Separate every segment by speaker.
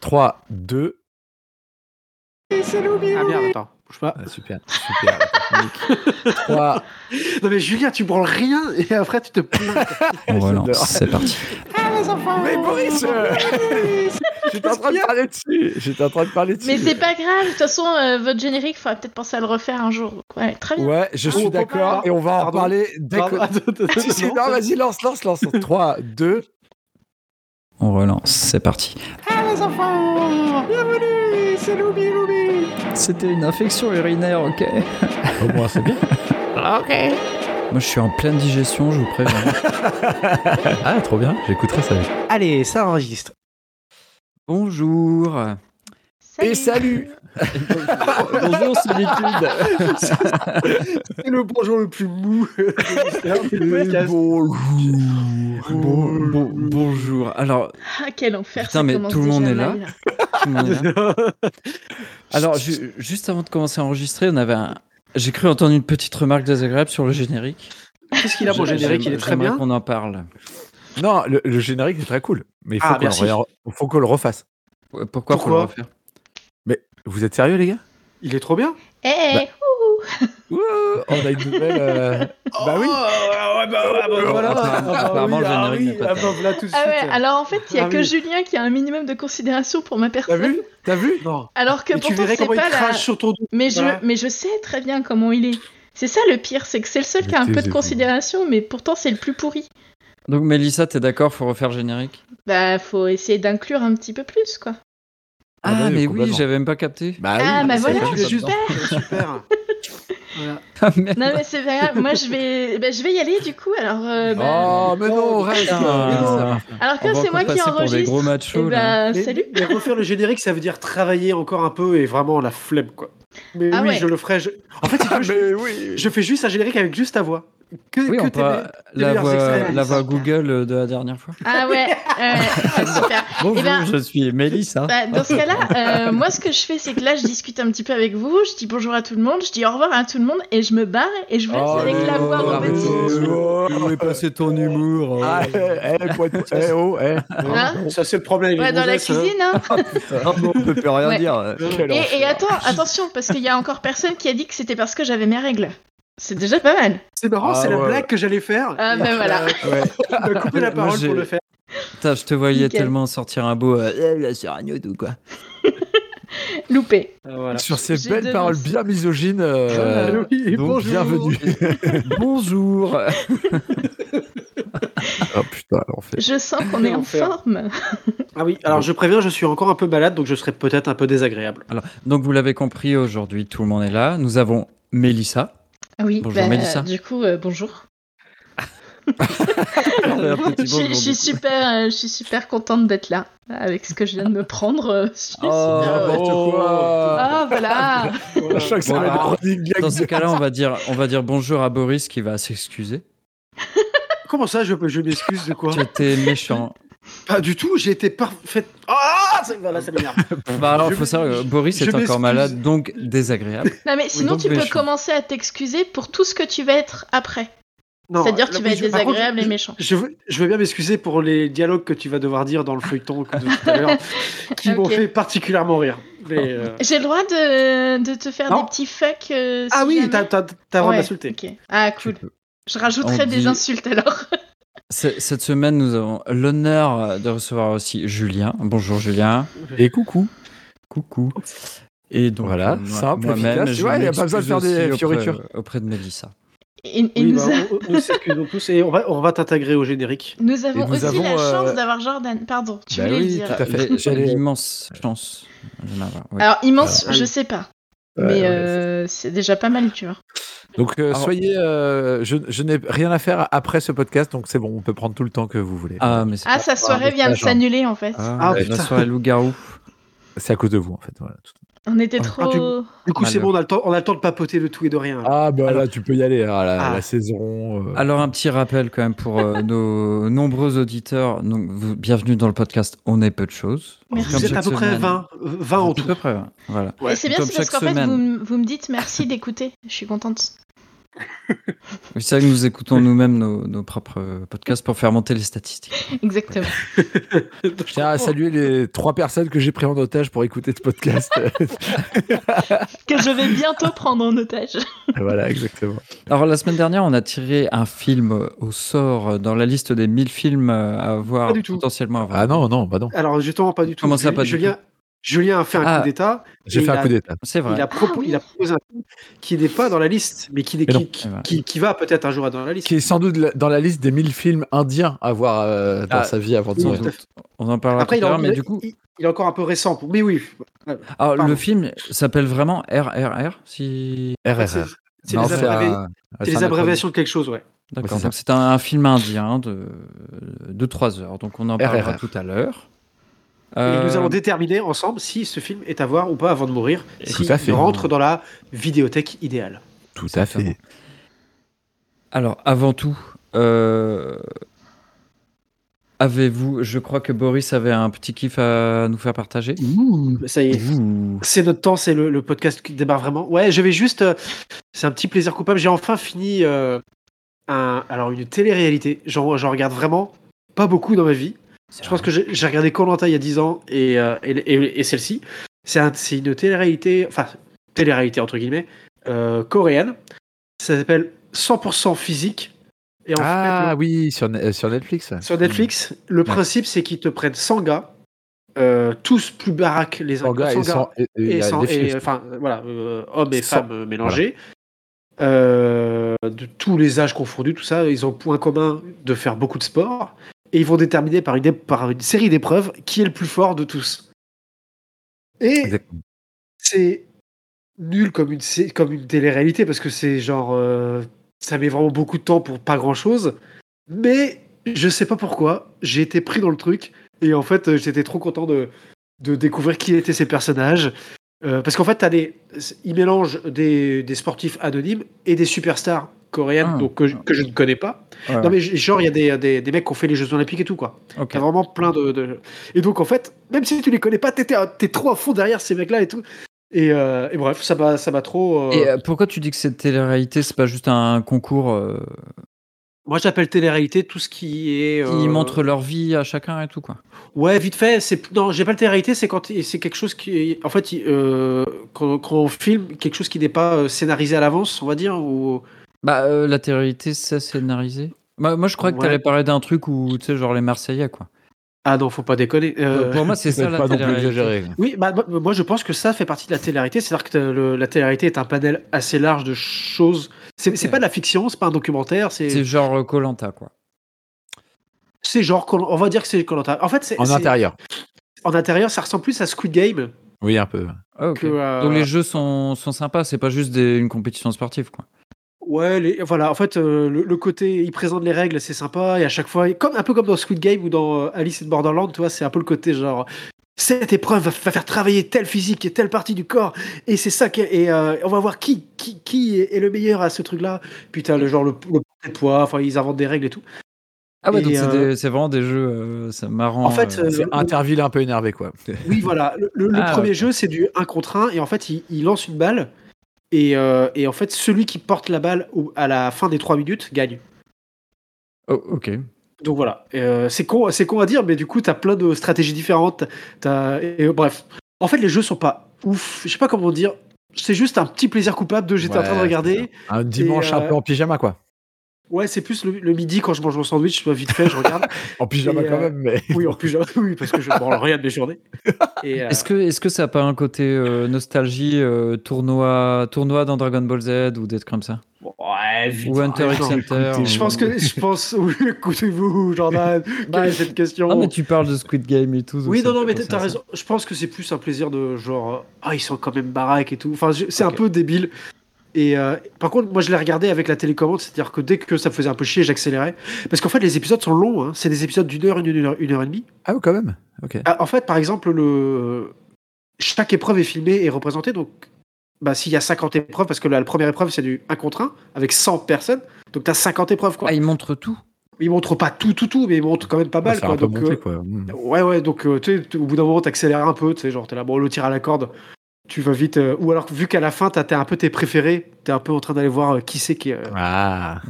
Speaker 1: 3, 2.
Speaker 2: Ah merde, attends, bouge pas.
Speaker 1: Ah, super, super. la technique. 3.
Speaker 2: Non mais Julien, tu branles rien et après tu te plains.
Speaker 3: On relance,
Speaker 1: J'adore.
Speaker 3: c'est parti.
Speaker 2: Ah les enfants
Speaker 1: Mais Boris euh, J'étais en train de parler dessus. J'étais en train de parler dessus.
Speaker 4: Mais c'est pas grave, de toute façon, euh, votre générique, il faudra peut-être penser à le refaire un jour. Donc, ouais, très bien.
Speaker 1: Ouais, je suis
Speaker 2: Oh,
Speaker 1: d'accord
Speaker 2: pardon.
Speaker 1: et Ah, on va en
Speaker 2: Pardon.
Speaker 1: reparler dès que. Si, si, non, vas-y, lance, lance, lance. 3, 2.
Speaker 3: On relance, c'est parti.
Speaker 2: Ah les enfants Bienvenue C'est Loubi Loubi
Speaker 3: C'était une infection urinaire, ok.
Speaker 5: Au moins, c'est bien.
Speaker 3: Moi, je suis en pleine digestion, je vous préviens.
Speaker 5: Ah, trop bien. J'écouterai ça.
Speaker 2: Allez, ça enregistre.
Speaker 3: Bonjour.
Speaker 1: Et salut
Speaker 3: Bonjour, solitude.
Speaker 2: C'est le bonjour le plus mou.
Speaker 3: Bonjour. Bon- bon- bonjour. Alors,
Speaker 4: Ah, quel enfer.
Speaker 3: Putain,
Speaker 4: ça
Speaker 3: mais
Speaker 4: commence
Speaker 3: tout le monde
Speaker 4: déjà
Speaker 3: est là.
Speaker 4: mal,
Speaker 3: tout le monde est là. Alors, ju- juste avant de commencer à enregistrer, on avait un- J'ai cru entendre une petite remarque désagréable sur le générique.
Speaker 2: Qu'est-ce qu'il a pour
Speaker 3: J'ai-
Speaker 2: générique Il est
Speaker 3: j'aimerais-
Speaker 2: très bien.
Speaker 3: j'aimerais qu'on en parle.
Speaker 1: Non, le, le générique est très cool. Mais il faut
Speaker 2: Ah,
Speaker 1: qu'on le
Speaker 2: merci.
Speaker 1: re- faut qu'on le refasse.
Speaker 3: Ouais, Pourquoi, faut le
Speaker 2: Pourquoi
Speaker 3: refaire
Speaker 1: Vous êtes sérieux, les gars
Speaker 2: Il est trop bien.
Speaker 4: Eh, eh,
Speaker 2: Bah,
Speaker 1: Wouh, On a une nouvelle. euh,
Speaker 2: Oh,
Speaker 1: bah oui
Speaker 2: bah, voilà.
Speaker 3: Oh, apparemment-
Speaker 2: Ah, bah
Speaker 3: apparemment,
Speaker 2: oui,
Speaker 3: le
Speaker 2: ah
Speaker 3: générique
Speaker 2: oui,
Speaker 3: n'est pas
Speaker 2: ah,
Speaker 3: terrible.
Speaker 2: bah, là, tout de
Speaker 4: Ah ouais,
Speaker 2: suite.
Speaker 4: alors en fait, il y a
Speaker 2: Ah
Speaker 4: que
Speaker 2: oui.
Speaker 4: Julien qui a un minimum de considération pour ma
Speaker 1: T'as
Speaker 4: personne.
Speaker 1: vu T'as vu
Speaker 2: Non.
Speaker 4: Alors que
Speaker 2: Et tu
Speaker 4: pourtant,
Speaker 2: verrais
Speaker 4: c'est
Speaker 2: comment il
Speaker 4: pas la...
Speaker 2: crache sur ton dos.
Speaker 4: Mais,
Speaker 2: Voilà.
Speaker 4: je, mais je sais très bien comment il est. C'est ça le pire, c'est que c'est le seul qui a un
Speaker 1: Je
Speaker 4: peu de
Speaker 1: t'ai-
Speaker 4: considération, mais pourtant c'est le plus pourri.
Speaker 3: Donc, Mélissa, t'es d'accord, faut refaire le générique
Speaker 4: Bah, faut essayer d'inclure un petit peu plus, quoi.
Speaker 1: Ah
Speaker 3: Ah,
Speaker 1: oui,
Speaker 3: mais oui,
Speaker 1: complètement.
Speaker 3: j'avais même pas capté.
Speaker 1: Bah
Speaker 4: Ah, bah
Speaker 1: c'est
Speaker 4: voilà,
Speaker 1: comme
Speaker 2: Tu l'as
Speaker 1: ça.
Speaker 2: juste- Super. Voilà.
Speaker 3: Ah, merde.
Speaker 4: Non, mais c'est pas grave, moi je vais, bah, je vais y aller du coup, alors. euh, bah,
Speaker 1: Oh, mais non, reste hein. mais non.
Speaker 3: Ah, Putain.
Speaker 4: Alors
Speaker 3: On
Speaker 4: que
Speaker 3: va
Speaker 4: c'est
Speaker 3: encore
Speaker 4: moi qui
Speaker 3: passer pour des gros
Speaker 4: enregistre.
Speaker 3: machos,
Speaker 4: Et
Speaker 3: là.
Speaker 4: bah,
Speaker 2: Mais-
Speaker 4: salut.
Speaker 2: Mais refaire le générique, ça veut dire travailler encore un peu et vraiment la flemme, quoi. Mais
Speaker 4: Ah
Speaker 2: oui,
Speaker 4: ouais.
Speaker 2: je le ferai. je- En fait, si tu veux, je...
Speaker 1: Ah, Mais oui
Speaker 2: je fais juste un générique avec juste ta voix. Que,
Speaker 3: Oui,
Speaker 2: que
Speaker 3: on
Speaker 2: tes-
Speaker 3: peut
Speaker 2: tes
Speaker 3: la
Speaker 2: meilleurs
Speaker 3: voix,
Speaker 2: extraits.
Speaker 3: la voix Google euh, de la dernière fois.
Speaker 4: Ah ouais, ouais, super.
Speaker 3: Bonjour,
Speaker 4: ben-
Speaker 3: je suis Mélissa.
Speaker 4: Bah, dans ce cas-là, euh, moi, ce que je fais, c'est que là, je discute un petit peu avec vous, je dis bonjour à tout le monde, je dis au revoir à tout le monde, et je me barre, et je vous laisse
Speaker 1: Oh,
Speaker 4: avec la voix robotique.
Speaker 3: Où est passé ton humour euh,
Speaker 1: Ah, eh, eh, quoi de- eh, oh, eh.
Speaker 4: Hein
Speaker 2: Ça, c'est le problème. avec
Speaker 4: Ouais,
Speaker 2: les
Speaker 4: dans la
Speaker 2: gonzesses, hein.
Speaker 4: cuisine, hein.
Speaker 3: On peut plus rien
Speaker 4: Ouais.
Speaker 3: dire.
Speaker 1: Quel
Speaker 4: Et, et
Speaker 1: enfer.
Speaker 4: attends, attention, parce qu'il y a encore personne qui a dit que c'était parce que j'avais mes règles. C'est déjà pas mal.
Speaker 2: C'est marrant,
Speaker 1: Ah,
Speaker 2: c'est la
Speaker 1: ouais.
Speaker 2: blague que j'allais faire.
Speaker 4: Ah, ben voilà.
Speaker 1: Ouais.
Speaker 2: Tu m'as coupé la
Speaker 3: Moi,
Speaker 2: parole
Speaker 3: j'ai-
Speaker 2: pour le faire.
Speaker 3: Putain, je te voyais
Speaker 4: Nickel.
Speaker 3: tellement sortir un beau. euh, Eh, la sœur Agnaud ou quoi.
Speaker 4: Loupé.
Speaker 2: Ah, voilà.
Speaker 1: Sur ces
Speaker 4: J'ai
Speaker 1: belles
Speaker 4: deux
Speaker 1: paroles
Speaker 4: lances.
Speaker 1: bien misogynes, euh,
Speaker 2: Ah, oui,
Speaker 1: donc
Speaker 2: bonjour.
Speaker 1: bienvenue.
Speaker 3: Bonjour.
Speaker 1: Oh putain, l'enfer.
Speaker 4: Je sens qu'on est en
Speaker 2: Enfer.
Speaker 4: forme.
Speaker 2: Ah oui, alors je préviens, je suis encore un peu malade, donc je serai peut-être un peu désagréable.
Speaker 3: Alors, donc vous l'avez compris, aujourd'hui tout le monde est là. Nous avons Mélissa.
Speaker 4: Ah Oui,
Speaker 3: Bonjour,
Speaker 4: bah,
Speaker 3: Mélissa.
Speaker 4: du coup, euh, bonjour.
Speaker 3: Un
Speaker 4: Je
Speaker 3: petit
Speaker 4: suis- je
Speaker 3: bonjour,
Speaker 4: suis
Speaker 3: du coup.
Speaker 4: super, euh, je suis super contente d'être là, avec ce que je viens de me prendre. euh, je suis
Speaker 3: Oh,
Speaker 4: super heureuse.
Speaker 1: n'importe quoi.
Speaker 4: Ah voilà
Speaker 1: Je crois que ça
Speaker 3: Bon,
Speaker 1: va être
Speaker 3: alors,
Speaker 1: running gag
Speaker 3: Dans ce
Speaker 1: de-
Speaker 3: cas-là, on va dire, on va dire bonjour à Boris qui va s'excuser.
Speaker 2: Comment ça, je, je m'excuse de quoi
Speaker 3: Tu étais méchant.
Speaker 2: Pas du tout, j'ai été parfaite. Ah, ça- voilà, ça m'énerve.
Speaker 3: Bah alors,
Speaker 2: Je
Speaker 3: faut savoir, que Boris
Speaker 2: je
Speaker 3: est encore
Speaker 2: m'excuse.
Speaker 3: malade, donc désagréable.
Speaker 4: Non mais sinon
Speaker 3: donc,
Speaker 4: tu
Speaker 3: mais
Speaker 4: peux
Speaker 3: je-
Speaker 4: commencer à t'excuser pour tout ce que tu vas être après.
Speaker 2: Non,
Speaker 4: C'est-à-dire que
Speaker 2: là,
Speaker 4: tu vas
Speaker 2: oui,
Speaker 4: être
Speaker 2: je- par contre,
Speaker 4: désagréable
Speaker 2: je-
Speaker 4: et méchant.
Speaker 2: Je veux, je veux bien m'excuser pour les dialogues que tu vas devoir dire dans le feuilleton de tout à l'heure, qui m'ont
Speaker 4: Ok.
Speaker 2: fait particulièrement rire. Mais, euh,
Speaker 4: J'ai le droit de, de te faire
Speaker 2: Non.
Speaker 4: des petits fuck. euh,
Speaker 2: Ah
Speaker 4: si
Speaker 2: oui,
Speaker 4: jamais.
Speaker 2: t'as t'as- t'as le droit
Speaker 4: Ouais,
Speaker 2: d'insulter.
Speaker 4: ok. Ah cool. Je rajouterai
Speaker 3: On
Speaker 4: des
Speaker 3: dit-
Speaker 4: insultes alors.
Speaker 3: C- Cette semaine, nous avons l'honneur de recevoir aussi Julien. Bonjour Julien.
Speaker 1: Et coucou.
Speaker 3: Coucou. Et donc,
Speaker 1: Voilà,
Speaker 3: euh, moi-
Speaker 1: simple,
Speaker 3: moi-même,
Speaker 1: efficace.
Speaker 3: je
Speaker 1: Ouais, il y a pas
Speaker 3: m'excuse
Speaker 1: besoin de faire des
Speaker 3: aussi
Speaker 1: fioritures.
Speaker 3: Auprès, auprès de Mélissa.
Speaker 4: Et, et
Speaker 2: Oui,
Speaker 4: nous,
Speaker 2: bah,
Speaker 4: a-
Speaker 2: on- on- on s'excuse tous et on va, on va t'intégrer au générique.
Speaker 4: nous avons
Speaker 1: nous
Speaker 4: aussi
Speaker 1: avons,
Speaker 4: la
Speaker 1: euh,
Speaker 4: chance d'avoir Jordan. Pardon, tu
Speaker 1: Bah
Speaker 4: voulais
Speaker 1: oui,
Speaker 4: le dire.
Speaker 1: tout à fait.
Speaker 3: J'ai
Speaker 1: J'allais-
Speaker 3: l'immense chance. d'en avoir, ouais.
Speaker 4: Alors immense,
Speaker 2: Ah oui.
Speaker 4: je sais pas.
Speaker 1: Ouais,
Speaker 4: mais
Speaker 1: ouais.
Speaker 4: euh, c'est déjà pas mal, tu vois.
Speaker 1: Donc euh,
Speaker 3: Alors-
Speaker 1: soyez, euh, je, je n'ai rien à faire après ce podcast, donc c'est bon, on peut prendre tout le temps que vous voulez.
Speaker 3: Ah, mais c'est
Speaker 4: Ah, sa soirée vient de
Speaker 1: message, hein.
Speaker 4: s'annuler en fait.
Speaker 3: Ah,
Speaker 2: Ah,
Speaker 3: la
Speaker 2: putain.
Speaker 3: soirée loup-garou.
Speaker 1: C'est à cause de vous en fait. voilà.
Speaker 4: On était
Speaker 3: Ah,
Speaker 4: trop.
Speaker 2: Du coup, c'est
Speaker 3: Malheur.
Speaker 2: bon, on a, le temps, on a le temps de papoter de tout et de rien.
Speaker 1: Ah bah
Speaker 3: Alors-
Speaker 1: là tu peux y aller, hein, la,
Speaker 2: Ah.
Speaker 1: la saison. euh,
Speaker 3: Alors, un petit rappel quand même pour euh, nos nombreux auditeurs. Donc, vous- bienvenue dans le podcast On est peu de choses.
Speaker 4: Merci.
Speaker 3: Comme
Speaker 2: Vous êtes à
Speaker 3: chaque
Speaker 2: peu près
Speaker 3: semaine.
Speaker 2: 20, euh, 20 en
Speaker 3: À
Speaker 2: tout.
Speaker 3: peu près, ouais. voilà.
Speaker 2: Ouais,
Speaker 4: Et c'est bien,
Speaker 3: comme
Speaker 4: c'est parce
Speaker 3: chaque
Speaker 4: qu'en fait,
Speaker 3: semaine.
Speaker 4: vous, m- vous me dites merci d'écouter. Je suis contente.
Speaker 3: Oui, c'est vrai que nous écoutons nous-mêmes nos, nos propres euh, podcasts pour faire monter les statistiques.
Speaker 4: Exactement.
Speaker 1: Je tiens à saluer les trois personnes que j'ai pris en otage pour écouter ce podcast.
Speaker 4: que je vais bientôt prendre en otage.
Speaker 1: voilà, exactement.
Speaker 3: Alors, la semaine dernière, on a tiré un film euh, au sort dans la liste des 1000 films euh, à voir,
Speaker 2: Pas du tout.
Speaker 3: potentiellement à voir.
Speaker 1: Ah non, non, bah non.
Speaker 2: Alors justement, pas du tout.
Speaker 3: Comment ça,
Speaker 2: Ju-
Speaker 3: pas du
Speaker 2: Julien, Julien a fait un
Speaker 3: Ah,
Speaker 2: coup d'État.
Speaker 1: J'ai
Speaker 2: et
Speaker 1: fait
Speaker 2: il
Speaker 1: un
Speaker 2: a-
Speaker 1: coup d'état.
Speaker 3: C'est vrai.
Speaker 2: Il a, propo-
Speaker 4: Ah oui.
Speaker 2: il a proposé un film qui n'est pas dans la liste, mais qui, n'est-
Speaker 1: Mais non.
Speaker 2: qui, qui,
Speaker 3: Eh ben.
Speaker 2: qui- qui va peut-être un jour dans la liste.
Speaker 1: Qui est sans doute la- dans la liste des 1000 films indiens à voir euh, dans
Speaker 3: Ah,
Speaker 1: sa vie avant de
Speaker 2: oui,
Speaker 3: Sans
Speaker 1: mourir.
Speaker 2: tout à
Speaker 3: doute. On en parlera
Speaker 2: Après,
Speaker 3: tout
Speaker 2: il,
Speaker 3: à
Speaker 2: est
Speaker 3: l'heure,
Speaker 2: en-
Speaker 3: mais
Speaker 2: il-
Speaker 3: du coup,
Speaker 2: il- il est encore un peu récent pour. Mais oui,
Speaker 3: alors, le
Speaker 2: pardon.
Speaker 3: film s'appelle vraiment RRR, si.
Speaker 2: c'est
Speaker 1: RRR.
Speaker 2: c'est
Speaker 1: Non,
Speaker 2: les,
Speaker 1: c'est
Speaker 2: abrévi-
Speaker 1: un- euh,
Speaker 2: c'est
Speaker 1: c'est
Speaker 2: les
Speaker 1: un
Speaker 2: abréviations de quelque chose, ouais.
Speaker 1: Ouais,
Speaker 3: D'accord.
Speaker 1: c'est
Speaker 3: donc c'est un, un film indien de, de 3 heures. Donc on en parlera
Speaker 1: RRR.
Speaker 3: tout à l'heure.
Speaker 2: Et nous
Speaker 3: Euh,
Speaker 2: allons déterminer ensemble si ce film est à voir ou pas avant de mourir,
Speaker 1: Tout
Speaker 2: s'il
Speaker 1: à fait.
Speaker 2: rentre dans la vidéothèque idéale.
Speaker 1: Tout à
Speaker 3: Exactement.
Speaker 1: fait.
Speaker 3: Alors, avant tout, euh, avez-vous. Je crois que Boris avait un petit kiff à nous faire partager.
Speaker 2: Ça y est.
Speaker 3: Mm-hmm.
Speaker 2: C'est notre temps, c'est le, le podcast qui démarre vraiment. Ouais, je vais juste. euh, c'est un petit plaisir coupable. J'ai enfin fini euh, un, alors une télé-réalité. J'en j'en regarde vraiment pas beaucoup dans ma vie. Je pense que j'ai j'ai regardé Colanta il y a 10 ans et, euh, et, et- et celle-ci. C'est un- c'est une télé-réalité, enfin, télé-réalité entre guillemets, euh, coréenne. Ça s'appelle 100% physique. Et en fait,
Speaker 1: Ah
Speaker 2: le-
Speaker 1: oui, sur, Ne- euh, sur Netflix.
Speaker 2: sur Netflix, le principe c'est qu'ils te prennent 100 gars, euh, tous plus baraques les uns
Speaker 1: Sans gars et
Speaker 2: gars
Speaker 1: sans- et- et il y
Speaker 2: et,
Speaker 1: a
Speaker 2: sans-
Speaker 1: des filles.
Speaker 2: et, enfin euh, voilà euh, hommes et
Speaker 1: Sans-
Speaker 2: femmes euh, mélangés Euh, de tous les âges confondus tout ça ils ont point commun de faire beaucoup de sport et ils vont déterminer par une, é- par une série d'épreuves qui est le plus fort de tous et
Speaker 1: Exactement.
Speaker 2: c'est nul comme une sé- comme une télé-réalité parce que c'est genre euh, ça met vraiment beaucoup de temps pour pas grand chose mais je sais pas pourquoi j'ai été pris dans le truc et en fait euh, j'étais trop content de de découvrir qui étaient ces personnages Euh, parce qu'en fait t'as des ils mélangent des, des sportifs anonymes et des superstars coréennes
Speaker 3: Ah.
Speaker 2: donc que, je- que je ne connais pas
Speaker 3: Ouais,
Speaker 2: non mais j- genre il y a des, des, des mecs qui ont fait les Jeux Olympiques et tout quoi
Speaker 3: ok.
Speaker 2: T'as vraiment plein de, de- Et donc, en fait, même si tu les connais pas, t'étais- t'es trop à fond derrière ces mecs-là et tout. Et, euh, et bref, ça m'a ça m'a trop. euh,
Speaker 3: Et euh, pourquoi tu dis que cette télé-réalité, c'est pas juste un concours euh,
Speaker 2: Moi, j'appelle télé-réalité tout ce qui est.
Speaker 3: qui
Speaker 2: euh,
Speaker 3: montre leur vie à chacun et tout, quoi
Speaker 2: Ouais, vite fait. c'est- Non, j'appelle télé-réalité, c'est quand il- c'est quelque chose qui. En fait, il- euh, quand, quand on filme quelque chose qui n'est pas euh, scénarisé à l'avance, on va dire. Ou...
Speaker 3: Bah, euh, la télé-réalité, c'est scénarisé Bah, Moi, je crois que
Speaker 2: Ouais.
Speaker 3: t'allais parler d'un truc où, tu sais, genre les Marseillais, quoi.
Speaker 2: Ah non, faut pas déconner. euh,
Speaker 3: Pour moi, c'est ça
Speaker 1: Ils peuvent
Speaker 3: la
Speaker 1: pas non plus
Speaker 3: télé-réalité.
Speaker 1: exagérer.
Speaker 2: Oui, bah, moi- moi je pense que ça fait partie de la télé-réalité, c'est-à-dire que t'as le- la télé-réalité est un panel assez large de choses. C'est c'est
Speaker 3: Ok.
Speaker 2: pas de la fiction, c'est pas un documentaire,
Speaker 3: C'est genre euh, Colanta, quoi.
Speaker 2: C'est genre, Col- on va dire que c'est Colanta. En fait, c'est
Speaker 1: En
Speaker 2: c'est-
Speaker 1: intérieur.
Speaker 2: en intérieur, ça ressemble plus à Squid Game
Speaker 1: Oui, un peu.
Speaker 3: Ah, ok.
Speaker 2: que. euh, à-
Speaker 3: Donc les jeux sont, sont sympas, c'est pas juste des- une compétition sportive, quoi.
Speaker 2: Ouais, les- voilà. En fait, euh, le, le côté, ils présentent les règles, c'est sympa. Et à chaque fois, comme un peu comme dans Squid Game ou dans euh, Alice in Borderland, tu vois, c'est un peu le côté genre. Cette épreuve va va faire travailler telle physique et telle partie du corps, et c'est ça qui est- et euh, on va voir qui qui, qui est, est le meilleur à ce truc-là. Putain, le genre le, le poids, enfin ils inventent des règles et tout.
Speaker 3: Ah ouais,
Speaker 2: Et,
Speaker 3: donc c'est
Speaker 2: euh,
Speaker 3: des- c'est vraiment des jeux euh, c'est marrant.
Speaker 2: En fait,
Speaker 3: euh,
Speaker 2: euh,
Speaker 1: C'est
Speaker 2: le-
Speaker 1: Interville un peu énervé, quoi.
Speaker 2: Oui, voilà. Le, le- le
Speaker 3: Ah,
Speaker 2: premier
Speaker 3: ok.
Speaker 2: jeu, c'est du 1 contre 1, et en fait, il, il lance une balle, et, euh, et en fait, celui qui porte la balle au- à la fin des 3 minutes gagne.
Speaker 3: oh, ok.
Speaker 2: Donc voilà. Euh, c'est con, c'est con à dire, mais du coup, t'as plein de stratégies différentes. T'as, et, euh, bref. En fait, les jeux sont pas ouf. Je sais pas comment dire. C'est juste un petit plaisir coupable de j'étais en train de
Speaker 1: Ouais, c'est
Speaker 2: regarder.
Speaker 1: Un dimanche un
Speaker 2: euh,
Speaker 1: peu en pyjama, quoi.
Speaker 2: Ouais, c'est plus le, le midi quand je mange mon sandwich, je vite fait, je regarde.
Speaker 1: En pyjama
Speaker 2: et,
Speaker 1: quand
Speaker 2: euh,
Speaker 1: même, mais.
Speaker 2: oui, en plus, je- oui, parce que je ne branle rien de mes journées. Et, euh,
Speaker 3: Est-ce que, est que ça a pas un côté euh, nostalgie, euh, tournoi, tournoi dans Dragon Ball Z ou des trucs comme ça
Speaker 2: ouais, vite,
Speaker 3: Ou Hunter euh, x
Speaker 2: genre,
Speaker 3: Hunter
Speaker 2: Je
Speaker 3: ou-
Speaker 2: pense que je pense oui, écoutez-vous Jordan, quelle est cette question
Speaker 3: Ah, mais tu parles de Squid Game et tout. donc
Speaker 2: Oui
Speaker 3: ça
Speaker 2: non non
Speaker 3: me
Speaker 2: mais
Speaker 3: fait penser
Speaker 2: t'as
Speaker 3: à ça.
Speaker 2: raison. Je pense que c'est plus un plaisir de genre euh, ah ils sont quand même baraques et tout. Enfin je- c'est
Speaker 3: Ok.
Speaker 2: un peu débile. Et euh, par contre moi je l'ai regardé avec la télécommande, c'est-à-dire que dès que ça me faisait un peu chier j'accélérais parce qu'en fait les épisodes sont longs. hein. C'est des épisodes d'une heure une heure une heure et demie.
Speaker 1: Ah, oui, quand même. Ok.
Speaker 2: Ah, en fait par exemple le chaque épreuve est filmée et représentée donc bah, s'il y a 50 épreuves, parce que la, la première épreuve c'est du 1 contre 1 avec 100 personnes, donc t'as 50 épreuves quoi.
Speaker 3: Ah, il montre tout.
Speaker 2: Il montre pas tout, tout, tout, mais il montre quand même pas
Speaker 1: Ouais,
Speaker 2: mal.
Speaker 1: Ah, ça a un
Speaker 2: quoi.
Speaker 1: peu
Speaker 2: Donc,
Speaker 1: monté,
Speaker 2: euh,
Speaker 1: quoi. Mm.
Speaker 2: ouais, ouais, donc euh, tu sais, t- au bout d'un moment, t'accélères un peu, tu sais, genre t'es là, bon, le tir à la corde. tu vas vite. euh, ou alors, vu qu'à la fin, t'as t'as un peu tes préférés, t'es un peu en train d'aller voir euh, qui c'est qui. euh,
Speaker 1: Ah.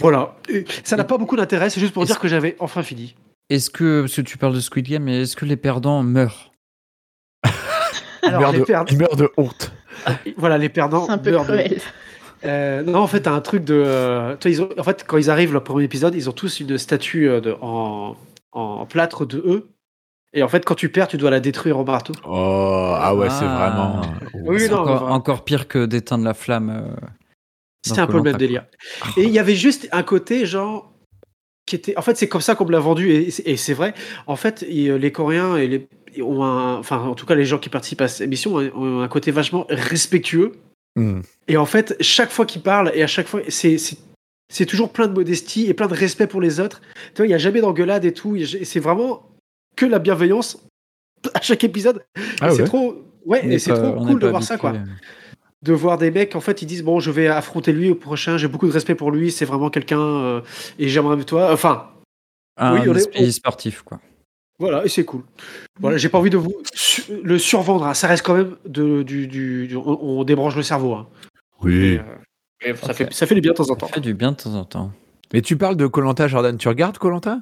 Speaker 2: Voilà. Et ça n'a pas beaucoup d'intérêt, c'est juste pour
Speaker 3: Est-ce-
Speaker 2: dire que j'avais enfin fini.
Speaker 3: Est-ce que, parce que tu parles de Squid Game, mais est-ce que les perdants meurent
Speaker 1: Il,
Speaker 2: Alors,
Speaker 1: meurt
Speaker 2: les
Speaker 1: de,
Speaker 2: perdants,
Speaker 1: il meurt de honte.
Speaker 2: voilà, les perdants.
Speaker 4: C'est un peu
Speaker 2: meurent de-
Speaker 4: cruel.
Speaker 2: Euh, non, en fait, t'as un truc de. euh, toi, ils ont- en fait, quand ils arrivent, le premier épisode, ils ont tous une statue euh, de- en, en plâtre de eux. Et en fait, quand tu perds, tu dois la détruire au marteau.
Speaker 1: Oh, ah ouais, c'est
Speaker 3: Ah.
Speaker 1: vraiment.
Speaker 2: Oui,
Speaker 3: C'est
Speaker 2: non,
Speaker 3: encore,
Speaker 2: enfin-
Speaker 3: encore pire que d'éteindre la flamme. euh,
Speaker 2: C'était
Speaker 3: dans
Speaker 2: un peu le même
Speaker 3: Koh-Lanta,
Speaker 2: délire. Et il y avait juste un côté, genre, qui était. En fait, c'est comme ça qu'on me l'a vendu, et, c'est- et c'est vrai. En fait, il- euh, les Coréens et les. ils ont un- Enfin, en tout cas, les gens qui participent à cette émission ont- ont un côté vachement respectueux.
Speaker 1: Hmm.
Speaker 2: Et en fait, chaque fois qu'ils parlent, et à chaque fois, c'est. c'est- c'est toujours plein de modestie et plein de respect pour les autres. Tu vois, il n'y a jamais d'engueulade et tout. il y a- C'est vraiment que la bienveillance à chaque épisode.
Speaker 1: Ah
Speaker 2: c'est
Speaker 1: ouais.
Speaker 2: trop. Ouais,
Speaker 3: On
Speaker 2: et
Speaker 3: n'est
Speaker 2: c'est
Speaker 3: pas-
Speaker 2: trop
Speaker 3: on n'est
Speaker 2: cool de
Speaker 3: pas
Speaker 2: voir ça, quoi
Speaker 3: habitué. euh,
Speaker 2: de voir des mecs, en fait, ils disent Bon, je vais affronter lui au prochain, j'ai beaucoup de respect pour lui, c'est vraiment quelqu'un, euh, et j'aimerais bien toi. Enfin,
Speaker 3: Un
Speaker 2: Oui, on est-
Speaker 3: esprit sportif, quoi.
Speaker 2: voilà, et c'est cool. Voilà, j'ai pas envie de vous su- le survendre, hein, ça reste quand même de, du. du- du- on, on débranche le cerveau. hein.
Speaker 1: Oui.
Speaker 2: Mais, euh, mais ça,
Speaker 3: Ok.
Speaker 2: fait, ça fait du bien de temps en
Speaker 3: Ça
Speaker 2: temps.
Speaker 3: fait du bien de temps en temps.
Speaker 1: Mais tu parles de Colanta Jordan. Tu regardes Colanta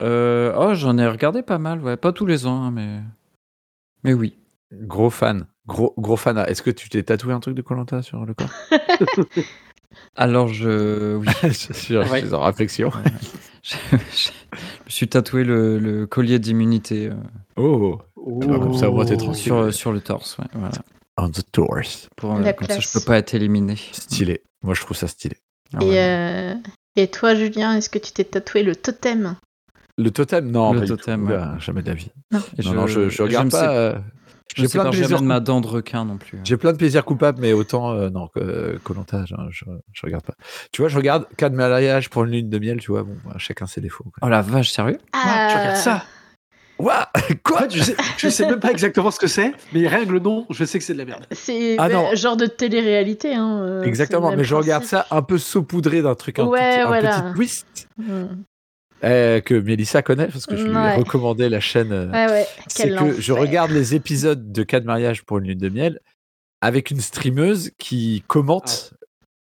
Speaker 3: Euh, oh, j'en ai regardé pas mal, ouais. Pas tous les ans, hein, mais. Mais oui.
Speaker 1: Gros fan. Gros, gros fan. Ah, Est-ce que tu t'es tatoué un truc de Colanta sur le corps
Speaker 3: Alors, je. Oui.
Speaker 1: Je suis je
Speaker 2: Ouais.
Speaker 1: suis en réflexion.
Speaker 3: je, je me suis tatoué le, le collier d'immunité euh,
Speaker 1: Oh, Alors, comme ça, au moins, t'es
Speaker 2: Oh.
Speaker 1: tranquille.
Speaker 3: sur, euh, sur le torse, ouais, voilà.
Speaker 1: on the tours.
Speaker 3: Pour, euh,
Speaker 4: La
Speaker 3: comme ça, je
Speaker 4: classe.
Speaker 3: peux pas être éliminé.
Speaker 1: Stylé. Moi, je trouve ça stylé.
Speaker 3: Ah,
Speaker 4: Et,
Speaker 3: ouais.
Speaker 4: euh, et toi, Julien, est-ce que tu t'es tatoué le totem
Speaker 1: Le totem, non.
Speaker 3: Le
Speaker 1: pas du
Speaker 3: totem,
Speaker 1: tout.
Speaker 3: ouais.
Speaker 1: Ah, jamais de la vie.
Speaker 3: Et
Speaker 1: non, non, je, je
Speaker 3: et
Speaker 1: regarde
Speaker 3: me
Speaker 1: pas.
Speaker 3: sép-
Speaker 1: euh,
Speaker 3: je me
Speaker 1: J'ai plein de
Speaker 3: sépare jamais
Speaker 1: plaisirs.
Speaker 3: de ma dent de requin non plus.
Speaker 1: J'ai plein de plaisirs coupables, mais autant, euh, non, Colanta, je, je, je regarde pas. Tu vois, je regarde cas de mariage pour une lune de miel, tu vois, bon, bah, chacun ses défauts. quoi.
Speaker 3: Oh la vache, sérieux
Speaker 4: Euh,
Speaker 2: Ah, tu regardes ça
Speaker 1: Ouah,
Speaker 2: En
Speaker 1: Quoi
Speaker 2: fait, je sais, je sais même pas exactement ce que c'est, mais rien que le nom, je sais que c'est de la merde.
Speaker 4: C'est
Speaker 1: Ah
Speaker 4: ouais,
Speaker 1: non.
Speaker 4: genre de télé-réalité. Hein, euh,
Speaker 1: Exactement,
Speaker 4: c'est le
Speaker 1: mais
Speaker 4: même
Speaker 1: je regarde
Speaker 4: principe.
Speaker 1: ça un peu saupoudré d'un truc, un,
Speaker 4: Ouais,
Speaker 1: petit, un
Speaker 4: voilà.
Speaker 1: petit twist
Speaker 4: Mm.
Speaker 1: euh, que Mélissa connaît, parce que je lui ai
Speaker 4: Ouais.
Speaker 1: recommandé la chaîne. euh,
Speaker 4: Ouais, ouais.
Speaker 1: c'est
Speaker 4: Quel
Speaker 1: que je
Speaker 4: enfer.
Speaker 1: regarde les épisodes de cas de mariage pour une lune de miel avec une streameuse qui commente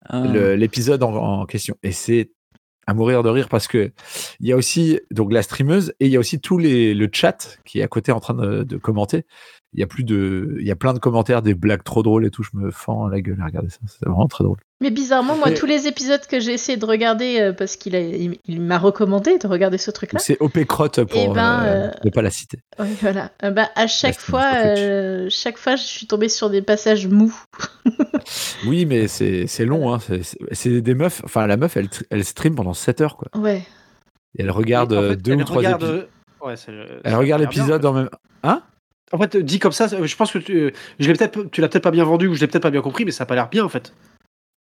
Speaker 3: Ah.
Speaker 1: le- l'épisode en, en question. Et c'est à mourir de rire parce que il y a aussi donc la streameuse et il y a aussi tout les, le chat qui est à côté en train de, de commenter. Il y a plus de, il y a plein de commentaires, des blagues trop drôles et tout. Je me fends la gueule à regarder ça. C'est vraiment très drôle.
Speaker 4: Mais bizarrement, moi,
Speaker 1: Mais-
Speaker 4: tous les épisodes que j'ai essayé de regarder, euh, parce qu'il a- il, il m'a recommandé de regarder ce truc-là,
Speaker 1: C'est OP Crotte pour
Speaker 4: Eh ben,
Speaker 1: euh,
Speaker 4: euh,
Speaker 1: ne pas la citer.
Speaker 4: oui, voilà. Euh, bah, à chaque
Speaker 1: Reste
Speaker 4: fois,
Speaker 1: sur Twitch.
Speaker 4: euh, chaque fois, je suis tombée sur des passages mous.
Speaker 1: Oui, mais c'est c'est long. Hein. C'est- c'est- C'est des meufs. Enfin, la meuf, elle, elle stream pendant 7 heures. Quoi.
Speaker 4: Ouais.
Speaker 1: Et elle regarde
Speaker 2: Et en fait,
Speaker 1: euh, deux
Speaker 2: elle
Speaker 1: ou trois
Speaker 2: regarde,
Speaker 1: épisodes.
Speaker 2: euh, ouais, c'est le-
Speaker 1: Elle regarde
Speaker 2: c'est la merde,
Speaker 1: l'épisode en même.
Speaker 2: En fait, euh, dit comme ça, je pense que tu, euh, je l'ai peut-être, tu l'as peut-être pas bien vendu ou je l'ai peut-être pas bien compris, mais ça a pas l'air bien en fait.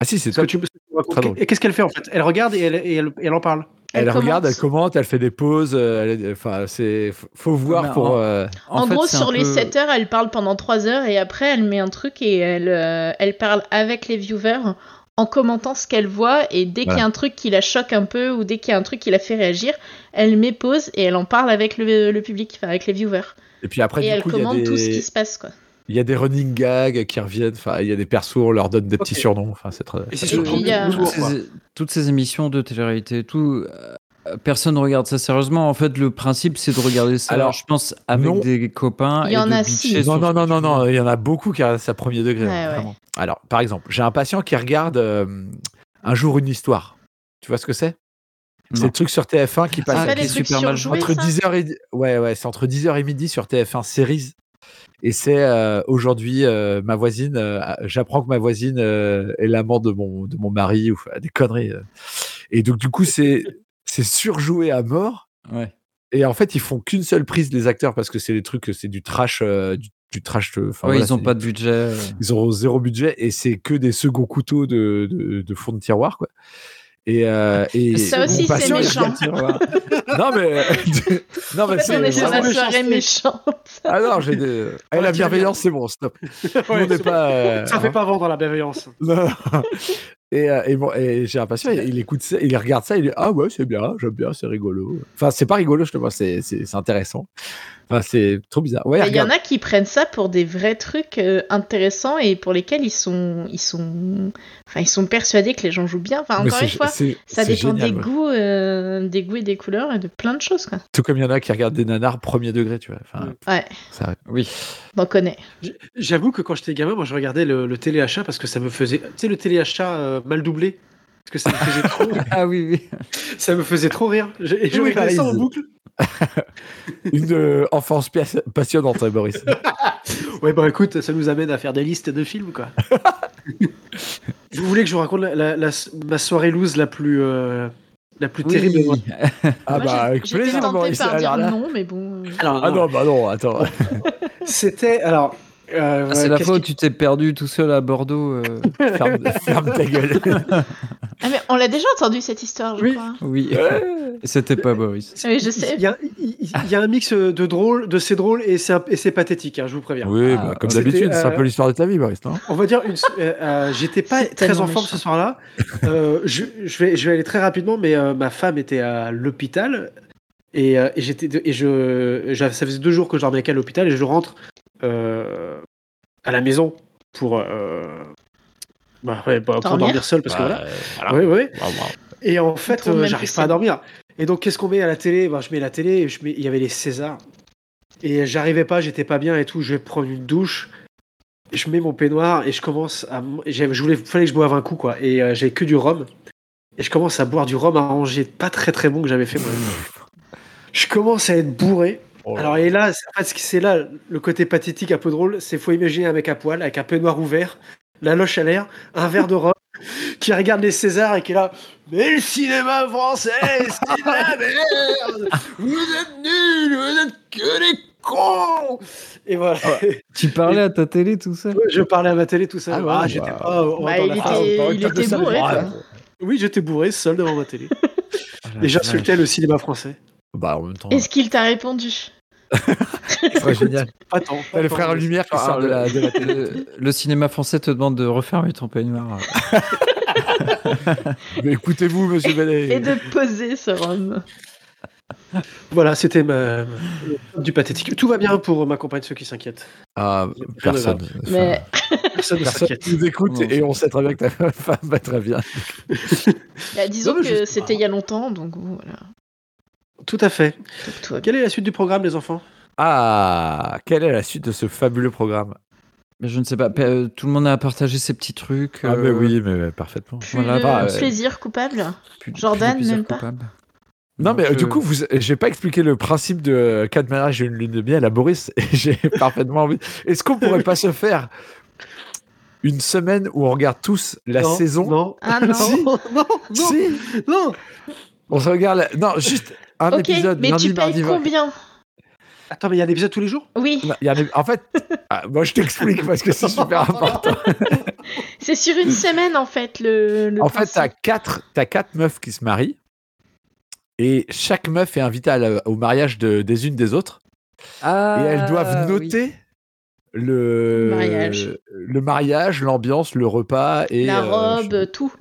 Speaker 1: Ah si, c'est
Speaker 2: Parce que
Speaker 1: toi.
Speaker 2: tu-
Speaker 1: Très drôle.
Speaker 2: Et qu'est-ce qu'elle fait en fait Elle regarde et elle, et elle- et elle en parle.
Speaker 1: Elle,
Speaker 4: Elle
Speaker 1: regarde,
Speaker 4: commente.
Speaker 1: elle commente, elle fait des pauses. euh, elle- Enfin, c'est faut- faut voir
Speaker 3: Mais
Speaker 1: pour.
Speaker 3: en-
Speaker 1: euh,
Speaker 4: En,
Speaker 3: fait,
Speaker 4: gros,
Speaker 3: c'est un
Speaker 4: sur les
Speaker 3: peu-
Speaker 4: 7 heures, elle parle pendant 3 heures et après, elle met un truc et elle, euh, elle parle avec les viewers en commentant ce qu'elle voit et dès qu'il y a un truc qui la choque un peu ou dès qu'il y a un truc qui la fait réagir, elle met pause et elle en parle avec le, le public, enfin avec les viewers.
Speaker 1: Et puis après,
Speaker 4: et
Speaker 1: du
Speaker 4: elle
Speaker 1: coup, il y, a
Speaker 4: commente tout ce
Speaker 1: des...
Speaker 4: qui se passe, quoi.
Speaker 1: il y a des running gags qui reviennent. Enfin, il y a des persos, on leur donne des
Speaker 2: Ok.
Speaker 1: petits surnoms. Enfin, c'est très. très
Speaker 2: Et c'est
Speaker 4: Et
Speaker 1: drôle.
Speaker 2: surtout
Speaker 4: puis, il y a-
Speaker 2: du
Speaker 3: toutes
Speaker 2: lourd, quoi.
Speaker 3: ces, toutes ces émissions de télé-réalité, tout, euh, personne ne regarde ça sérieusement. En fait, le principe, c'est de regarder ça,
Speaker 1: Alors,
Speaker 3: je pense, avec
Speaker 1: non.
Speaker 3: des copains.
Speaker 4: Il y
Speaker 3: et
Speaker 4: en
Speaker 3: de
Speaker 4: a
Speaker 3: bitcher
Speaker 4: six.
Speaker 1: Non, non,
Speaker 3: sur ce
Speaker 1: non,
Speaker 3: que
Speaker 1: non,
Speaker 3: tu
Speaker 1: non, il y en a beaucoup qui regardent ça premier degré. hein.
Speaker 4: Ouais, ouais.
Speaker 1: vraiment. Alors, par exemple, j'ai un patient qui regarde euh, Un jour une histoire. Tu vois ce que c'est C'est
Speaker 3: Non.
Speaker 1: le truc sur TF1 qui
Speaker 3: Ah,
Speaker 1: passe
Speaker 4: c'est pas
Speaker 3: qui
Speaker 4: des
Speaker 3: est
Speaker 4: trucs
Speaker 3: super mal
Speaker 4: surjoués,
Speaker 1: entre
Speaker 4: ça
Speaker 1: 10h et di- ouais ouais, c'est entre 10h et midi sur TF1 Series. Et c'est euh, aujourd'hui euh, ma voisine euh, j'apprends que ma voisine euh, est l'amant de mon de mon mari ou enfin, des conneries. euh. Et donc du coup, c'est c'est surjoué à mort
Speaker 3: veux. Ouais.
Speaker 1: et en fait, ils font qu'une seule prise les acteurs parce que c'est des trucs c'est du trash euh, du, du trash euh, enfin,
Speaker 3: Ouais,
Speaker 1: voilà,
Speaker 3: ils n'ont
Speaker 1: c'est-
Speaker 3: pas de budget. euh.
Speaker 1: ils ont zéro budget et c'est que des seconds couteaux de, de, de fond de tiroir quoi. Et, euh, et
Speaker 4: Ça
Speaker 1: mon
Speaker 4: aussi, c'est
Speaker 1: patient, il
Speaker 4: méchant.
Speaker 1: regarde- non mais non mais
Speaker 4: on est
Speaker 1: c'est
Speaker 4: sur
Speaker 1: vraiment-
Speaker 2: vraiment
Speaker 4: la
Speaker 2: méchanceté.
Speaker 4: soirée méchante.
Speaker 1: ah non j'ai des... Ah,
Speaker 2: Ouais,
Speaker 1: la
Speaker 2: tu
Speaker 1: bienveillance c'est bon stop
Speaker 2: Ouais,
Speaker 1: on n'est
Speaker 2: c'est bon.
Speaker 1: pas euh,
Speaker 2: Ça fait pas vendre la bienveillance.
Speaker 1: non. Et, euh, et, bon, et j'ai l'impression, il, il écoute ça, il regarde ça, il dit Ah ouais, c'est bien, j'aime bien, c'est rigolo. Enfin, c'est pas rigolo, je te vois, c'est c'est intéressant. Enfin, c'est trop bizarre. Ouais,
Speaker 4: Il y
Speaker 1: regarde.
Speaker 4: en a qui prennent ça pour des vrais trucs euh, intéressants et pour lesquels ils sont, ils sont, enfin, ils sont persuadés que les gens jouent bien. Enfin,
Speaker 1: Mais
Speaker 4: encore
Speaker 1: c'est
Speaker 4: une
Speaker 1: gé-
Speaker 4: fois,
Speaker 1: c'est-
Speaker 4: ça
Speaker 1: c'est
Speaker 4: dépend
Speaker 1: génial,
Speaker 4: des
Speaker 1: ouais.
Speaker 4: goûts, euh, des goûts et des couleurs et de plein de choses, quoi.
Speaker 1: Tout comme il y en a qui regardent des nanars premier degré, tu vois. Enfin,
Speaker 4: Ouais,
Speaker 1: ça arrive.
Speaker 3: Oui.
Speaker 4: on en connaît.
Speaker 2: J- J'avoue que quand j'étais gamin, moi je regardais le, le téléachat parce que ça me faisait. Tu sais, le téléachat euh, mal doublé Parce que ça me faisait trop,
Speaker 3: Ah oui, oui.
Speaker 2: ça me faisait trop rire. Je- Et je
Speaker 1: Oui,
Speaker 2: regardais ça en
Speaker 1: Lise.
Speaker 2: boucle.
Speaker 1: Une euh, enfance pia- passionnante, hein, Boris.
Speaker 2: Ouais, bah écoute, ça nous amène à faire des listes de films, quoi. vous voulez que je vous raconte la, la- la- ma soirée loose la plus, euh, la plus terrible
Speaker 3: Oui.
Speaker 1: Ah
Speaker 4: Moi,
Speaker 1: bah,
Speaker 4: j'ai-
Speaker 1: avec
Speaker 4: j'étais
Speaker 1: plaisir,
Speaker 4: tentée
Speaker 1: Boris.
Speaker 4: par dire
Speaker 1: Alors là-
Speaker 4: non, mais bon. euh,
Speaker 2: Alors,
Speaker 1: Ah non, bah non, attends.
Speaker 2: C'était. Alors. euh,
Speaker 3: Ah, c'est la
Speaker 2: qu'est-ce
Speaker 3: fois où
Speaker 2: qui-
Speaker 3: tu t'es perdu tout seul à Bordeaux. euh,
Speaker 1: ferme, ferme ta gueule.
Speaker 4: Ah, mais on l'a déjà entendu cette histoire, je
Speaker 2: Oui.
Speaker 4: crois.
Speaker 3: Oui. Et C'était pas Boris.
Speaker 4: Oui, je sais.
Speaker 2: Il y, a, il- il- il y a un mix de drôle, de c'est drôle et c'est un- et c'est pathétique, hein, je vous préviens.
Speaker 1: Oui,
Speaker 3: Ah,
Speaker 1: bah, comme
Speaker 2: c'était,
Speaker 1: d'habitude, c'est un
Speaker 2: euh,
Speaker 1: peu l'histoire de ta vie, Boris, non
Speaker 2: On va dire, une... euh, euh, j'étais pas
Speaker 4: C'est
Speaker 2: très en
Speaker 4: tellement
Speaker 2: forme ce soir-là. Euh, je, je vais, je vais aller très rapidement, mais euh, ma femme était à l'hôpital et, euh, et j'étais de- et je, j'avais- ça faisait deux jours que je dormais avec elle à l'hôpital et je rentre euh, à la maison pour euh, bah, ouais, bah, pour
Speaker 4: Dormir.
Speaker 2: dormir seul parce que voilà.
Speaker 1: voilà.
Speaker 2: Oui, oui.
Speaker 1: Waouh, waouh.
Speaker 2: Et en
Speaker 4: On
Speaker 2: fait,
Speaker 4: trouve
Speaker 2: euh,
Speaker 4: même
Speaker 2: j'arrive
Speaker 4: plus
Speaker 2: pas à
Speaker 4: ça.
Speaker 2: dormir. Et donc, qu'est-ce qu'on met à la télé Ben, Je mets la télé, et je mets... il y avait les Césars. Et j'arrivais pas, j'étais pas bien et tout. Je vais prendre une douche. Je mets mon peignoir et je commence à. m- j'ai- Je voulais, fallait que je boive un coup, quoi. Et euh, j'ai que du rhum. Et je commence à boire du rhum arrangé, pas très très bon que j'avais fait moi. je commence à être bourré.
Speaker 1: Oh là
Speaker 2: Alors, et là, c'est- en fait, ce qui- c'est là le côté pathétique, un peu drôle, c'est faut imaginer un mec à poil, avec un peignoir ouvert, la loche à l'air, un verre de rhum, qui regarde les Césars et qui est là. Mais le cinéma français, c'est de la merde Vous êtes nuls, vous êtes que des cons Et voilà.
Speaker 1: Ah
Speaker 3: Tu parlais à ta télé tout seul
Speaker 2: Je parlais à ma télé tout ça.
Speaker 1: Ah ouais,
Speaker 2: Ah, j'étais
Speaker 1: bah.
Speaker 2: pas. en-
Speaker 4: Bah,
Speaker 2: dans
Speaker 4: il
Speaker 2: la
Speaker 4: était-
Speaker 2: phase.
Speaker 1: Ah,
Speaker 4: il
Speaker 1: t'as fait
Speaker 4: était
Speaker 1: ça,
Speaker 4: bourré,
Speaker 1: mais-
Speaker 4: quoi.
Speaker 2: Oui, j'étais bourré seul devant ma télé.
Speaker 3: Ah,
Speaker 2: Et j'insultais le cinéma français.
Speaker 1: Bah, en même temps,
Speaker 4: Est-ce qu'il t'a répondu
Speaker 1: c'est pas génial.
Speaker 2: Pas tant.
Speaker 1: T'as
Speaker 2: pas
Speaker 1: le
Speaker 2: tant.
Speaker 1: frère Lumière qui
Speaker 3: Ah,
Speaker 1: sort de
Speaker 3: le-
Speaker 1: la, de la télé.
Speaker 3: Le, le cinéma français te demande de refermer ton peignoir.
Speaker 1: Mais écoutez-vous, monsieur
Speaker 4: Et
Speaker 1: Benet.
Speaker 4: de poser ce rhum.
Speaker 2: Voilà, c'était ma... du pathétique. Tout va bien pour euh, ma compagne, ceux qui s'inquiètent.
Speaker 1: Ah, personne. Enfin,
Speaker 4: Mais Mmh.
Speaker 2: Personne ne
Speaker 1: Personne
Speaker 2: s'inquiète.
Speaker 1: qui nous écoute
Speaker 3: Non,
Speaker 1: et on sait très bien que ta femme va très bien.
Speaker 4: bah, disons
Speaker 2: Non, mais
Speaker 4: que
Speaker 2: je-
Speaker 4: c'était il y a longtemps, donc voilà.
Speaker 2: Tout à fait.
Speaker 4: Donc, tout va bien.
Speaker 2: Quelle est la suite du programme, les enfants
Speaker 1: Ah, quelle est la suite de ce fabuleux programme
Speaker 3: Mais je ne sais pas. pe- euh, Tout le monde a partagé ses petits trucs.
Speaker 1: Ah, mais
Speaker 3: euh,
Speaker 1: oui, mais parfaitement.
Speaker 4: Plus
Speaker 3: Voilà,
Speaker 4: de
Speaker 1: bah, euh,
Speaker 4: plaisir coupable.
Speaker 3: plus- plus
Speaker 4: Jordan,
Speaker 3: de plaisir
Speaker 4: même pas.
Speaker 3: coupable.
Speaker 1: Non, mais
Speaker 3: Donc,
Speaker 1: euh, du
Speaker 3: euh,
Speaker 1: coup, vous, j'ai pas expliqué le principe de 4 mariages et une lune de miel à Boris. et J'ai parfaitement envie. Est-ce qu'on pourrait pas se faire une semaine où on regarde tous la
Speaker 2: Non,
Speaker 1: saison
Speaker 2: Non.
Speaker 4: Ah non.
Speaker 1: Si.
Speaker 2: non, non, non,
Speaker 1: Si,
Speaker 2: non.
Speaker 1: on se regarde. la- Non, juste un
Speaker 4: Ok,
Speaker 1: épisode.
Speaker 4: mais
Speaker 1: lundi,
Speaker 4: tu payes
Speaker 1: mardi, mercredi.
Speaker 4: combien
Speaker 2: Attends, mais il y a un épisode tous les jours
Speaker 4: Oui,
Speaker 1: Non, il y en a- En fait, ah, moi je t'explique parce que c'est super important.
Speaker 4: c'est sur une semaine en fait le. le
Speaker 1: En fait,
Speaker 4: principe.
Speaker 1: t'as quatre, t'as quatre meufs qui se marient et chaque meuf est invitée à la- au mariage de- des unes des autres et elles
Speaker 3: Ah,
Speaker 1: doivent
Speaker 3: oui.
Speaker 1: noter le
Speaker 4: Euh, Mariage.
Speaker 1: le mariage, l'ambiance, le repas et
Speaker 4: la
Speaker 1: euh,
Speaker 4: robe,
Speaker 1: je-
Speaker 4: tout.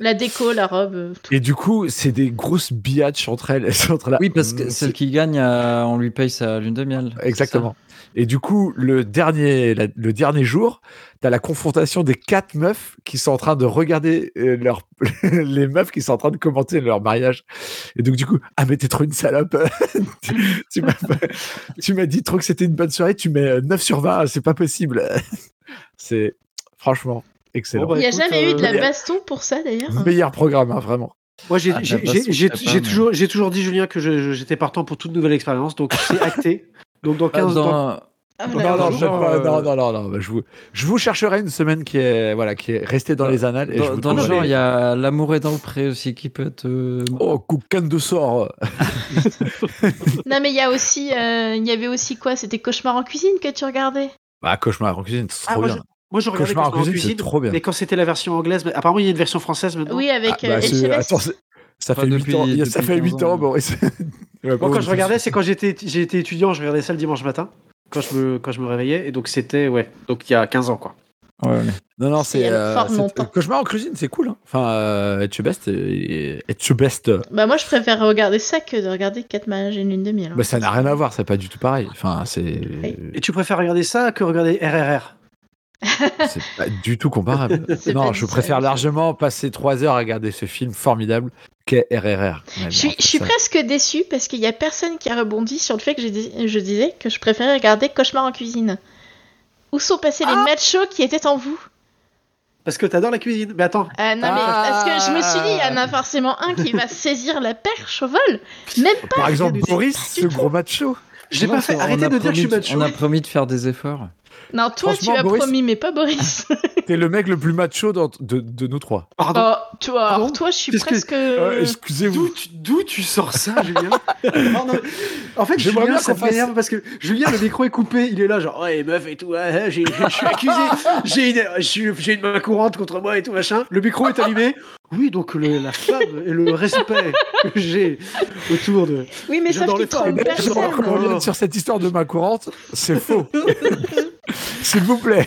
Speaker 4: La déco, la robe. euh, tout.
Speaker 1: Et du coup, c'est des grosses biatches entre elles. Entre la-
Speaker 3: Oui, parce que
Speaker 1: Mm,
Speaker 3: celle qui gagne, euh, on lui paye sa lune de miel. c'est
Speaker 1: Exactement. Et du coup, le dernier, la- le dernier jour, t'as la confrontation des quatre meufs qui sont en train de regarder euh, leur, les meufs qui sont en train de commenter leur mariage. Et donc, du coup, ah, mais t'es trop une salope. tu tu m'as pas- tu m'as dit trop que c'était une bonne soirée. Tu mets euh, 9 sur 20. C'est pas possible. c'est franchement excellent.
Speaker 2: Bon, bah,
Speaker 4: Il n'y a
Speaker 2: écoute,
Speaker 4: jamais eu de la
Speaker 2: euh,
Speaker 4: baston pour ça
Speaker 3: bah,
Speaker 4: d'ailleurs.
Speaker 1: Meilleur programme, hein, vraiment.
Speaker 2: Moi, j'ai
Speaker 3: Ah,
Speaker 2: j'ai-
Speaker 3: bah, bah,
Speaker 2: j'ai-
Speaker 3: c'est
Speaker 2: j'ai-
Speaker 3: pas
Speaker 2: j'ai
Speaker 3: mal.
Speaker 2: toujours, j'ai toujours dit, Julien, que je- je- j'étais partant pour toute nouvelle expérience, donc c'est acté. Donc dans
Speaker 3: ça. Pas
Speaker 2: 15 ans.
Speaker 3: dans-
Speaker 4: Ah,
Speaker 1: Non,
Speaker 4: voilà.
Speaker 1: non,
Speaker 3: Dans-
Speaker 1: je-
Speaker 3: euh,
Speaker 1: non, non, non, non, je vous, je vous chercherai une semaine qui est, voilà, qui est restée dans les annales. Et je
Speaker 3: bah, Dans,
Speaker 1: vous
Speaker 3: dans le
Speaker 1: trouverai-
Speaker 3: genre, il y a l'amour est dans le pré aussi qui peut euh, te.
Speaker 1: Oh, Koukan de sort.
Speaker 4: Non, mais il y a aussi, euh, il y avait aussi quoi C'était Cauchemar en cuisine que tu regardais.
Speaker 1: Bah, cauchemar en cuisine, c'est
Speaker 2: Ah,
Speaker 1: trop
Speaker 2: moi, je,
Speaker 1: bien.
Speaker 2: moi, je regardais
Speaker 1: Cauchemar en
Speaker 2: Cauchemar en
Speaker 1: cuisine,
Speaker 2: cuisine,
Speaker 1: c'est trop bien.
Speaker 2: mais quand c'était la version anglaise, mais apparemment, il y a une version française maintenant.
Speaker 4: Oui, avec
Speaker 1: Ah, bah,
Speaker 4: euh,
Speaker 1: c'est-
Speaker 4: Etchebest.
Speaker 1: attends, c'est- ça
Speaker 3: Pas
Speaker 1: fait
Speaker 3: depuis-
Speaker 1: 8 ans, il y a- ça
Speaker 3: depuis
Speaker 1: fait 8
Speaker 3: 15
Speaker 1: ans,
Speaker 3: ans.
Speaker 1: Boris.
Speaker 2: Moi, quand je regardais, c'est quand j'étais j'étais étudiant, je regardais ça le dimanche matin, quand je me, quand je me réveillais, et donc c'était, ouais, donc il y a 15 ans, quoi.
Speaker 3: Ouais, ouais.
Speaker 1: Non, non, c'est.
Speaker 4: elle
Speaker 1: euh,
Speaker 4: forme
Speaker 1: c'est-
Speaker 4: longtemps.
Speaker 1: Cauchemar en cuisine, c'est cool. hein. Enfin, euh, Etche Best, euh, Etche Best, euh,
Speaker 4: Bah moi je préfère regarder ça que de regarder 4 mariages et une lune de miel. hein.
Speaker 1: bah, ça n'a rien à voir, c'est pas du tout pareil. Enfin, c'est.
Speaker 2: Et tu préfères regarder ça que regarder RRR
Speaker 1: C'est pas du tout comparable.
Speaker 4: C'est pas
Speaker 1: non,
Speaker 4: du
Speaker 1: je
Speaker 4: tout
Speaker 1: préfère
Speaker 4: la même chose.
Speaker 1: largement passer trois heures à regarder ce film formidable qu'est RRR. Mais bon,
Speaker 4: Je suis, je suis
Speaker 1: ça-
Speaker 4: presque déçue parce qu'il y a personne qui a rebondi sur le fait que j'ai dit- je disais que je préférais regarder Cauchemar en cuisine. Où sont passés
Speaker 1: Ah
Speaker 4: les machos qui étaient en vous
Speaker 2: Parce que t'adores la cuisine. Mais attends,
Speaker 4: Ah non mais
Speaker 1: Ah.
Speaker 4: parce que je me suis dit il y en a forcément un qui va saisir la perche au vol. Même pas.
Speaker 1: Par exemple,
Speaker 2: du tout.
Speaker 1: Boris, ce gros macho.
Speaker 2: je l'ai
Speaker 3: Non,
Speaker 2: pas fait.
Speaker 3: on
Speaker 2: Arrêtez
Speaker 3: a
Speaker 2: de dire que je suis
Speaker 3: promis-
Speaker 2: macho.
Speaker 3: On a promis de faire des efforts.
Speaker 4: Non toi tu
Speaker 1: Franchement,
Speaker 4: as
Speaker 1: Boris-
Speaker 4: promis mais pas Boris.
Speaker 1: T'es le mec le plus macho dans- de, de nous trois.
Speaker 2: Pardon.
Speaker 4: oh, toi,
Speaker 2: Pardon
Speaker 4: alors toi je suis
Speaker 2: Qu'est-ce que-
Speaker 4: presque.
Speaker 1: Euh, Excusez-vous.
Speaker 2: D'où tu, d'où tu sors ça, Julien Non, non, mais- En fait,
Speaker 1: J'aimerais
Speaker 2: Julien,
Speaker 1: bien
Speaker 2: ça
Speaker 1: qu'on fasse-
Speaker 2: m'énerve parce que Julien, le micro est coupé. Il est là, genre, ouais, meuf et tout, ouais, ouais, j'ai- je suis accusé, j'ai une, je suis- j'ai une main courante contre moi et tout, machin. Le micro est allumé. Oui, donc le- la femme et le respect que j'ai autour de.
Speaker 4: Oui mais
Speaker 2: Je
Speaker 4: sauf
Speaker 2: dors
Speaker 4: qu'il
Speaker 2: les femmes.
Speaker 4: trompe
Speaker 2: Mais je dors les
Speaker 4: personne.
Speaker 1: Qu'on revienne sur cette histoire de main courante, c'est faux. S'il vous plaît.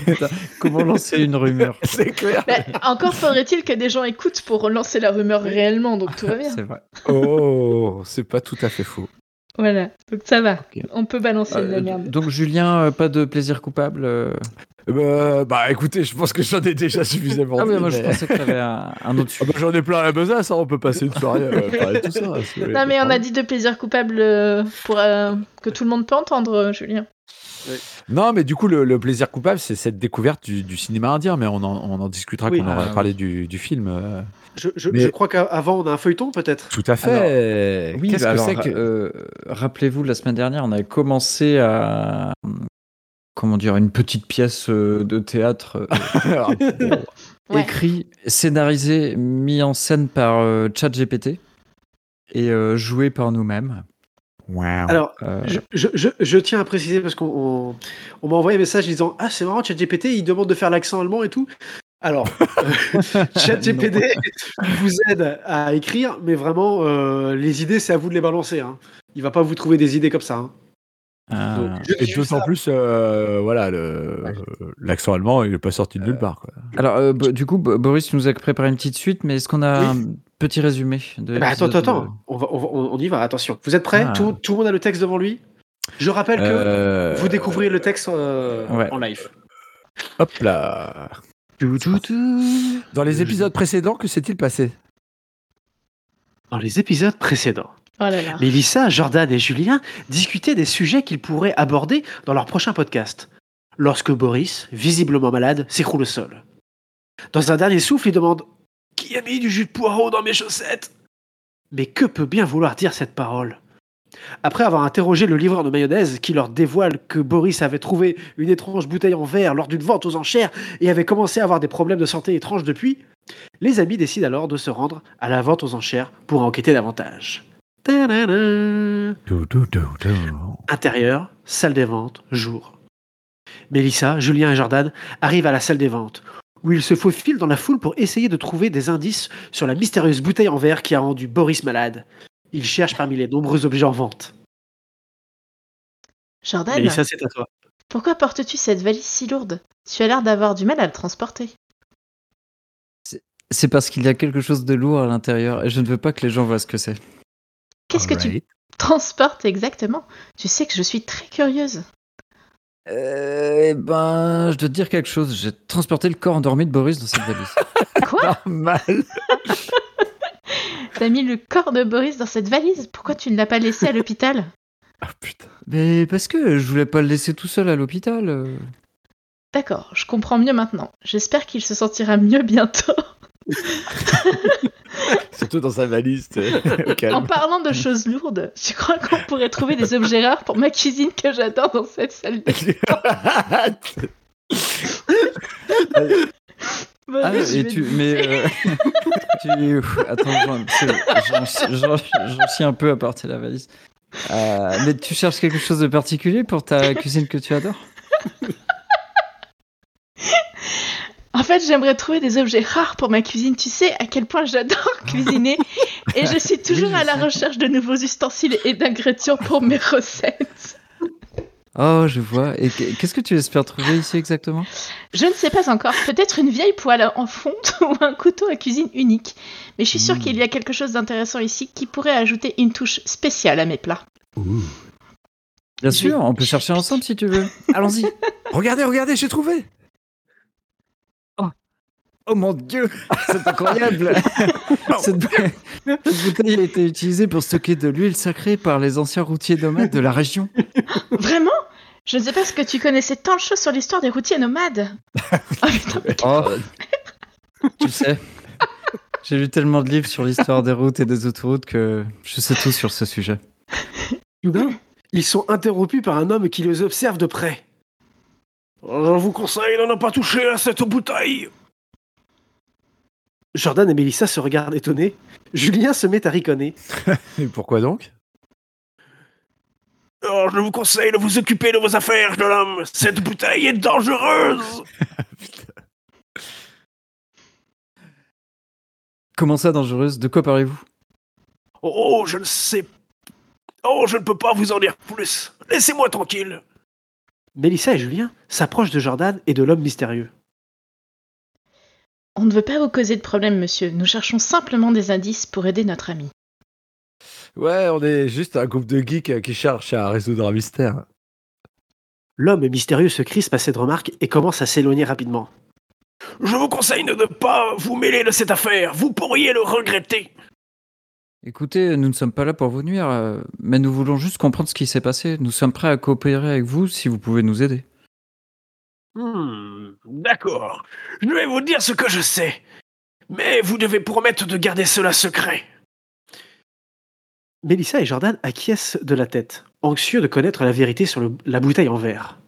Speaker 3: Comment lancer une rumeur
Speaker 1: C'est clair.
Speaker 4: Bah, encore faudrait-il que des gens écoutent pour lancer la rumeur réellement, donc tout va bien.
Speaker 3: C'est vrai.
Speaker 1: Oh, c'est pas tout à fait faux.
Speaker 4: Voilà, donc ça va.
Speaker 3: Ok.
Speaker 4: On peut balancer
Speaker 2: Ah,
Speaker 4: de la
Speaker 3: Euh,
Speaker 4: merde.
Speaker 3: donc Julien, euh, pas de plaisir coupable. euh.
Speaker 1: Euh, bah écoutez, je pense que j'en ai déjà suffisamment.
Speaker 3: Ah
Speaker 1: dit,
Speaker 3: oui, moi je
Speaker 1: mais-
Speaker 3: pensais que t'avais un, un autre
Speaker 1: Ah
Speaker 3: sujet.
Speaker 1: bah, j'en ai plein à la besace, hein, on peut passer une soirée euh, à parler de tout ça. c'est-
Speaker 4: Non mais on a dit de plaisir coupable euh, pour euh, que tout le monde peut entendre, euh, Julien.
Speaker 1: Non, mais du coup, le, le plaisir coupable, c'est cette découverte du, du cinéma indien, mais on en, on en discutera
Speaker 2: Oui.
Speaker 1: quand on aura
Speaker 3: Ah,
Speaker 1: parlé du, du film. euh,
Speaker 2: Je, je-
Speaker 1: Mais-
Speaker 2: je crois qu'avant, on a un feuilleton, peut-être.
Speaker 1: Tout à fait.
Speaker 3: Oui,
Speaker 1: Qu'est-ce
Speaker 3: bah
Speaker 1: que
Speaker 3: alors,
Speaker 1: c'est que.
Speaker 3: euh, rappelez-vous, la semaine dernière, on avait commencé à comment dire une petite pièce euh, de théâtre euh,
Speaker 1: Alors,
Speaker 4: Ouais.
Speaker 3: écrit, scénarisé, mis en scène par euh, ChatGPT et euh, joué par nous-mêmes.
Speaker 2: Alors,
Speaker 3: Euh,
Speaker 2: Je, je- je- je tiens à préciser parce qu'on on, on m'a envoyé un message disant Ah, c'est marrant, ChatGPT, il demande de faire l'accent allemand et tout. Alors, euh, ChatGPT vous aide à écrire, mais vraiment, euh, les idées, c'est à vous de les balancer. Hein. Il va pas vous trouver des idées comme ça. hein.
Speaker 3: euh,
Speaker 2: Donc, je-
Speaker 1: Et
Speaker 2: je-
Speaker 1: d'autant plus, euh, voilà, le- l'accent allemand, il est pas sorti de nulle part. Quoi.
Speaker 3: alors, euh, bo- du coup, Bo- Boris, tu nous as préparé une petite suite, mais est-ce qu'on a un petit résumé de
Speaker 2: Eh ben, attends, attends,
Speaker 3: l'épisode
Speaker 2: attends. On, va- on va- on- on y va, attention. Vous êtes prêts
Speaker 3: Ah.
Speaker 2: tout, tout le monde a le texte devant lui Je rappelle que
Speaker 1: Euh,
Speaker 2: vous découvrez le texte euh,
Speaker 3: Ouais.
Speaker 2: en live.
Speaker 1: Hop là.
Speaker 3: de-
Speaker 1: Dans les épisodes précédents, que s'est-il passé
Speaker 2: Dans les épisodes précédents.
Speaker 4: Oh là là.
Speaker 2: Mélissa, Jordan et Julien discutaient des sujets qu'ils pourraient aborder dans leur prochain podcast. Lorsque Boris, visiblement malade, s'écroule au sol. Dans un dernier souffle, il demande Qui a mis du jus de poireau dans mes chaussettes Mais que peut bien vouloir dire cette parole Après avoir interrogé le livreur de mayonnaise qui leur dévoile que Boris avait trouvé une étrange bouteille en verre lors d'une vente aux enchères et avait commencé à avoir des problèmes de santé étranges depuis, les amis décident alors de se rendre à la vente aux enchères pour enquêter davantage. Ta-da-da. Intérieur, salle des ventes, jour. Mélissa, Julien et Jordan arrivent à la salle des ventes, où ils se faufilent dans la foule pour essayer de trouver des indices sur la mystérieuse bouteille en verre qui a rendu Boris malade. Ils cherchent parmi les nombreux objets en vente.
Speaker 4: Jordan,
Speaker 2: Mélissa, c'est à toi.
Speaker 4: pourquoi portes-tu cette valise si lourde Tu as l'air d'avoir du mal à le transporter.
Speaker 3: C'est parce qu'il y a quelque chose de lourd à l'intérieur et je ne veux pas que les gens voient ce que c'est.
Speaker 4: Qu'est-ce que tu transportes exactement Tu sais que je suis très curieuse.
Speaker 3: Euh, eh ben, je dois te dire quelque chose. J'ai transporté le corps endormi de Boris dans cette valise.
Speaker 4: Quoi
Speaker 1: Ah, Mal.
Speaker 4: T'as mis le corps de Boris dans cette valise Pourquoi tu ne l'as pas laissé à l'hôpital
Speaker 1: Ah putain.
Speaker 3: Mais parce que je voulais pas le laisser tout seul à l'hôpital. euh.
Speaker 4: D'accord, je comprends mieux maintenant. J'espère qu'il se sentira mieux bientôt.
Speaker 1: Surtout dans sa valise. tu sais, au
Speaker 4: En
Speaker 1: calme.
Speaker 4: parlant de choses lourdes, tu crois qu'on pourrait trouver des objets rares pour ma cuisine que j'adore dans cette salle
Speaker 3: Ah,
Speaker 4: de Boris,
Speaker 3: Ah,
Speaker 4: je
Speaker 3: et
Speaker 4: vais
Speaker 3: tu,
Speaker 4: te
Speaker 3: mais
Speaker 4: bouffer.
Speaker 3: euh, tu- ouf, attends, j'en- c'est- j'en j'en- j'en suis un peu à partir de la valise. Euh, mais tu cherches quelque chose de particulier pour ta cuisine que tu adores
Speaker 4: En fait, j'aimerais trouver des objets rares pour ma cuisine. Tu sais à quel point j'adore cuisiner et je suis toujours
Speaker 3: je
Speaker 4: à la
Speaker 3: sais.
Speaker 4: recherche de nouveaux ustensiles et d'ingrédients pour mes recettes.
Speaker 3: Oh, Oh, je vois. Et qu- qu'est-ce que tu espères trouver ici exactement
Speaker 4: Je ne sais pas encore. Peut-être une vieille poêle en fonte ou un couteau à cuisine unique. Mais je suis sûre
Speaker 3: Mm.
Speaker 4: qu'il y a quelque chose d'intéressant ici qui pourrait ajouter une touche spéciale à mes plats.
Speaker 3: Bien
Speaker 4: Je-
Speaker 3: sûr, on peut chercher ensemble si tu veux. Allons-y.
Speaker 1: Regardez, regardez, j'ai trouvé.
Speaker 3: Oh mon dieu, c'est incroyable Cette bou- cette bouteille a été utilisée pour stocker de l'huile sacrée par les anciens routiers nomades de la région.
Speaker 4: Vraiment Je ne sais pas ce que tu connaissais tant de choses sur l'histoire des routiers nomades. Ah, putain, mais
Speaker 3: Oh, tu le sais. J'ai lu tellement de livres sur l'histoire des routes et des autoroutes que je sais tout sur ce sujet.
Speaker 2: Youbin, Eh ben, ils sont interrompus par un homme qui les observe de près. On vous conseille de ne pas toucher à cette bouteille. Jordan et Mélissa se regardent étonnés. Julien se met à ricaner.
Speaker 1: Et pourquoi donc
Speaker 2: Oh, je vous conseille de vous occuper de vos affaires, jeune homme. Cette bouteille est dangereuse.
Speaker 3: Comment ça, dangereuse De quoi parlez-vous
Speaker 2: Oh, je ne sais. Oh, je ne peux pas vous en dire plus. Laissez-moi tranquille. Mélissa et Julien s'approchent de Jordan et de l'homme mystérieux.
Speaker 4: On ne veut pas vous causer de problème, monsieur. Nous cherchons simplement des indices pour aider notre ami.
Speaker 1: Ouais, on est juste un groupe de geeks euh, qui cherche à résoudre un mystère.
Speaker 2: L'homme mystérieux se crispe à cette remarque et commence à s'éloigner rapidement. Je vous conseille de ne pas vous mêler de cette affaire, vous pourriez le regretter.
Speaker 3: Écoutez, nous ne sommes pas là pour vous nuire, euh, mais nous voulons juste comprendre ce qui s'est passé. Nous sommes prêts à coopérer avec vous si vous pouvez nous aider.
Speaker 2: Hmm, d'accord. Je vais vous dire ce que je sais. Mais vous devez promettre de garder cela secret. Mélissa et Jordan acquiescent de la tête, anxieux de connaître la vérité sur le- la bouteille en verre.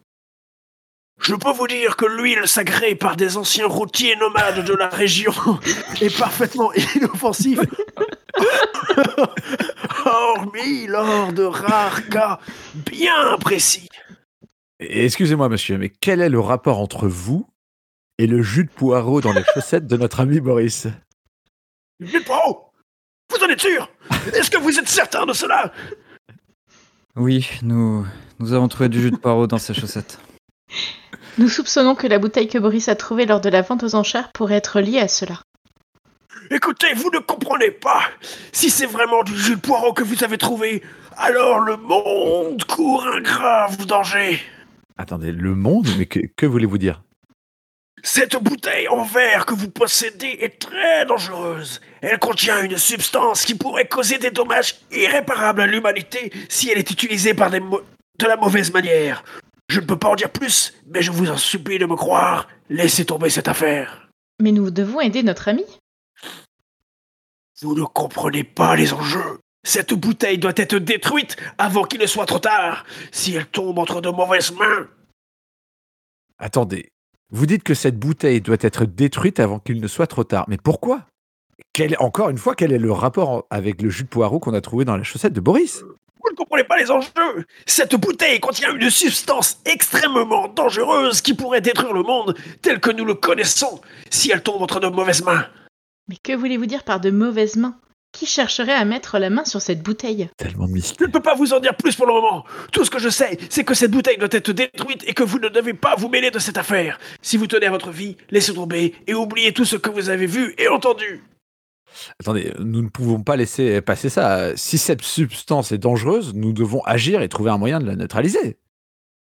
Speaker 2: Je peux vous dire que l'huile sacrée par des anciens routiers nomades de la région est parfaitement inoffensive. Hormis lors de rares cas bien précis.
Speaker 1: Et Excusez-moi, monsieur, mais quel est le rapport entre vous et le jus de poireau dans les chaussettes de notre ami Boris
Speaker 2: Mais pro Vous en êtes sûr Est-ce que vous êtes certain de cela
Speaker 3: Oui, nous, nous avons trouvé du jus de poireau dans ces chaussettes.
Speaker 4: Nous soupçonnons que la bouteille que Boris a trouvée lors de la vente aux enchères pourrait être liée à cela.
Speaker 2: Écoutez, vous ne comprenez pas Si c'est vraiment du jus de poireau que vous avez trouvé, alors le monde court un grave danger
Speaker 1: Attendez, le monde Mais que, que voulez-vous dire
Speaker 2: Cette bouteille en verre que vous possédez est très dangereuse. Elle contient une substance qui pourrait causer des dommages irréparables à l'humanité si elle est utilisée par des mau- de la mauvaise manière. Je ne peux pas en dire plus, mais je vous en supplie de me croire. Laissez tomber cette affaire.
Speaker 4: Mais nous devons aider notre ami.
Speaker 2: Vous ne comprenez pas les enjeux. Cette bouteille doit être détruite avant qu'il ne soit trop tard, si elle tombe entre de mauvaises mains.
Speaker 1: Attendez, vous dites que cette bouteille doit être détruite avant qu'il ne soit trop tard. Mais pourquoi Quel- Encore une fois, quel est le rapport en- avec le jus de poireau qu'on a trouvé dans les chaussettes de Boris
Speaker 2: Vous ne comprenez pas les enjeux. Cette bouteille contient une substance extrêmement dangereuse qui pourrait détruire le monde tel que nous le connaissons si elle tombe entre de mauvaises mains.
Speaker 4: Mais que voulez-vous dire par de mauvaises mains Qui chercherait à mettre la main sur cette bouteille
Speaker 1: Tellement de
Speaker 2: Je
Speaker 1: mystère.
Speaker 2: ne peux pas vous en dire plus pour le moment. Tout ce que je sais, c'est que cette bouteille doit être détruite et que vous ne devez pas vous mêler de cette affaire. Si vous tenez à votre vie, laissez tomber et oubliez tout ce que vous avez vu et entendu.
Speaker 1: Attendez, nous ne pouvons pas laisser passer ça. Si cette substance est dangereuse, nous devons agir et trouver un moyen de la neutraliser.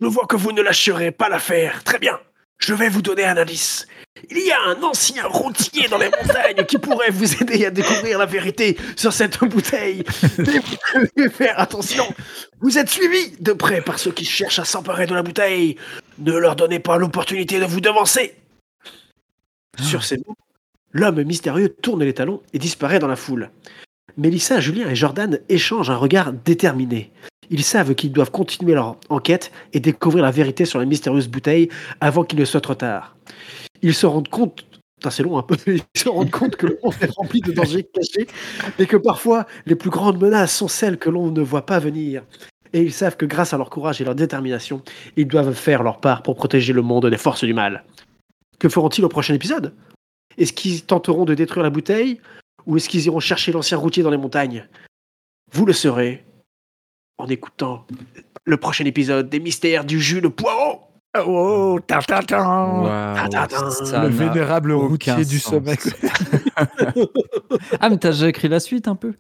Speaker 2: Nous vois que vous ne lâcherez pas l'affaire. Très bien. Je vais vous donner un indice. Il y a un ancien routier dans les montagnes qui pourrait vous aider à découvrir la vérité sur cette bouteille. Mais vous devez faire attention. Vous êtes suivis de près par ceux qui cherchent à s'emparer de la bouteille. Ne leur donnez pas l'opportunité de vous devancer. Sur ces mots, l'homme mystérieux tourne les talons et disparaît dans la foule. Mélissa, Julien et Jordan échangent un regard déterminé. Ils savent qu'ils doivent continuer leur enquête et découvrir la vérité sur la mystérieuse bouteille avant qu'il ne soit trop tard. Ils se rendent compte, Putain, c'est long un peu, ils se rendent compte que le monde est rempli de dangers cachés et que parfois les plus grandes menaces sont celles que l'on ne voit pas venir. Et ils savent que grâce à leur courage et leur détermination, ils doivent faire leur part pour protéger le monde des forces du mal. Que feront-ils au prochain épisode Est-ce qu'ils tenteront de détruire la bouteille ou est-ce qu'ils iront chercher l'ancien routier dans les montagnes Vous le saurez en écoutant le prochain épisode des mystères du jus de poireau.
Speaker 1: Oh, tin, tin, tin.
Speaker 3: Waouh,
Speaker 2: tadadin,
Speaker 3: ça
Speaker 1: le
Speaker 3: n'a
Speaker 1: vénérable
Speaker 3: aucun
Speaker 1: routier du
Speaker 3: sens.
Speaker 1: sommet.
Speaker 3: Ah, mais t'as déjà écrit la suite un peu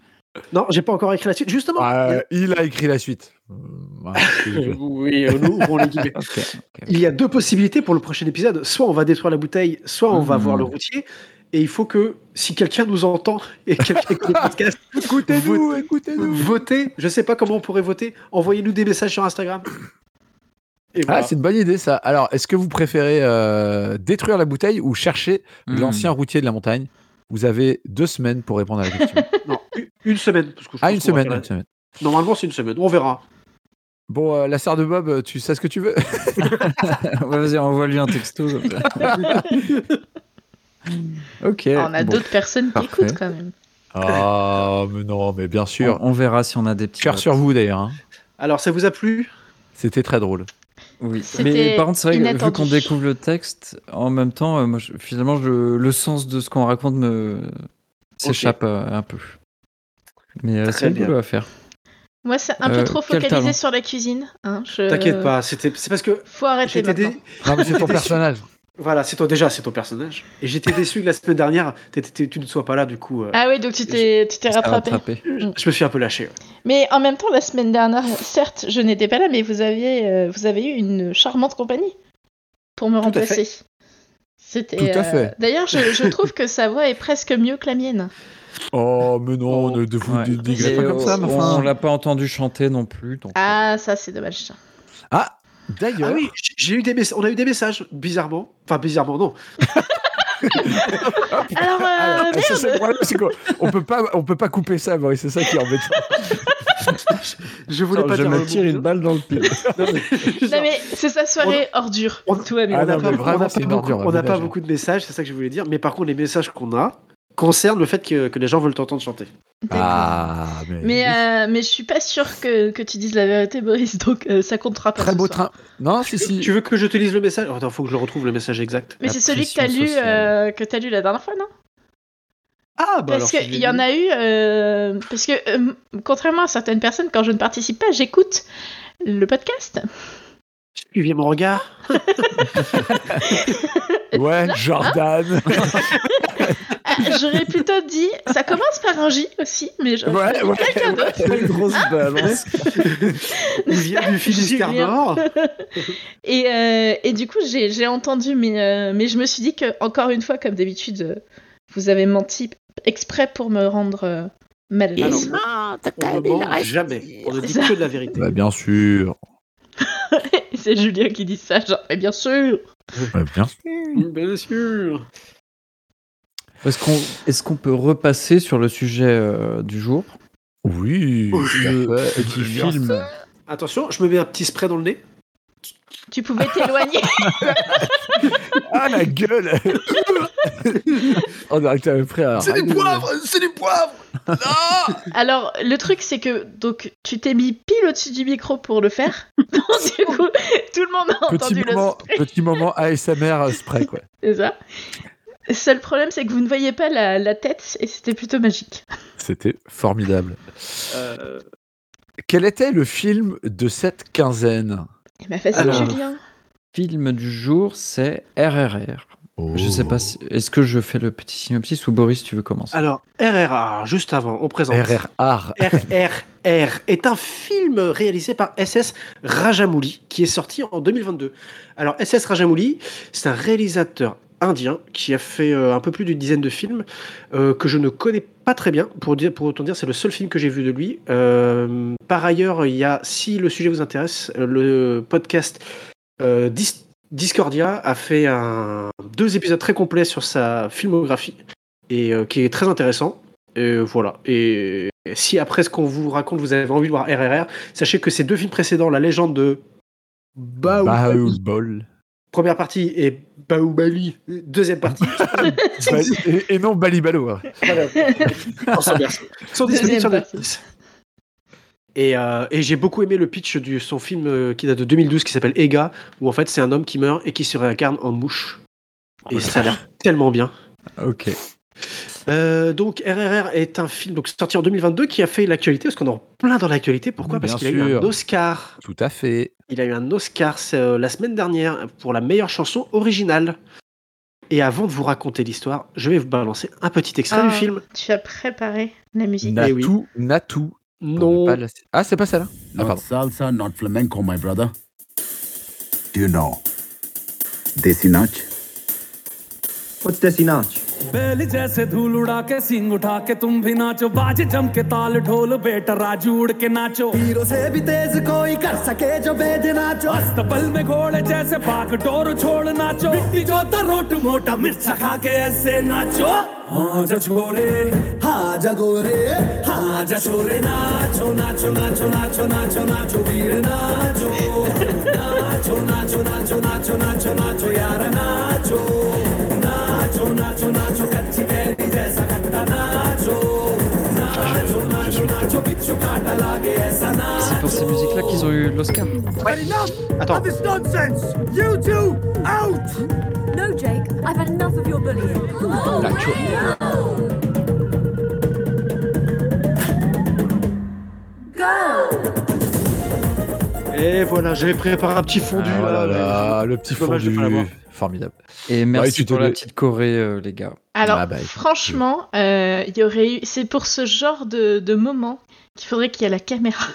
Speaker 2: Non, j'ai pas encore écrit la suite. Justement.
Speaker 1: Euh, il a écrit la suite. Euh, ouais, c'est
Speaker 2: Euh,
Speaker 1: dégueu.
Speaker 2: oui, euh, nous ouvrons les guillemets.
Speaker 3: Ok.
Speaker 2: Il y a deux possibilités pour le prochain épisode. Soit on va détruire la bouteille, soit on va
Speaker 1: Mmh.
Speaker 3: Mhm.
Speaker 2: voir le routier. Et il faut que, si quelqu'un nous entend et quelqu'un écoute le podcast, écoutez-nous,
Speaker 1: écoutez-nous.
Speaker 2: votez. Je sais pas comment on pourrait voter. Envoyez-nous des messages sur Instagram. Et
Speaker 1: Ah,
Speaker 2: voilà.
Speaker 1: c'est une bonne idée ça. Alors, est-ce que vous préférez euh, détruire la bouteille ou chercher
Speaker 3: Hmm.
Speaker 1: l'ancien routier de la montagne Vous avez deux semaines pour répondre à la question.
Speaker 2: Non, une- une semaine. Parce que je
Speaker 1: ah,
Speaker 2: pense
Speaker 1: une
Speaker 2: qu'on va
Speaker 1: semaine,
Speaker 2: faire
Speaker 1: une semaine.
Speaker 2: la- Normalement, c'est une semaine. On verra.
Speaker 1: Bon, euh, la sœur de Bob, euh, tu sais ce que tu veux
Speaker 3: Ouais, Vas-y, envoie-lui un texto. comme ça. ok.
Speaker 4: Ah, on a
Speaker 3: Eh, bon.
Speaker 4: d'autres personnes qui
Speaker 3: Parfait.
Speaker 4: écoutent quand même.
Speaker 1: Ah, mais non, mais bien sûr.
Speaker 3: On, on verra si on a des petits.
Speaker 1: Cœur sur vous d'ailleurs. hein.
Speaker 2: Alors, ça vous a plu
Speaker 1: C'était très drôle.
Speaker 3: Oui.
Speaker 4: C'était
Speaker 3: Mais par contre, c'est vrai que vu
Speaker 4: inattendu.
Speaker 3: qu'on découvre le texte, en même temps, euh, moi, je- finalement, je- le sens de ce qu'on raconte me s'échappe euh, un peu. Mais euh,
Speaker 2: Très
Speaker 3: c'est
Speaker 2: bien.
Speaker 3: rigolo à faire.
Speaker 4: Moi, c'est un
Speaker 3: Euh,
Speaker 4: peu trop
Speaker 3: quel talent.
Speaker 4: focalisé sur la cuisine. hein, je-
Speaker 2: T'inquiète pas. c'était- C'est parce que
Speaker 4: Faut arrêter
Speaker 2: j'étais
Speaker 4: maintenant.
Speaker 2: dé-
Speaker 1: Non, mais c'est ton
Speaker 2: J'étais
Speaker 1: personnage.
Speaker 2: Voilà, c'est toi déjà, c'est ton personnage. Et j'étais déçu que la semaine dernière, t'étais- t'étais- tu ne sois pas là, du coup, euh,
Speaker 4: Ah oui, donc tu t'es tu t'es
Speaker 3: Ça va
Speaker 4: rattrapé.
Speaker 3: attraper.
Speaker 2: je me suis un peu lâché. ouais.
Speaker 4: Mais en même temps, la semaine dernière, certes, je n'étais pas là, mais vous aviez, euh, vous avez eu une charmante compagnie pour me remplacer. C'était. euh,
Speaker 1: Tout à fait.
Speaker 4: D'ailleurs, je, je trouve que sa voix est presque mieux que la mienne.
Speaker 1: Oh, mais non,
Speaker 2: Oh,
Speaker 1: ne de- vous
Speaker 3: ouais.
Speaker 1: ne dégrez
Speaker 3: Et
Speaker 1: pas comme
Speaker 3: on-
Speaker 1: ça, mais enfin.
Speaker 3: On l'a pas entendu chanter non plus. donc,
Speaker 4: Ah, ça, c'est dommage.
Speaker 1: Ah,
Speaker 2: Ah
Speaker 1: d'ailleurs.
Speaker 2: oui, j- j'ai eu des mess- on a eu des messages, bizarrement. Enfin, bizarrement, non.
Speaker 4: Alors, euh,
Speaker 3: Ah,
Speaker 1: Alors,
Speaker 4: merde,
Speaker 1: ah, ça, c'est le problème, c'est qu'on on peut pas, on peut pas couper ça, Boris, c'est ça qui est embêtant.
Speaker 2: Je voulais pas
Speaker 3: je
Speaker 2: dire
Speaker 3: me
Speaker 2: le
Speaker 3: tire
Speaker 2: mot.
Speaker 3: une balle dans le pied.
Speaker 2: Non, mais-
Speaker 4: non, mais c'est sa soirée ordure.
Speaker 2: on-
Speaker 4: Tout va
Speaker 2: On
Speaker 4: bien.
Speaker 1: Ah
Speaker 2: n'a
Speaker 1: non,
Speaker 2: pas,
Speaker 1: mais
Speaker 2: on
Speaker 1: vraiment,
Speaker 2: n'a
Speaker 1: c'est
Speaker 2: pas
Speaker 1: une
Speaker 2: beaucoup,
Speaker 1: ordure,
Speaker 2: on n'a pas
Speaker 1: aménagère.
Speaker 2: beaucoup de messages, c'est ça que je voulais dire. Mais par contre, les messages qu'on a concernent le fait que, que les gens veulent t'entendre chanter.
Speaker 4: D'accord.
Speaker 3: Ah,
Speaker 1: Ah, Bah,
Speaker 4: Mais, euh, mais je suis pas sûre que, que tu dises la vérité, Boris, donc euh, ça comptera pas.
Speaker 1: Très
Speaker 4: ce
Speaker 1: beau train.
Speaker 4: soir.
Speaker 1: Non, si, si.
Speaker 2: Tu veux que je te lise le message Attends, faut que je retrouve le message exact.
Speaker 4: Mais
Speaker 3: La
Speaker 4: c'est celui que
Speaker 3: pression
Speaker 4: t'as lu,
Speaker 3: sociale.
Speaker 4: euh, que t'as lu la dernière fois, non
Speaker 2: Ah, bah
Speaker 4: Parce
Speaker 2: alors,
Speaker 4: qu'il y en a eu. euh, parce que, euh, contrairement à certaines personnes, quand je ne participe pas, j'écoute le podcast.
Speaker 2: Suivez mon regard.
Speaker 1: Ouais,
Speaker 4: Hein
Speaker 1: Jordan.
Speaker 4: Ah, J'aurais plutôt dit. Ça commence par un J aussi, mais je.
Speaker 1: ouais, ouais.
Speaker 4: Quelqu'un d'autre. Hein
Speaker 3: Quelle grosse
Speaker 1: hein.
Speaker 3: balance.
Speaker 2: Il vient du Finistère
Speaker 4: Julien.
Speaker 2: Nord.
Speaker 4: Et, euh, et du coup, j'ai j'ai entendu, mais, euh, mais je me suis dit que, encore une fois, comme d'habitude, euh, vous avez menti exprès pour me rendre euh, mal
Speaker 1: Ah
Speaker 4: à l'aise.
Speaker 2: On ne ment jamais. On ne dit que de la vérité.
Speaker 1: Bah, bien sûr.
Speaker 4: C'est Julien qui dit ça, genre, mais bien sûr
Speaker 1: Ouais, bien sûr.
Speaker 2: Bien sûr.
Speaker 3: Est-ce qu'on est-ce qu'on peut repasser sur le sujet euh, du jour
Speaker 1: Oui.
Speaker 2: Oui.
Speaker 1: tout à fait.
Speaker 3: Qui
Speaker 1: Bien sûr.
Speaker 3: filme
Speaker 2: Attention, je me mets un petit spray dans le nez.
Speaker 4: Tu pouvais t'éloigner
Speaker 1: Ah, la gueule. On a été prêt à.
Speaker 2: des poivres, c'est des poivres.
Speaker 4: Alors, le truc, c'est que donc tu t'es mis pile au-dessus du micro pour le faire. Donc, du coup, tout le monde a
Speaker 1: Petit
Speaker 4: entendu
Speaker 1: moment, petit moment ASMR euh, spray, quoi.
Speaker 4: le c'est ça. Seul problème, c'est que vous ne voyez pas la, la tête et c'était plutôt magique.
Speaker 1: C'était formidable. Euh. Quel était le film de cette quinzaine
Speaker 4: Et bah, facile,
Speaker 2: Alors.
Speaker 4: Julien.
Speaker 3: film du jour, c'est RRR. Je sais pas si- est-ce que je fais le petit synopsis ou Boris, tu veux commencer
Speaker 2: Alors, RRR, juste avant, on présente.
Speaker 1: RRR.
Speaker 2: RRR est un film réalisé par SS Rajamouli qui est sorti en 2022. Alors SS Rajamouli, c'est un réalisateur indien qui a fait euh, un peu plus d'une dizaine de films euh, que je ne connais pas très bien. Pour, dire, pour autant dire, c'est le seul film que j'ai vu de lui. Euh, par ailleurs, il y a, si le sujet vous intéresse, euh, le podcast euh, Dis- Discordia a fait un- deux épisodes très complets sur sa filmographie et euh, qui est très intéressant. Et voilà. Et si après ce qu'on vous raconte, vous avez envie de voir RRR, sachez que ces deux films précédents, La légende de Baobali,
Speaker 1: Baoulbol.
Speaker 2: première partie, et Baobali, deuxième partie,
Speaker 1: Bali- et, et non Balibalo. hein.
Speaker 2: voilà, on s'embrasse, sont disponibles sur
Speaker 4: Deuxième
Speaker 2: Netflix. Et, euh, et j'ai beaucoup aimé le pitch de son film euh, qui date de 2012 qui s'appelle Ega, où en fait c'est un homme qui meurt et qui se réincarne en mouche. Et ça a l'air tellement bien.
Speaker 3: Ok.
Speaker 2: Euh, donc RRR est un film donc sorti en 2022 qui a fait l'actualité parce qu'on est en plein dans l'actualité. Pourquoi Parce
Speaker 1: Bien
Speaker 2: qu'il a eu un
Speaker 1: sûr.
Speaker 2: Oscar.
Speaker 1: Tout à fait.
Speaker 2: Il a eu un Oscar c'est, euh, la semaine dernière pour la meilleure chanson originale. Et avant de vous raconter l'histoire, je vais vous balancer un petit extrait
Speaker 4: Ah.
Speaker 2: du film.
Speaker 4: Tu as préparé la musique.
Speaker 1: Natou,
Speaker 2: Eh oui.
Speaker 1: Natou. Pour ne
Speaker 2: Non,
Speaker 1: pas la- Ah, c'est pas celle-là Ah,
Speaker 6: Not
Speaker 1: pardon.
Speaker 6: salsa, not flamenco, my brother.
Speaker 7: Do you know Desi Nach? What's Desi Nach?
Speaker 8: बैल जैसे धूल उड़ा के सिंग उठा के तुम भी नाचो बाजे जम के ताल ढोल बेटा राजू उड़ के नाचो हीरो से भी तेज कोई कर सके जो बेद नाचो अस्तबल में घोड़े जैसे बाग डोर छोड़ नाचो मिट्टी जो तो रोट मोटा मिर्चा खा के ऐसे नाचो हाँ जा छोरे हाँ जा गोरे हाँ जा छोरे नाचो नाचो नाचो नाचो नाचो नाचो वीर नाचो नाचो नाचो नाचो नाचो नाचो नाचो यार नाचो नाचो नाचो नाचो कच्ची कैरी जैसा खट्टा नाचो नाचो नाचो नाचो बिच्छू काटा लागे ऐसा नाचो
Speaker 3: Ah, C'est pour ces musiques-là qu'ils ont eu l'Oscar.
Speaker 2: attends.
Speaker 9: No, Jake, I've had enough of your bullying.
Speaker 2: Et voilà, j'avais préparé un petit fondu.
Speaker 1: Ah là
Speaker 2: là, mais-
Speaker 1: là, le petit
Speaker 2: C'est dommage de
Speaker 1: fondu.
Speaker 2: pas l'avoir.
Speaker 1: Formidable.
Speaker 3: Et
Speaker 1: tu
Speaker 3: merci
Speaker 1: te
Speaker 3: pour la
Speaker 1: le-
Speaker 3: petite Corée, euh, les gars.
Speaker 4: Alors,
Speaker 1: Ah bah, écoute,
Speaker 4: franchement, euh, il y aurait eu. C'est pour ce genre de, de moment qu'il faudrait qu'il y ait la caméra.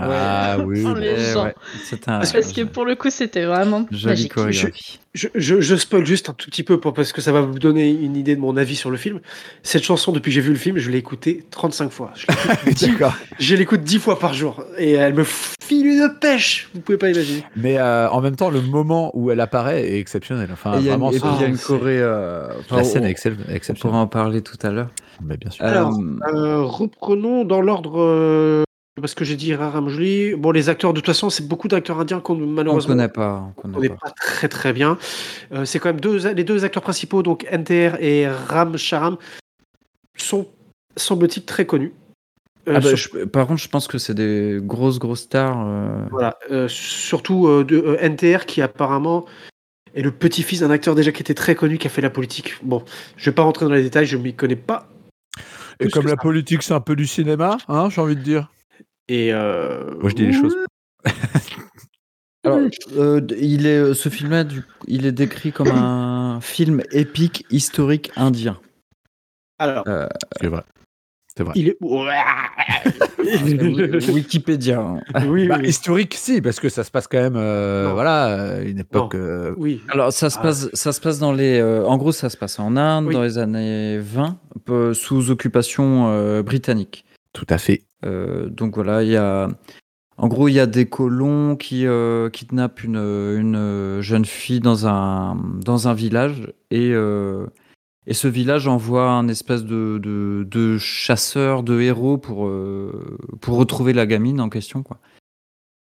Speaker 1: Ah oui.
Speaker 2: Oh,
Speaker 4: Sans
Speaker 1: bah,
Speaker 4: Les
Speaker 3: Eh
Speaker 4: gens.
Speaker 3: ouais, c'est un
Speaker 4: Parce que pour le coup, c'était vraiment
Speaker 3: joli
Speaker 4: magique.
Speaker 3: chorégraphie.
Speaker 2: Je, je, je spoil juste un tout petit peu pour, parce que ça va vous donner une idée de mon avis sur le film. Cette chanson, depuis que j'ai vu le film, je l'ai écoutée 35 fois. Je l'écoute-
Speaker 1: D'accord.
Speaker 2: Je l'écoute 10 fois par jour et elle me file une pêche. Vous pouvez pas imaginer.
Speaker 1: Mais euh, en même temps, le moment où elle apparaît est exceptionnel. Enfin,
Speaker 3: Et il y a une,
Speaker 1: vraiment,
Speaker 3: et puis il y a
Speaker 1: c'est-
Speaker 3: une Corée. euh, enfin,
Speaker 2: Oh,
Speaker 1: la scène
Speaker 3: on-
Speaker 1: est excel-
Speaker 3: on pourra
Speaker 1: exceptionnelle.
Speaker 3: en parler tout à l'heure.
Speaker 1: Mais bien sûr.
Speaker 2: Alors,
Speaker 3: Euh,
Speaker 2: Euh, reprenons dans l'ordre. euh, parce que j'ai dit Raram Jolie. Bon, les acteurs, de toute façon, c'est beaucoup d'acteurs indiens qu'on
Speaker 3: on
Speaker 2: malheureusement
Speaker 3: connaît pas. On
Speaker 2: on n'est
Speaker 3: connaît pas.
Speaker 2: pas très très bien. Euh, c'est quand même deux, les deux acteurs principaux, donc NTR et Ram Charam, sont, semble-t-il, très connus. Euh,
Speaker 3: Ah bah,
Speaker 2: sur-
Speaker 3: je- par contre, je pense que c'est des grosses grosses stars. euh,
Speaker 2: Voilà, euh, surtout euh, de euh, NTR qui apparemment est le petit-fils d'un acteur déjà qui était très connu, qui a fait la politique. Bon, je vais pas rentrer dans les détails, je m'y connais pas.
Speaker 1: Et
Speaker 2: plus
Speaker 1: comme
Speaker 2: que
Speaker 1: la
Speaker 2: ça.
Speaker 1: politique, c'est un peu du cinéma, hein, j'ai envie de dire.
Speaker 2: Et euh,
Speaker 1: Moi, je dis les choses.
Speaker 3: Alors,
Speaker 1: Mm.
Speaker 3: euh, d- il est, euh, ce film-là, du- il est décrit comme un film épique historique indien. Euh,
Speaker 2: Alors,
Speaker 1: C'est vrai.
Speaker 2: il est. oui,
Speaker 3: Wikipédia. hein.
Speaker 2: oui,
Speaker 1: Bah,
Speaker 2: oui.
Speaker 1: historique, si, parce que ça se passe quand même, euh,
Speaker 2: Non.
Speaker 1: voilà, euh, une époque. euh,
Speaker 2: Oui.
Speaker 3: Alors, ça se passe, ça se passe dans les. euh, en gros, ça se passe en Inde
Speaker 2: Ah. Oui.
Speaker 3: dans les années 20, un peu sous occupation euh, britannique.
Speaker 1: tout à fait.
Speaker 3: Euh, donc voilà, il y a. En gros, il y a des colons qui euh, kidnappent une, une jeune fille dans un, dans un village et, euh, et ce village envoie un espèce de, de, de chasseur, de héros pour, euh, pour retrouver la gamine en question. Quoi.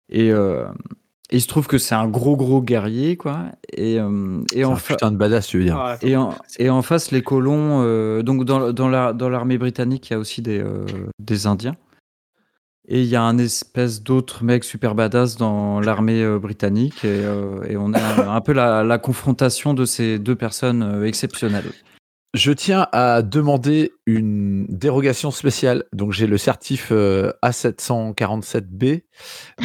Speaker 3: Et euh, il se trouve que c'est un gros, gros guerrier. Quoi. Et, euh, et,
Speaker 1: C'est
Speaker 3: en
Speaker 1: un
Speaker 3: fa-
Speaker 1: putain de badass, tu veux dire.
Speaker 2: Ah, attends.
Speaker 3: et, en, et en face, les colons. euh, donc, dans, dans la- dans l'armée britannique, il y a aussi des, euh, des Indiens. Et il y a un espèce d'autre mec super badass dans l'armée euh, britannique. Et, euh, et on a un peu la, la confrontation de ces deux personnes euh, exceptionnelles.
Speaker 1: Je tiens à demander une dérogation spéciale. Donc, j'ai le certif euh, A747B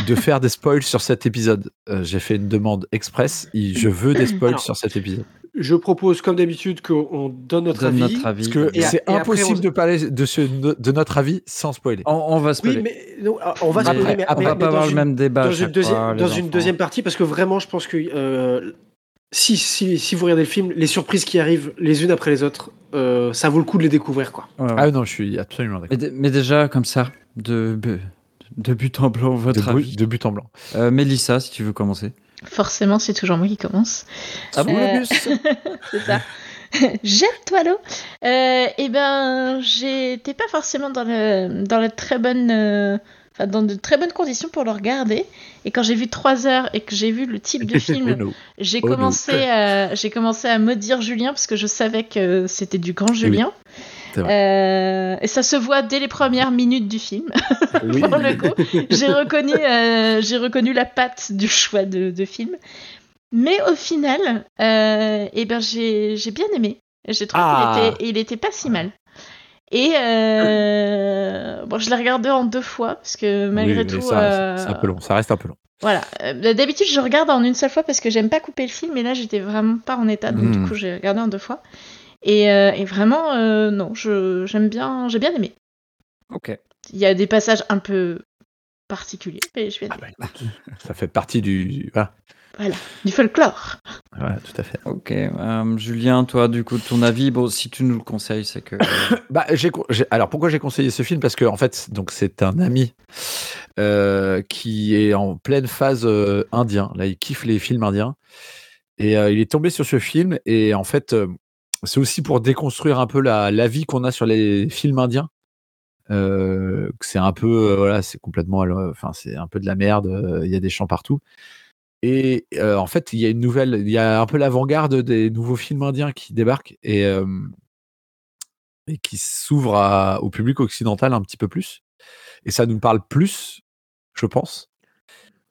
Speaker 1: de faire des spoils sur cet épisode. Euh, j'ai fait une demande express. Il- Je veux des spoils
Speaker 2: Alors,
Speaker 1: sur cet épisode.
Speaker 2: Je propose, comme d'habitude, qu'on donne notre
Speaker 3: Donne
Speaker 2: avis.
Speaker 3: notre avis.
Speaker 1: Parce que
Speaker 2: et a-
Speaker 1: c'est
Speaker 2: et après,
Speaker 1: impossible
Speaker 2: on-
Speaker 1: de parler de, ce- de notre avis sans spoiler.
Speaker 3: On, on va se
Speaker 2: Oui,
Speaker 3: peler.
Speaker 2: mais non, ah, on va se
Speaker 1: Après-
Speaker 2: poser, mais-
Speaker 1: après,
Speaker 2: mais-
Speaker 3: on va
Speaker 2: mais
Speaker 3: pas
Speaker 2: dans
Speaker 3: avoir
Speaker 2: une-
Speaker 3: le même débat. à
Speaker 2: dans une,
Speaker 3: chaque
Speaker 2: deuxième,
Speaker 3: fois, les
Speaker 2: dans une
Speaker 3: enfants.
Speaker 2: deuxième partie, parce que vraiment, je pense que euh, si, si, si vous regardez le film, les surprises qui arrivent les unes après les autres, euh, ça vaut le coup de les découvrir. Quoi.
Speaker 3: Ouais, ouais.
Speaker 1: Ah non, je suis absolument d'accord.
Speaker 3: mais, dé- mais déjà, comme ça, de, bu- de but en blanc,
Speaker 1: De,
Speaker 3: votre
Speaker 1: bru-
Speaker 3: avis.
Speaker 1: de but en blanc.
Speaker 3: Euh, Mélissa, si tu veux commencer.
Speaker 4: Forcément, c'est toujours moi qui commence.
Speaker 1: Ah bon, le
Speaker 4: Euh,
Speaker 1: bus
Speaker 4: C'est ça. Jette-toi à l'eau. Euh, eh ben, j'étais pas forcément dans, le, dans la très bonne, euh, enfin, dans de très bonnes conditions pour le regarder. Et quand j'ai vu 3 heures et que j'ai vu le type de
Speaker 1: Oh
Speaker 4: film,
Speaker 1: no.
Speaker 4: j'ai
Speaker 1: Oh no.
Speaker 4: commencé, à, j'ai commencé à maudire Julien parce que je savais que c'était du grand Julien.
Speaker 1: c'est
Speaker 4: Euh, et ça se voit dès les premières minutes du film. Pour le coup, j'ai reconnu, euh, j'ai reconnu la patte du choix de, de film. Mais au final, euh, eh ben j'ai j'ai bien aimé. J'ai trouvé
Speaker 1: Ah.
Speaker 4: qu'il était, il était pas si mal. Et euh, bon, je l'ai regardé en deux fois parce que malgré
Speaker 1: Oui, mais
Speaker 4: tout,
Speaker 1: ça,
Speaker 4: euh,
Speaker 1: c'est un peu long. Ça reste un peu long.
Speaker 4: voilà. Euh, D'habitude, je regarde en une seule fois parce que j'aime pas couper le film, et là, j'étais vraiment pas en état, donc
Speaker 1: Mm.
Speaker 4: du coup, j'ai regardé en deux fois. Et, euh, et vraiment, euh, non, je- j'aime bien, j'ai bien aimé.
Speaker 3: Ok.
Speaker 4: Il y a des passages un peu particuliers, mais je bien aimé.
Speaker 1: Ça fait partie du. Voilà.
Speaker 4: Voilà, du folklore.
Speaker 1: Voilà, tout à fait.
Speaker 3: Ok. euh, Julien, toi, du coup, ton avis, bon, si tu nous le conseilles, c'est que.
Speaker 1: Bah, j'ai con- j'ai- alors pourquoi j'ai conseillé ce film Parce que en fait, donc c'est un ami euh, qui est en pleine phase euh, indien. Là, il kiffe les films indiens et euh, il est tombé sur ce film. Et en fait, euh, c'est aussi pour déconstruire un peu la, la vie qu'on a sur les films indiens. Euh, que c'est un peu, euh, voilà, c'est complètement, euh, enfin, c'est un peu de la merde. euh, Il y a des champs partout. Et euh, en fait, il y a une nouvelle, il y a un peu l'avant-garde des nouveaux films indiens qui débarquent et euh, et qui s'ouvre à- au public occidental un petit peu plus. Et ça nous parle plus, je pense.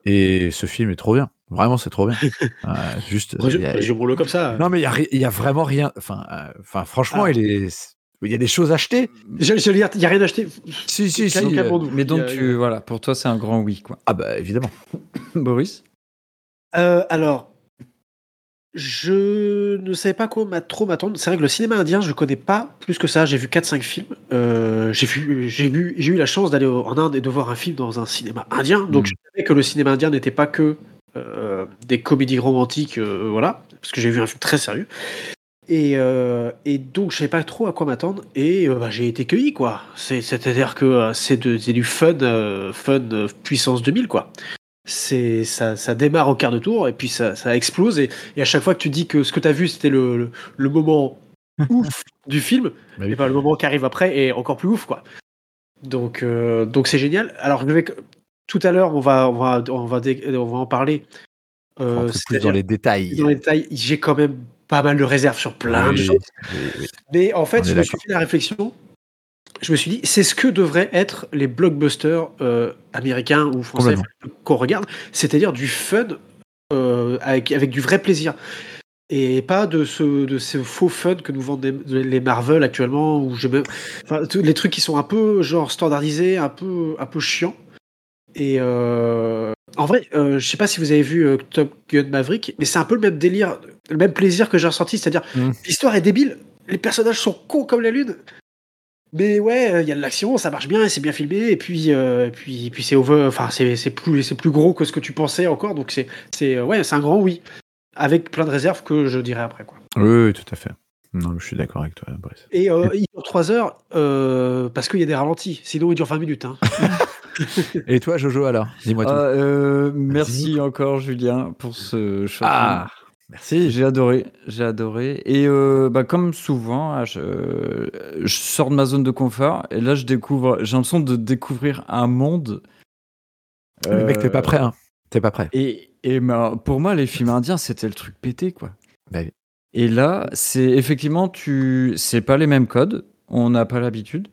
Speaker 1: Et ce film est trop bien. Vraiment, c'est trop bien. Euh, juste. il y a-
Speaker 2: le comme ça.
Speaker 1: Non, mais il y a ri- il y, a vraiment rien. Enfin, euh, enfin franchement,
Speaker 2: Ah.
Speaker 1: il est. Il y a des choses achetées.
Speaker 2: J'allais j'allais dire, il n'y a rien acheté.
Speaker 1: Si, si, si.
Speaker 2: Caillou
Speaker 1: euh,
Speaker 2: Cabandou.
Speaker 3: Mais
Speaker 2: Il
Speaker 3: donc,
Speaker 2: y a-
Speaker 3: tu, voilà, pour toi, c'est un grand oui, quoi.
Speaker 1: Ah bah évidemment.
Speaker 3: Boris
Speaker 2: Euh, alors, je ne savais pas quoi m'a- trop m'attendre. C'est vrai que le cinéma indien, je ne connais pas plus que ça. J'ai vu 4-5 films. Euh, j'ai vu, j'ai vu, j'ai eu la chance d'aller au- en Inde et de voir un film dans un cinéma indien. Donc,
Speaker 1: Mm.
Speaker 2: je savais que le cinéma indien n'était pas que euh, des comédies romantiques, euh, voilà, parce que j'ai vu un film très sérieux. Et, euh, et donc, je ne savais pas trop à quoi m'attendre. Et euh, bah, j'ai été cueilli, quoi. C'est- C'est-à-dire que euh, c'est de- c'est du fun, euh, fun euh, puissance 2000, quoi c'est ça, ça démarre au quart de tour et puis ça, ça explose et, et à chaque fois que tu dis que ce que tu as vu c'était le, le, le moment ouf du film
Speaker 1: Bah oui.
Speaker 2: et pas le moment qui arrive après est encore plus ouf quoi donc euh, donc c'est génial alors je vais tout à l'heure on va on va on va dé- on va en parler
Speaker 1: On
Speaker 2: Euh,
Speaker 1: rentre plus dans
Speaker 2: c'est-à-dire-
Speaker 1: les détails.
Speaker 2: dans les détails j'ai quand même pas mal de réserves sur plein de
Speaker 1: Oui,
Speaker 2: choses
Speaker 1: oui, oui.
Speaker 2: mais en
Speaker 1: On
Speaker 2: fait,
Speaker 1: est
Speaker 2: je me suis
Speaker 1: d'accord.
Speaker 2: fait la réflexion. Je me suis dit, c'est ce que devraient être les blockbusters euh, américains ou français qu'on regarde, c'est-à-dire du fun euh, avec, avec du vrai plaisir. Et pas de ce, de ce faux fun que nous vendent les, les Marvel actuellement, ou je me- enfin, tous les trucs qui sont un peu genre standardisés, un peu, un peu chiants. Et euh, en vrai, euh, je sais pas si vous avez vu euh, Top Gun Maverick, mais c'est un peu le même délire, le même plaisir que j'ai ressenti, c'est-à-dire
Speaker 1: Mmh.
Speaker 3: Mm.
Speaker 2: l'histoire est débile, les personnages sont cons comme la lune, mais ouais, euh, il y a de l'action, ça marche bien, c'est bien filmé, et puis, euh, et puis, et puis c'est over, enfin c'est c'est plus, c'est plus gros que ce que tu pensais encore, donc c'est c'est euh, ouais, c'est un grand oui, avec plein de réserves que je dirai après quoi.
Speaker 1: Oui, oui, tout à fait. Non, mais je suis d'accord avec toi, Brice.
Speaker 2: Et euh, il dure 3 heures euh, parce qu'il y a des ralentis, sinon il dure 20 minutes. Hein.
Speaker 1: Et toi, Jojo, alors Dis-moi tout.
Speaker 3: Ah, euh, Merci
Speaker 1: Dis-nous.
Speaker 3: encore, Julien, pour ce show.
Speaker 1: Ah, merci.
Speaker 3: J'ai adoré, j'ai adoré. Et euh, bah, comme souvent, hein, je, je sors de ma zone de confort et là, je découvre, j'ai l'impression de découvrir un monde.
Speaker 1: Le mec, t'es pas
Speaker 3: Euh,
Speaker 1: prêt. Hein. T'es pas prêt.
Speaker 3: Et, et ma- pour moi, les films indiens, c'était le truc pété, quoi.
Speaker 1: Bah oui.
Speaker 3: Et là, c'est effectivement, tu, c'est pas les mêmes codes, on n'a pas l'habitude,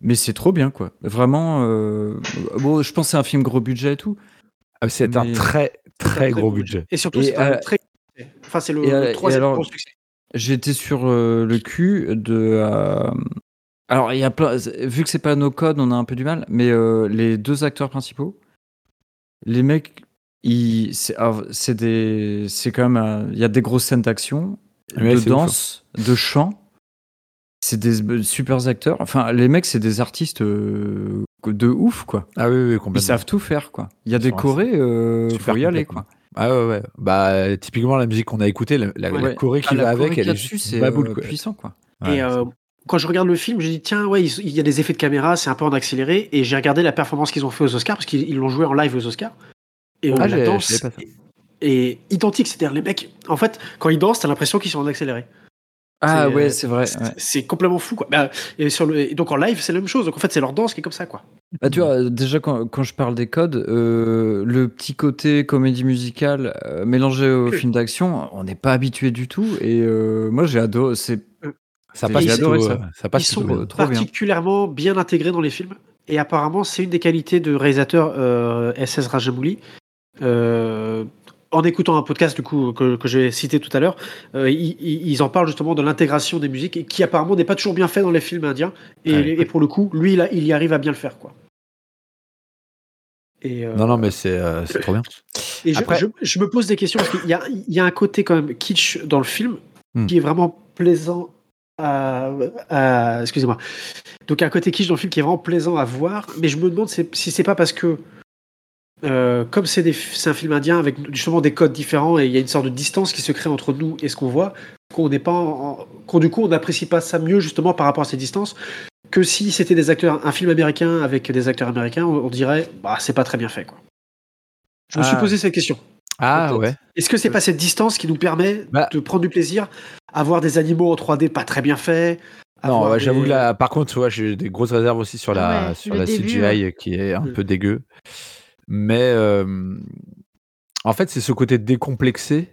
Speaker 3: mais c'est trop bien, quoi. Vraiment, euh, bon, je pense que c'est un film gros budget et tout.
Speaker 1: Ah, C'est un
Speaker 3: Mais-
Speaker 1: très, très gros budget.
Speaker 2: Et surtout,
Speaker 3: Et,
Speaker 2: c'est un
Speaker 3: euh,
Speaker 2: très. Enfin, c'est le,
Speaker 3: et,
Speaker 2: le
Speaker 3: euh, et
Speaker 2: troisième
Speaker 3: alors-
Speaker 2: gros succès.
Speaker 3: J'étais sur euh, le cul de. euh, Alors, il y a plein... vu que c'est pas nos codes, on a un peu du mal, mais euh, les deux acteurs principaux, les mecs, ils... c'est alors, c'est des... c'est quand même. euh, Il y a des grosses scènes d'action,
Speaker 1: Ouais,
Speaker 3: de
Speaker 1: c'est ouf, hein.
Speaker 3: danse, de chant. C'est des euh, super acteurs. Enfin, les mecs, c'est des artistes euh, de ouf, quoi.
Speaker 1: Ah oui, oui,
Speaker 3: Ils
Speaker 1: complètement.
Speaker 3: savent tout faire, quoi. Il y a
Speaker 1: Ils
Speaker 3: des
Speaker 1: sont
Speaker 3: chorés, euh,
Speaker 1: super
Speaker 3: faut y aller,
Speaker 1: complètement.
Speaker 3: quoi.
Speaker 1: Ah ouais, ouais. Bah, euh, typiquement, la musique qu'on a écoutée, la, la, la
Speaker 3: Ouais.
Speaker 1: choré qui
Speaker 3: Ah, la
Speaker 1: va avec,
Speaker 3: choré
Speaker 1: elle
Speaker 3: qu'il y a
Speaker 1: est
Speaker 3: dessus,
Speaker 1: juste
Speaker 3: c'est
Speaker 1: baboule,
Speaker 3: euh,
Speaker 1: quoi.
Speaker 3: puissant, quoi.
Speaker 1: Ouais,
Speaker 2: Et euh, quand je regarde le film, j'ai dit tiens, ouais, ils- il y a des effets de caméra, c'est un peu en accéléré. Et j'ai regardé la performance qu'ils ont fait aux Oscars, parce qu'ils ils l'ont joué en live aux Oscars. Et euh,
Speaker 1: Ah,
Speaker 2: la
Speaker 1: j'ai-
Speaker 2: danse
Speaker 1: je savais pas ça.
Speaker 2: est identique. C'est-à-dire, les mecs, en fait, quand ils dansent, t'as l'impression qu'ils sont en accéléré.
Speaker 3: Ah
Speaker 2: C'est-
Speaker 1: euh,
Speaker 3: ouais, c'est vrai.
Speaker 2: C'est-
Speaker 3: ouais.
Speaker 2: C'est complètement fou, quoi. Bah, et, sur le, et donc en live, c'est la même chose. Donc en fait, c'est leur danse qui est comme ça, quoi.
Speaker 3: Bah,
Speaker 1: Mm.
Speaker 3: tu vois, euh, déjà, quand, quand je parle des codes, euh, le petit côté comédie musicale euh, mélangé au
Speaker 2: Oui.
Speaker 3: film d'action, on n'est pas habitué du tout. Et euh, moi, j'ai adoré. C'est
Speaker 1: Ça
Speaker 3: j'ai
Speaker 1: passe
Speaker 3: adoré
Speaker 1: plutôt,
Speaker 3: ça.
Speaker 1: euh, ça passe
Speaker 2: Ils sont
Speaker 1: plutôt
Speaker 3: euh,
Speaker 1: bien.
Speaker 3: trop bien.
Speaker 2: particulièrement bien. intégrés dans les films. Et apparemment, c'est une des qualités de réalisateur euh, SS Rajamouli. Euh, en écoutant un podcast du coup que, que j'ai cité tout à l'heure, euh, ils, ils- ils en parlent justement de l'intégration des musiques et qui apparemment n'est pas toujours bien fait dans les films indiens. Et,
Speaker 1: Ouais.
Speaker 2: et pour le coup, lui, là, il y arrive à bien le faire quoi. Et, euh,
Speaker 1: Non, non, mais c'est euh, c'est trop bien.
Speaker 2: et je,
Speaker 1: Après-
Speaker 2: je- je me pose des questions parce qu'il y a, il y a un côté quand même kitsch dans le film
Speaker 1: Hmm.
Speaker 2: qui est vraiment plaisant à. à- Excusez-moi. Donc il y a un côté kitsch dans le film qui est vraiment plaisant à voir, mais je me demande c'est- si c'est pas parce que. euh, comme c'est des- c'est un film indien avec justement des codes différents et il y a une sorte de distance qui se crée entre nous et ce qu'on voit, qu'on n'est pas, en- en- qu'on du coup on n'apprécie pas ça mieux justement par rapport à ces distances que si c'était des acteurs, un film américain avec des acteurs américains, on, on dirait bah c'est pas très bien fait quoi. Je me suis
Speaker 1: Ah.
Speaker 2: posé cette question.
Speaker 1: Ah ouais.
Speaker 2: Est-ce que c'est pas cette distance qui nous permet
Speaker 1: Bah.
Speaker 2: de prendre du plaisir à voir des animaux en 3D pas très bien faits
Speaker 1: Non,
Speaker 2: avoir
Speaker 1: ouais, j'avoue
Speaker 2: des-
Speaker 1: que là, par contre, tu vois, j'ai des grosses réserves aussi sur la,
Speaker 4: Ah Ouais,
Speaker 1: sur
Speaker 4: le
Speaker 1: la
Speaker 4: début, hein.
Speaker 1: CGI qui est un
Speaker 2: Mm.
Speaker 1: peu dégueu. Mais euh, en fait, c'est ce côté décomplexé.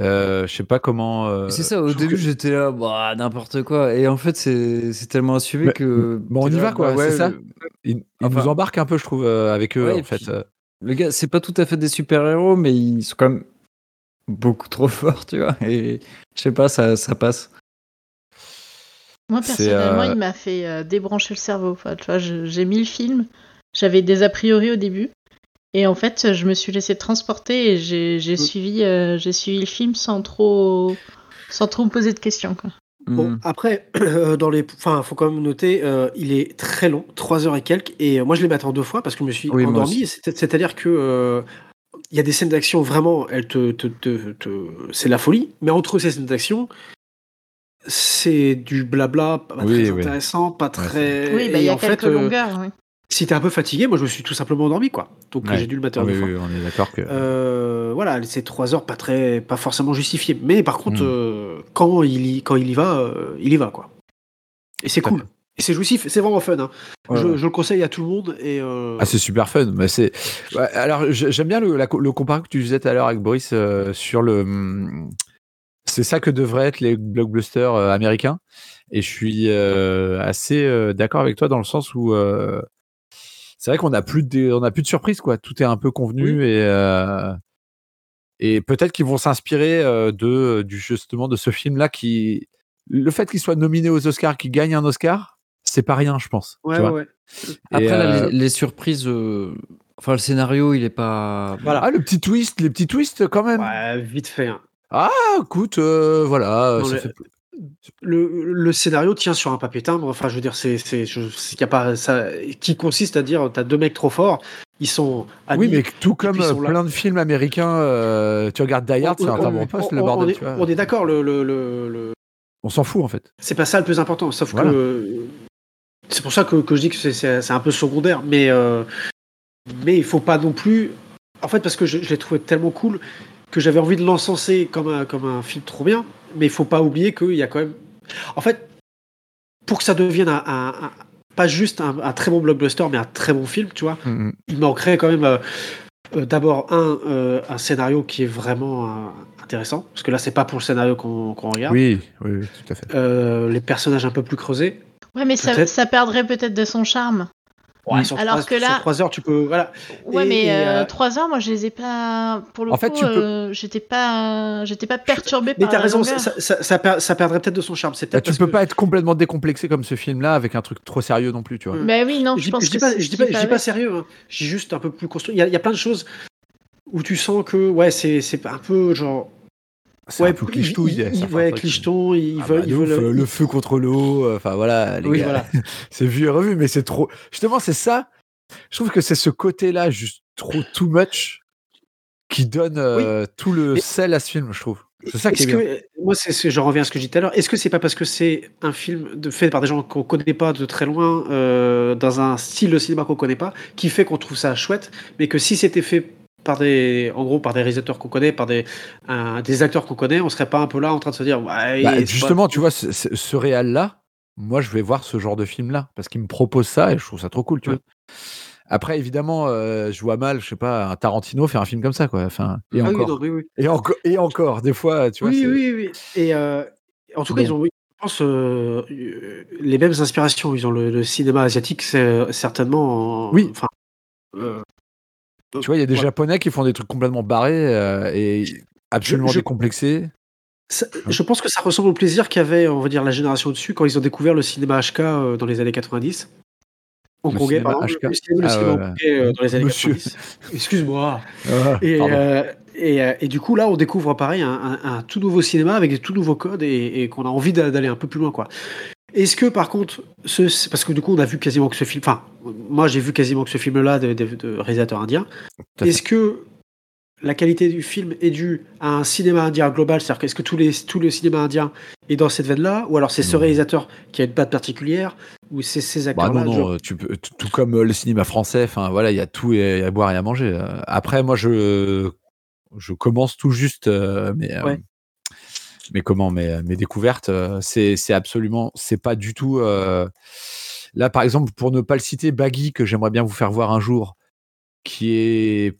Speaker 1: Euh, je sais pas comment. euh,
Speaker 3: C'est ça, au
Speaker 1: je trouve
Speaker 3: début
Speaker 1: que-
Speaker 3: j'étais là, bah, n'importe quoi. Et en fait, c'est c'est tellement assumé
Speaker 1: Mais-
Speaker 3: que.
Speaker 1: mais on
Speaker 3: t'es
Speaker 1: y
Speaker 3: là,
Speaker 1: va, quoi,
Speaker 3: bah ouais,
Speaker 1: c'est ça
Speaker 3: le-
Speaker 1: Ils, ils
Speaker 3: Enfin-
Speaker 1: nous embarquent un peu, je trouve, euh, avec eux,
Speaker 3: Ouais,
Speaker 1: en
Speaker 3: et
Speaker 1: fait.
Speaker 3: puis- Le gars, c'est pas tout à fait des super-héros, mais ils sont quand même beaucoup trop forts, tu vois. Et je sais pas, ça, ça passe.
Speaker 4: Moi,
Speaker 1: C'est,
Speaker 4: personnellement,
Speaker 1: euh,
Speaker 4: il m'a fait euh, débrancher le cerveau. Enfin, tu vois, je- j'ai mis le film, j'avais des a priori au début, et en fait, je me suis laissé transporter et j'ai
Speaker 2: Mmh.
Speaker 4: j'ai suivi, euh, j'ai suivi le film sans trop, sans trop me poser de questions. Quoi.
Speaker 2: Bon,
Speaker 1: hmm.
Speaker 3: Mm.
Speaker 2: après, euh, dans les, enfin, faut quand même noter, euh, il est très long, 3 heures et quelques, et euh, moi je l'ai maté en deux fois parce que je me suis
Speaker 3: Oui, moi
Speaker 2: endormi. C'est- C'est-à-dire que euh, il y a des scènes d'action vraiment, elles te, te- te- te- c'est la folie. Mais entre ces scènes d'action, c'est du blabla, pas
Speaker 1: Oui,
Speaker 2: très
Speaker 1: oui.
Speaker 2: intéressant, pas très.
Speaker 4: Oui, bah, il
Speaker 2: et
Speaker 4: y a
Speaker 2: en fait,
Speaker 4: quelques
Speaker 2: euh,
Speaker 4: longueurs. oui.
Speaker 2: si t'es un peu fatigué, moi je me suis tout simplement endormi quoi. Donc
Speaker 1: Ouais.
Speaker 2: j'ai dû le mater
Speaker 1: Ah
Speaker 2: en deux
Speaker 1: oui,
Speaker 2: fois.
Speaker 1: oui, on est d'accord que.
Speaker 2: Euh, voilà, c'est trois heures pas très, pas forcément justifiées. Mais par contre,
Speaker 1: Mm.
Speaker 2: euh, quand il y, quand il y va, euh, il y va quoi. Et c'est
Speaker 1: Tout à
Speaker 2: cool. Et c'est jouissif, c'est vraiment fun. hein.
Speaker 3: Ouais,
Speaker 2: je,
Speaker 3: ouais.
Speaker 2: je le conseille à tout le monde. Et euh,
Speaker 1: Ah, c'est super fun. Mais c'est... Ouais, alors, j'ai- j'aime bien le, la co- le comparatif que tu faisais tout à l'heure avec Boris euh, sur le. hum, C'est ça que devraient être les blockbusters euh, américains. Et je suis euh, assez euh, d'accord avec toi dans le sens où. euh, c'est vrai qu'on n'a plus, de dé- on a plus de surprise, quoi. Tout est un peu convenu et. euh, et peut-être qu'ils vont s'inspirer euh, de du justement de ce film-là qui le fait qu'il soit nominé aux Oscars, qu'il gagne un Oscar, c'est pas rien, je pense. tu
Speaker 2: ouais,
Speaker 1: vois.
Speaker 2: ouais, ouais.
Speaker 1: Et,
Speaker 3: Après, là,
Speaker 1: euh,
Speaker 3: les, les surprises. euh, Enfin, le scénario, il est pas.
Speaker 2: Voilà.
Speaker 1: Ah, le petit twist, les petits twists quand même.
Speaker 2: Ouais, vite fait. hein.
Speaker 1: Ah, écoute, euh, voilà.
Speaker 2: Non,
Speaker 1: ça
Speaker 2: le-
Speaker 1: fait pl-
Speaker 2: Le, le scénario tient sur un papier timbre. Enfin, je veux dire, c'est, c'est, je- c'est- y a pas ça qui consiste à dire, t'as deux mecs trop forts, ils sont.
Speaker 1: Oui,
Speaker 2: amis,
Speaker 1: mais tout comme
Speaker 2: puis ils
Speaker 1: euh,
Speaker 2: sont là.
Speaker 1: plein de films américains, euh, tu regardes Die Hard, c'est un timbre poste, le
Speaker 2: on-
Speaker 1: bordel.
Speaker 2: on est-
Speaker 1: tu vois.
Speaker 2: on est d'accord. le- le- le- le,
Speaker 1: On s'en fout en fait.
Speaker 2: C'est pas ça le plus important, sauf
Speaker 1: Voilà.
Speaker 2: que. euh, C'est pour ça que, que je dis que c'est- c'est c'est un peu secondaire, mais, euh, mais il faut pas non plus. En fait, parce que je, je l'ai trouvé tellement cool que j'avais envie de l'encenser comme un, comme un film trop bien, mais il faut pas oublier qu'il y a quand même. En fait, pour que ça devienne un. un- un- pas juste un, un très bon blockbuster, mais un très bon film, tu vois.
Speaker 1: Mm,
Speaker 2: Il manquerait quand même euh, euh, d'abord un, euh, un scénario qui est vraiment euh, intéressant, parce que là, c'est pas pour le scénario qu'on qu'on regarde.
Speaker 1: Oui, oui, oui, tout à fait.
Speaker 2: Euh, les personnages un peu plus creusés.
Speaker 4: Ouais, mais ça,
Speaker 2: peut-être.
Speaker 4: ça perdrait peut-être de son charme.
Speaker 2: Ouais, sur
Speaker 4: Alors
Speaker 2: trois-
Speaker 4: que là-
Speaker 2: sur trois heures, tu peux. Voilà.
Speaker 4: Ouais,
Speaker 2: Et-
Speaker 4: mais
Speaker 2: et,
Speaker 4: euh,
Speaker 2: euh,
Speaker 4: trois heures, moi, je les ai pas. Pour le
Speaker 1: En
Speaker 4: coup,
Speaker 1: fait, tu peux-
Speaker 4: euh, j'étais pas, j'étais pas perturbée
Speaker 2: Mais
Speaker 4: par.
Speaker 2: t'as
Speaker 4: la
Speaker 2: raison,
Speaker 4: Ah, longueur.
Speaker 2: ça, ça, ça, ça per- ça perdrait peut-être de son charme. C'est
Speaker 1: Là, Bah,
Speaker 2: peut-être
Speaker 1: tu
Speaker 2: parce
Speaker 1: peux
Speaker 2: que-
Speaker 1: pas être complètement décomplexé comme ce film-là avec un truc trop sérieux non plus, tu vois.
Speaker 2: Mm.
Speaker 4: Bah oui, non,
Speaker 2: Je,
Speaker 4: je pense
Speaker 2: je
Speaker 4: que
Speaker 2: dis pas,
Speaker 4: c'est-
Speaker 2: je dis pas,
Speaker 4: c'est
Speaker 2: je dis pas sérieux. hein. Je dis juste un peu plus construit. Il y, a- il y a plein de choses où tu sens que ouais, c'est c'est un peu genre
Speaker 1: C'est
Speaker 2: ouais,
Speaker 1: un peu
Speaker 2: il-
Speaker 1: clichetouille.
Speaker 2: il-
Speaker 1: il y a
Speaker 2: il-
Speaker 1: certains
Speaker 2: ouais,
Speaker 1: trucs.
Speaker 2: clicheton. Ils
Speaker 1: Ah bah,
Speaker 2: veulent,
Speaker 1: de
Speaker 2: ils
Speaker 1: ouf,
Speaker 2: veulent.
Speaker 1: euh, le feu contre l'eau, euh, enfin voilà, les
Speaker 2: oui,
Speaker 1: gars.
Speaker 2: voilà.
Speaker 1: c'est vu et revu, mais c'est trop. Justement, c'est ça. Je trouve que c'est ce côté-là, juste trop too much, qui donne euh, tout le
Speaker 2: Mais-
Speaker 1: sel à ce film, je trouve. C'est ça qui est,
Speaker 2: Est-ce
Speaker 1: bien.
Speaker 2: que moi, c'est ce- je reviens à ce que je disais tout à l'heure. Est-ce que c'est pas parce que c'est un film de, fait par des gens qu'on connaît pas de très loin, euh, dans un style de cinéma qu'on connaît pas, qui fait qu'on trouve ça chouette, mais que si c'était fait par des, en gros, par des réalisateurs qu'on connaît, par des, un- des acteurs qu'on connaît, on serait pas un peu là en train de se dire, ouais,
Speaker 1: Bah,
Speaker 2: c'est pas-
Speaker 1: justement, tu vois, ce, ce- ce réal-là, moi, je vais voir ce genre de film-là, parce qu'il me propose ça et je trouve ça trop cool, tu
Speaker 2: Ouais.
Speaker 1: vois. Après, évidemment, euh, je vois mal, je sais pas, un Tarantino faire un film comme ça, quoi. Enfin, et,
Speaker 2: Ah oui,
Speaker 1: encore,
Speaker 2: non, oui, oui.
Speaker 1: et, enco- et encore, des fois, tu vois.
Speaker 2: oui,
Speaker 1: c'est-
Speaker 2: oui, oui. Et euh, en tout cas,
Speaker 1: Donc.
Speaker 2: ils ont, je pense, euh, euh, les mêmes inspirations. Ils ont le, le cinéma asiatique, c'est euh, certainement. en-
Speaker 1: Oui.
Speaker 2: Enfin, euh,
Speaker 1: Tu vois, il y a des
Speaker 2: Ouais.
Speaker 1: Japonais qui font des trucs complètement barrés euh, et absolument
Speaker 2: je-
Speaker 1: décomplexés.
Speaker 2: Ça-
Speaker 1: Hein?
Speaker 2: je pense que ça ressemble au plaisir qu'avait, on va dire, la génération dessus quand ils ont découvert le cinéma HK euh, dans les années 90. Hongkongais,
Speaker 1: cinéma
Speaker 2: pardon.
Speaker 1: HK.
Speaker 2: Le cinéma, le
Speaker 1: Ah,
Speaker 2: cinéma
Speaker 1: ouais,
Speaker 2: hongkongais, euh, dans les années
Speaker 1: Monsieur.
Speaker 2: 90. Excuse-moi.
Speaker 1: Ah,
Speaker 2: Et,
Speaker 1: pardon.
Speaker 2: euh, et, euh, et du coup, là, on découvre pareil un, un- un tout nouveau cinéma avec des tout nouveaux codes et, et qu'on a envie d'a- d'aller un peu plus loin. quoi. Est-ce que par contre, ce, c'est- parce que du coup, on a vu quasiment que ce film, enfin, moi j'ai vu quasiment que ce film-là de, de, de réalisateur indien.
Speaker 1: Tout à fait.
Speaker 2: Est-ce que la qualité du film est due à un cinéma indien global C'est-à-dire que est-ce que tous les, tout le cinéma indien est dans cette veine-là Ou alors c'est ce réalisateur qui a une patte particulière Ou c'est ces
Speaker 1: Bah
Speaker 2: acteurs-là
Speaker 1: non, non,
Speaker 2: genre-
Speaker 1: euh, tu peux, tout tout comme euh, le cinéma français, enfin voilà, il y a tout et- à boire et à manger. euh. Après, moi, je, je commence tout juste, euh, mais, euh,
Speaker 2: Ouais.
Speaker 1: mais comment, mes, mes découvertes, euh, c'est c'est absolument, c'est pas du tout. euh, Là, par exemple, pour ne pas le citer, Baggy, que j'aimerais bien vous faire voir un jour, qui est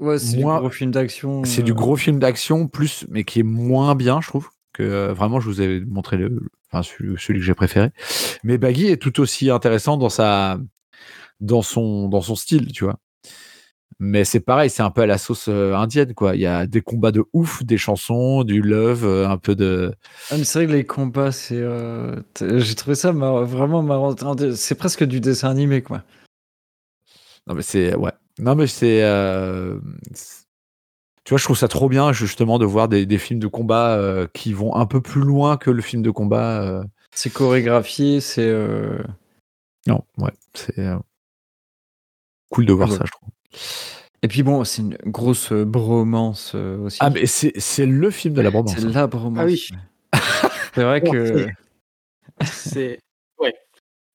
Speaker 3: Ouais, c'est
Speaker 1: Moi-
Speaker 3: du gros film d'action.
Speaker 1: C'est du
Speaker 3: euh,
Speaker 1: gros film d'action, plus, mais qui est moins bien, je trouve. Que euh, vraiment, je vous avais montré le, le- enfin, celui, celui que j'ai préféré. Mais Baggy est tout aussi intéressant dans sa, dans son, dans son style, tu vois. Mais c'est pareil, c'est un peu à la sauce euh, indienne, quoi. Il y a des combats de ouf, des chansons, du love, euh, un peu de.
Speaker 3: Ah, mais c'est vrai que les combats, c'est. euh, t- J'ai trouvé ça mar- vraiment marrant. C'est presque du dessin animé, quoi.
Speaker 1: Non mais c'est ouais. Non mais c'est. euh, c'est- Tu vois, je trouve ça trop bien justement de voir des, des films de combat euh, qui vont un peu plus loin que le film de combat. euh,
Speaker 3: C'est chorégraphié, c'est. euh,
Speaker 1: Non, ouais, c'est euh, cool de voir
Speaker 3: Ouais.
Speaker 1: ça, je trouve.
Speaker 3: Et puis bon, c'est une grosse euh, bromance euh, aussi.
Speaker 1: Ah, mais c'est c'est le film de la hein. bromance.
Speaker 3: C'est la bromance.
Speaker 2: Ah oui.
Speaker 3: ouais. c'est vrai que.
Speaker 2: C'est.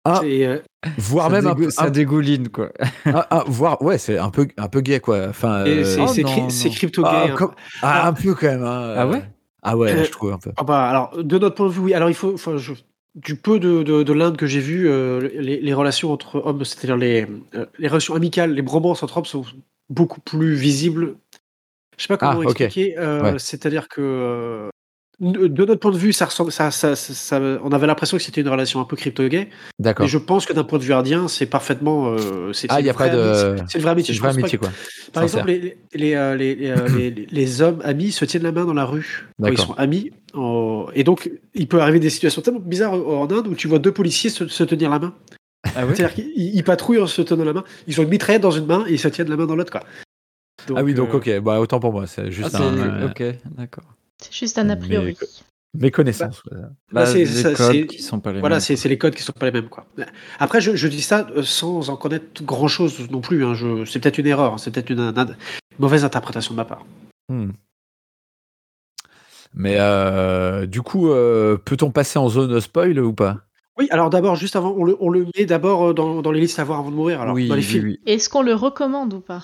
Speaker 1: Ah.
Speaker 2: c'est, euh,
Speaker 1: Voire
Speaker 3: ça
Speaker 1: même un
Speaker 3: dégo-
Speaker 1: peu.
Speaker 3: Ça
Speaker 1: un-
Speaker 3: dégouline, quoi.
Speaker 1: un- un- voire, ouais, c'est un peu, un peu gay, quoi. Enfin,
Speaker 2: et
Speaker 1: euh,
Speaker 2: c'est-
Speaker 3: oh
Speaker 2: c'est
Speaker 3: non,
Speaker 2: cri-
Speaker 3: non.
Speaker 2: c'est crypto-gay.
Speaker 1: ah,
Speaker 2: hein.
Speaker 1: comme- ah, un peu quand même. hein.
Speaker 3: Ah ouais
Speaker 1: Ah ouais,
Speaker 2: Euh,
Speaker 1: je trouve un peu.
Speaker 2: Ah bah, alors, de notre point de vue, oui. Alors, il faut, enfin, je- du peu de, de, de l'Inde que j'ai vu, euh, les, les relations entre hommes, c'est-à-dire les, euh, les relations amicales, les bromances entre hommes sont beaucoup plus visibles. Je sais pas comment
Speaker 1: Ah, ok.
Speaker 2: expliquer. euh,
Speaker 1: Ouais.
Speaker 2: C'est-à-dire que, euh, de notre point de vue, ça ressemble, ça, ça, ça- ça- on avait l'impression que c'était une relation un peu crypto-gay.
Speaker 1: D'accord.
Speaker 2: Et je pense que d'un point de vue indien, c'est parfaitement. euh, c'est-
Speaker 1: Ah,
Speaker 2: c'est
Speaker 1: il y a
Speaker 2: une vraie
Speaker 1: pas de-
Speaker 2: amitié. C'est une vraie
Speaker 1: C'est
Speaker 2: amitié.
Speaker 1: une
Speaker 2: Je
Speaker 1: vraie
Speaker 2: pense pas
Speaker 1: amitié,
Speaker 2: que-
Speaker 1: quoi. Sincère.
Speaker 2: par exemple, les, les, euh, les, les, euh, les- les- les hommes amis se tiennent la main dans la rue. Quand Ils
Speaker 1: D'accord.
Speaker 2: sont amis. en- Et donc, il peut arriver des situations tellement bizarres en Inde où tu vois deux policiers se, se tenir la main.
Speaker 3: Ah ouais
Speaker 2: C'est-à-dire qu'ils ils patrouillent en se tenant la main. Ils ont une mitraillette dans une main et ils se tiennent la main dans l'autre. quoi.
Speaker 1: Ah oui, donc
Speaker 2: euh,
Speaker 1: ok, bah, autant pour moi, c'est
Speaker 3: Ah,
Speaker 1: juste
Speaker 3: c'est-
Speaker 1: un, euh,
Speaker 3: Ok, d'accord.
Speaker 4: C'est juste un a
Speaker 1: Mais-
Speaker 4: priori.
Speaker 1: méconnaissance. quoi.
Speaker 2: Bah,
Speaker 3: Bah,
Speaker 2: c'est-
Speaker 3: les
Speaker 2: ça- c'est-
Speaker 3: codes qui sont pas les
Speaker 2: Voilà,
Speaker 3: mêmes.
Speaker 2: c'est c'est les codes qui sont pas les mêmes. Quoi. Après, je, je dis ça euh, sans en connaître grand-chose non plus. hein. Je- C'est peut-être une erreur, hein. c'est peut-être une, une mauvaise interprétation de ma part.
Speaker 1: Hmm. Mais euh, du coup, euh, peut-on passer en zone spoil ou pas
Speaker 2: Oui, alors d'abord, juste avant, on le, on le met d'abord euh, dans, dans les listes à voir avant de mourir. Alors,
Speaker 3: oui,
Speaker 2: dans les
Speaker 3: oui,
Speaker 2: films.
Speaker 3: oui.
Speaker 4: Est-ce qu'on le recommande ou pas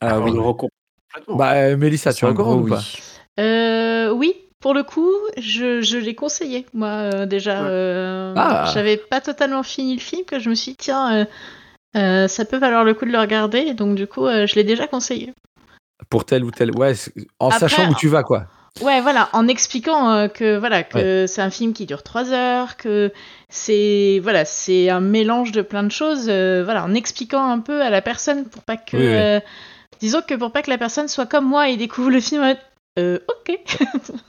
Speaker 3: Ah
Speaker 2: Alors,
Speaker 3: oui.
Speaker 2: on le recommande complètement.
Speaker 1: Bah, euh, Mélissa, tu
Speaker 3: C'est un
Speaker 1: recommandes
Speaker 3: gros
Speaker 1: ou pas
Speaker 3: oui.
Speaker 4: Euh, oui, pour le coup, je, je l'ai conseillé, moi, euh, déjà.
Speaker 2: Ouais.
Speaker 4: euh,
Speaker 1: Ah.
Speaker 4: J'avais pas totalement fini le film, que je me suis dit, tiens, euh, euh, ça peut valoir le coup de le regarder, et donc du coup, euh, je l'ai déjà conseillé.
Speaker 1: Pour tel ou tel. Ouais, c'est- en
Speaker 4: Après,
Speaker 1: sachant où tu vas, quoi.
Speaker 4: Ouais, voilà, en expliquant euh, que voilà que c'est un film qui dure trois heures, que c'est voilà c'est un mélange de plein de choses, euh, voilà, en expliquant un peu à la personne pour pas que
Speaker 1: Oui, oui.
Speaker 4: euh, disons que pour pas que la personne soit comme moi et découvre le film, en mode, euh, ok,
Speaker 3: euh,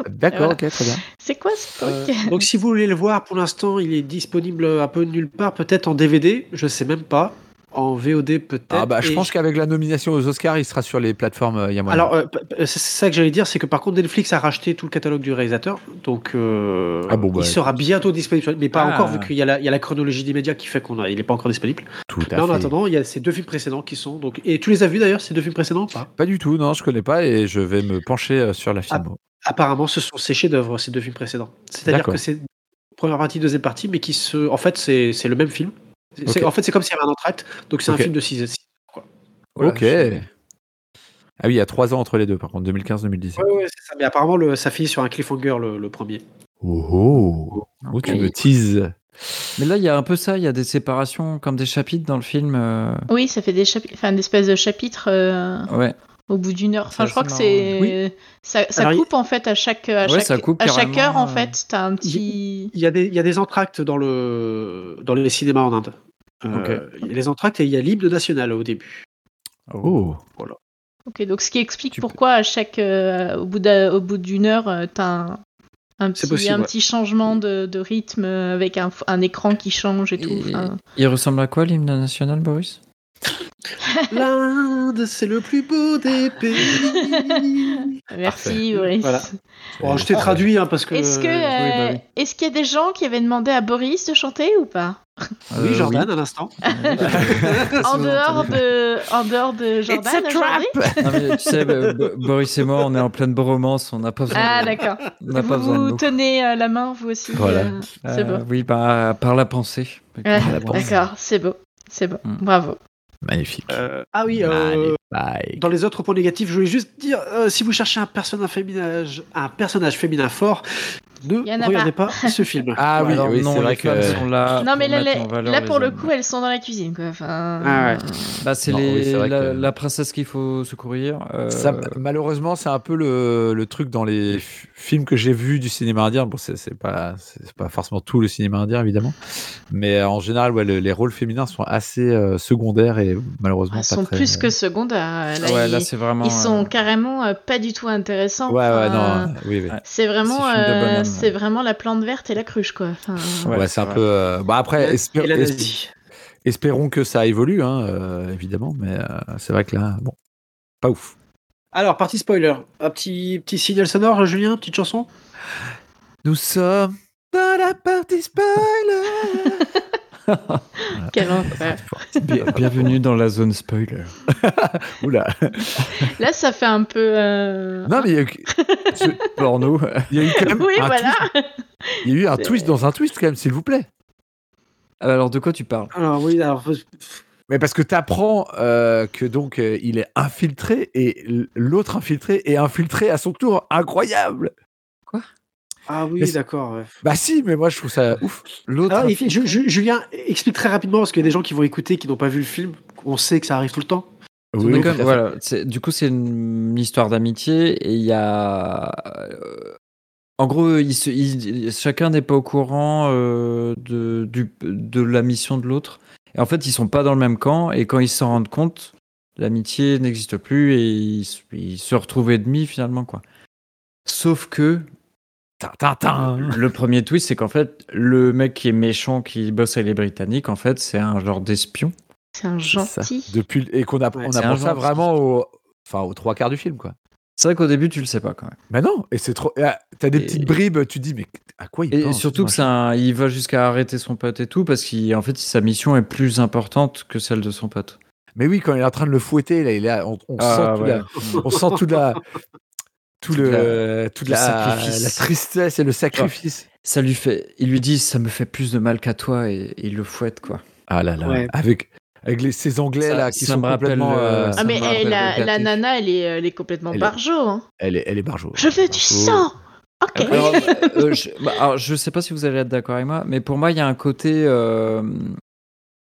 Speaker 1: D'accord,
Speaker 4: Voilà.
Speaker 1: ok, très bien.
Speaker 4: c'est quoi ce
Speaker 1: Ah
Speaker 2: Euh,
Speaker 4: truc
Speaker 2: donc si vous voulez le voir, pour l'instant, il est disponible un peu nulle part, peut-être en DVD, je sais même pas, en VOD peut-être.
Speaker 1: Ah bah, je
Speaker 2: et-
Speaker 1: pense qu'avec la nomination aux Oscars, il sera sur les plateformes. euh, y a moyen.
Speaker 2: Alors, euh, p- p- c'est ça que j'allais dire, c'est que par contre, Netflix a racheté tout le catalogue du réalisateur, donc euh,
Speaker 1: Ah bon, bah,
Speaker 2: il sera bientôt disponible, mais pas
Speaker 3: Ah.
Speaker 2: encore vu qu'il y, a la- il y a la chronologie des médias qui fait qu'on a, il est pas encore disponible.
Speaker 1: tout à
Speaker 2: Là, en
Speaker 1: fait.
Speaker 2: attendant, il y a ces deux films précédents qui sont donc, et tu les as vus d'ailleurs ces deux films précédents ou pas
Speaker 1: Pas du tout, non, je connais pas et je vais me pencher euh, sur la
Speaker 2: Ah,
Speaker 1: film.
Speaker 2: Apparemment, ce sont ces chefs-d'œuvre ces deux films précédents. C'est-à-dire
Speaker 1: D'accord.
Speaker 2: que c'est première partie, deuxième partie, mais qui se, en fait, c'est c'est le même film. C'est- c'est-
Speaker 1: Ok.
Speaker 2: En fait, c'est comme s'il y avait un entracte, donc c'est
Speaker 1: Ok.
Speaker 2: un film de 6
Speaker 3: Voilà,
Speaker 1: ok.
Speaker 3: c'est-
Speaker 1: Ah oui, il y a trois ans entre les deux, par contre, 2015-2017.
Speaker 2: Ouais, ouais, c'est ça. Mais apparemment, le, ça finit sur un cliffhanger, le, le premier.
Speaker 1: Oh, oh. Oh, tu
Speaker 3: Ok.
Speaker 1: me teases.
Speaker 3: Mais là, il y a un peu ça, il y a des séparations comme des chapitres dans le film. euh,
Speaker 4: Oui, ça fait des chapitres, enfin une espèce de chapitre euh,
Speaker 3: Ouais.
Speaker 4: au bout d'une heure. Enfin,
Speaker 3: Ça,
Speaker 4: je crois
Speaker 3: c'est
Speaker 4: que
Speaker 3: marrant,
Speaker 4: c'est ça, ça
Speaker 2: Alors, il-
Speaker 4: coupe en fait à chaque à
Speaker 3: Ouais,
Speaker 4: chaque
Speaker 3: ça coupe
Speaker 4: à chaque heure
Speaker 3: carrément,
Speaker 4: en
Speaker 3: euh.
Speaker 4: fait, t'as un petit
Speaker 2: Il y a des, il y a des entractes dans, le, dans les cinémas en Inde. Euh,
Speaker 1: Ok.
Speaker 2: Il y a les entractes et il y a l'hymne national au début.
Speaker 1: Oh.
Speaker 2: Voilà.
Speaker 4: Ok, donc ce qui explique pourquoi à chaque, euh, au bout d'un- au bout d'une heure, euh, t'as un, un petit,
Speaker 2: C'est possible,
Speaker 4: un
Speaker 2: ouais.
Speaker 4: petit changement de, de rythme euh, avec un, f- un écran qui change et tout.
Speaker 3: Et-
Speaker 4: enfin.
Speaker 3: Il ressemble à quoi l'hymne national, Boris
Speaker 2: L'Inde, c'est le plus beau des pays.
Speaker 4: Merci, Boris.
Speaker 2: Voilà. Bon, je t'ai traduit hein, parce que.
Speaker 4: Est-ce que, euh,
Speaker 3: bah
Speaker 4: est-ce qu'il y a des gens qui avaient demandé à Boris de chanter ou pas
Speaker 2: Oui,
Speaker 3: Euh,
Speaker 2: Jordan, à l'instant. Ah,
Speaker 4: en, dehors de, en dehors de Jordan
Speaker 2: It's a trap.
Speaker 4: aujourd'hui
Speaker 3: Non, mais tu sais, euh, Bo- Boris et moi, on est en pleine bromance, on n'a pas besoin.
Speaker 4: Ah,
Speaker 3: de-
Speaker 4: d'accord.
Speaker 3: On n'a pas
Speaker 4: Vous,
Speaker 3: besoin de
Speaker 4: vous
Speaker 3: nous.
Speaker 4: tenez euh, la main, vous aussi.
Speaker 1: Voilà.
Speaker 4: euh, c'est
Speaker 3: Euh,
Speaker 4: beau.
Speaker 3: oui, bah, par la pensée.
Speaker 4: Ouais,
Speaker 1: la pensée.
Speaker 4: d'accord, c'est beau. C'est beau.
Speaker 3: Mm.
Speaker 4: Bravo.
Speaker 1: Magnifique.
Speaker 2: Euh, ah oui, euh,
Speaker 1: Magnifique.
Speaker 2: dans les autres points négatifs, je voulais juste dire euh, si vous cherchez un personnage féminin, un personnage féminin fort, ne
Speaker 4: Y en a
Speaker 2: regardez pas. ce film.
Speaker 1: Ah oui,
Speaker 3: Alors,
Speaker 1: oui
Speaker 3: non,
Speaker 1: c'est vrai
Speaker 3: les femmes
Speaker 1: que.
Speaker 3: sont là.
Speaker 4: non,
Speaker 3: Ah, pour
Speaker 4: mais là,
Speaker 3: mettre en
Speaker 4: là,
Speaker 3: valeur
Speaker 4: là,
Speaker 3: les
Speaker 4: pour le
Speaker 3: hommes.
Speaker 4: coup, elles sont dans la cuisine. Quoi. Enfin,
Speaker 2: Ah ouais.
Speaker 3: Bah, c'est
Speaker 1: Non,
Speaker 3: les-
Speaker 1: oui, c'est vrai
Speaker 3: la,
Speaker 1: que-
Speaker 3: la princesse qu'il faut secourir. euh,
Speaker 1: Ça, malheureusement, c'est un peu le, le truc dans les f- films que j'ai vus du cinéma indien. Bon, c'est c'est pas, c'est pas forcément tout le cinéma indien, évidemment. Mais euh, en général, ouais, le- les rôles féminins sont assez euh, secondaires et malheureusement
Speaker 4: Elles
Speaker 1: pas
Speaker 4: Ah, sont
Speaker 1: très-
Speaker 4: plus que secondaires. Là,
Speaker 3: ouais, là,
Speaker 4: ils,
Speaker 3: c'est vraiment.
Speaker 4: ils sont
Speaker 3: euh,
Speaker 4: carrément euh, pas du tout intéressants.
Speaker 1: Ouais, ouais,
Speaker 4: Enfin,
Speaker 1: non, oui, oui.
Speaker 3: Ouais,
Speaker 4: C'est vraiment,
Speaker 3: C'est film de
Speaker 4: euh,
Speaker 3: bonhomme,
Speaker 4: c'est
Speaker 3: ouais.
Speaker 4: vraiment la plante verte et la cruche, quoi. Enfin,
Speaker 1: Ouais,
Speaker 3: ouais,
Speaker 1: c'est un
Speaker 3: vrai.
Speaker 1: peu. euh, Bah après, espé-
Speaker 2: Et la
Speaker 1: esp-
Speaker 2: nazie.
Speaker 1: espérons que ça évolue, hein, euh, évidemment. Mais euh, c'est vrai que là, bon, pas ouf.
Speaker 2: Alors, partie spoiler. Un petit, petit signal sonore, Julien, petite chanson
Speaker 1: Nous sommes dans la partie spoiler.
Speaker 4: quel enfer.
Speaker 3: bien- bienvenue dans la zone spoiler.
Speaker 1: Oula.
Speaker 4: Là, ça fait un peu. euh,
Speaker 1: Non, mais il y a eu-
Speaker 3: Porno.
Speaker 1: il y a eu quand même
Speaker 4: Oui,
Speaker 1: un
Speaker 4: voilà.
Speaker 1: Il y a eu un twist dans un twist quand même, s'il vous plaît.
Speaker 3: Ah bah Alors, de quoi tu parles
Speaker 2: Alors, oui, alors.
Speaker 1: Mais parce que t'apprends euh, que donc euh, il est infiltré et l- l'autre infiltré est infiltré à son tour. Incroyable.
Speaker 2: Ah
Speaker 1: Mais
Speaker 2: oui,
Speaker 1: c'est-
Speaker 2: d'accord. ouais.
Speaker 1: Bah si, mais moi je trouve ça ouf. L'autre.
Speaker 3: Ah
Speaker 2: Alors, et-
Speaker 1: infiltré-
Speaker 2: Ah, Ju- Ju- Julien, explique très rapidement parce qu'il y a des gens qui vont écouter qui n'ont pas vu le film. On sait que ça arrive tout le temps.
Speaker 1: Oui,
Speaker 3: Mais
Speaker 1: oui,
Speaker 3: quand
Speaker 1: tout à
Speaker 3: même, voilà, c'est- du coup, c'est une histoire d'amitié et il y a. euh, En gros, ils se- ils- chacun n'est pas au courant euh, de, du- de la mission de l'autre. Et en fait, ils sont pas dans le même camp et quand ils s'en rendent compte, l'amitié n'existe plus et ils, se- ils se retrouvent ennemis finalement, quoi. Sauf que
Speaker 1: fait. Tin, tin, tin.
Speaker 3: le premier twist, c'est qu'en fait, le mec qui est méchant, qui bosse avec les Britanniques, en fait, c'est un genre d'espion.
Speaker 4: C'est un
Speaker 1: C'est ça.
Speaker 4: gentil.
Speaker 1: Depuis le- et qu'on app-
Speaker 2: Ouais,
Speaker 1: on
Speaker 3: c'est
Speaker 1: apprend
Speaker 3: un
Speaker 1: ça
Speaker 3: genre,
Speaker 1: vraiment au, enfin aux trois quarts du film quoi.
Speaker 3: C'est vrai qu'au début, tu le sais pas quand même.
Speaker 1: Mais non, et c'est trop. et, ah, T'as des
Speaker 3: Et-
Speaker 1: petites bribes, tu te dis mais à quoi il
Speaker 3: Et
Speaker 1: pense,
Speaker 3: surtout que c'est
Speaker 1: machin.
Speaker 3: un- il va jusqu'à arrêter son pote et tout parce qu'en fait sa mission est plus importante que celle de son pote.
Speaker 1: Mais oui, quand il est en train de le fouetter, là, il est, on, on
Speaker 3: Ah,
Speaker 1: sent tout la- on sent toute la, tout
Speaker 3: Toute
Speaker 1: le, toute
Speaker 3: le
Speaker 1: la,
Speaker 3: sacrifice.
Speaker 1: la tristesse et le sacrifice.
Speaker 3: Ça lui fait, il lui dit ça me fait plus de mal qu'à toi et, et il le fouette quoi.
Speaker 1: Ah là là,
Speaker 2: Ouais.
Speaker 1: avec, avec les, ces Anglais
Speaker 3: Ça-
Speaker 1: là qui
Speaker 3: ça
Speaker 1: sont
Speaker 3: me rappelle,
Speaker 1: complètement.
Speaker 3: euh,
Speaker 1: euh,
Speaker 4: Ah,
Speaker 3: Ça
Speaker 4: mais
Speaker 3: me rappelle
Speaker 4: eh, la,
Speaker 3: le
Speaker 4: la
Speaker 3: gâtif.
Speaker 4: nana, elle est, elle est complètement
Speaker 1: Elle est-
Speaker 4: barjo. hein.
Speaker 1: elle est, elle est barjo.
Speaker 4: Je veux du sang. Ok.
Speaker 3: Alors, euh, je, bah, alors, je sais pas si vous allez être d'accord avec moi, mais pour moi il y a un côté, euh,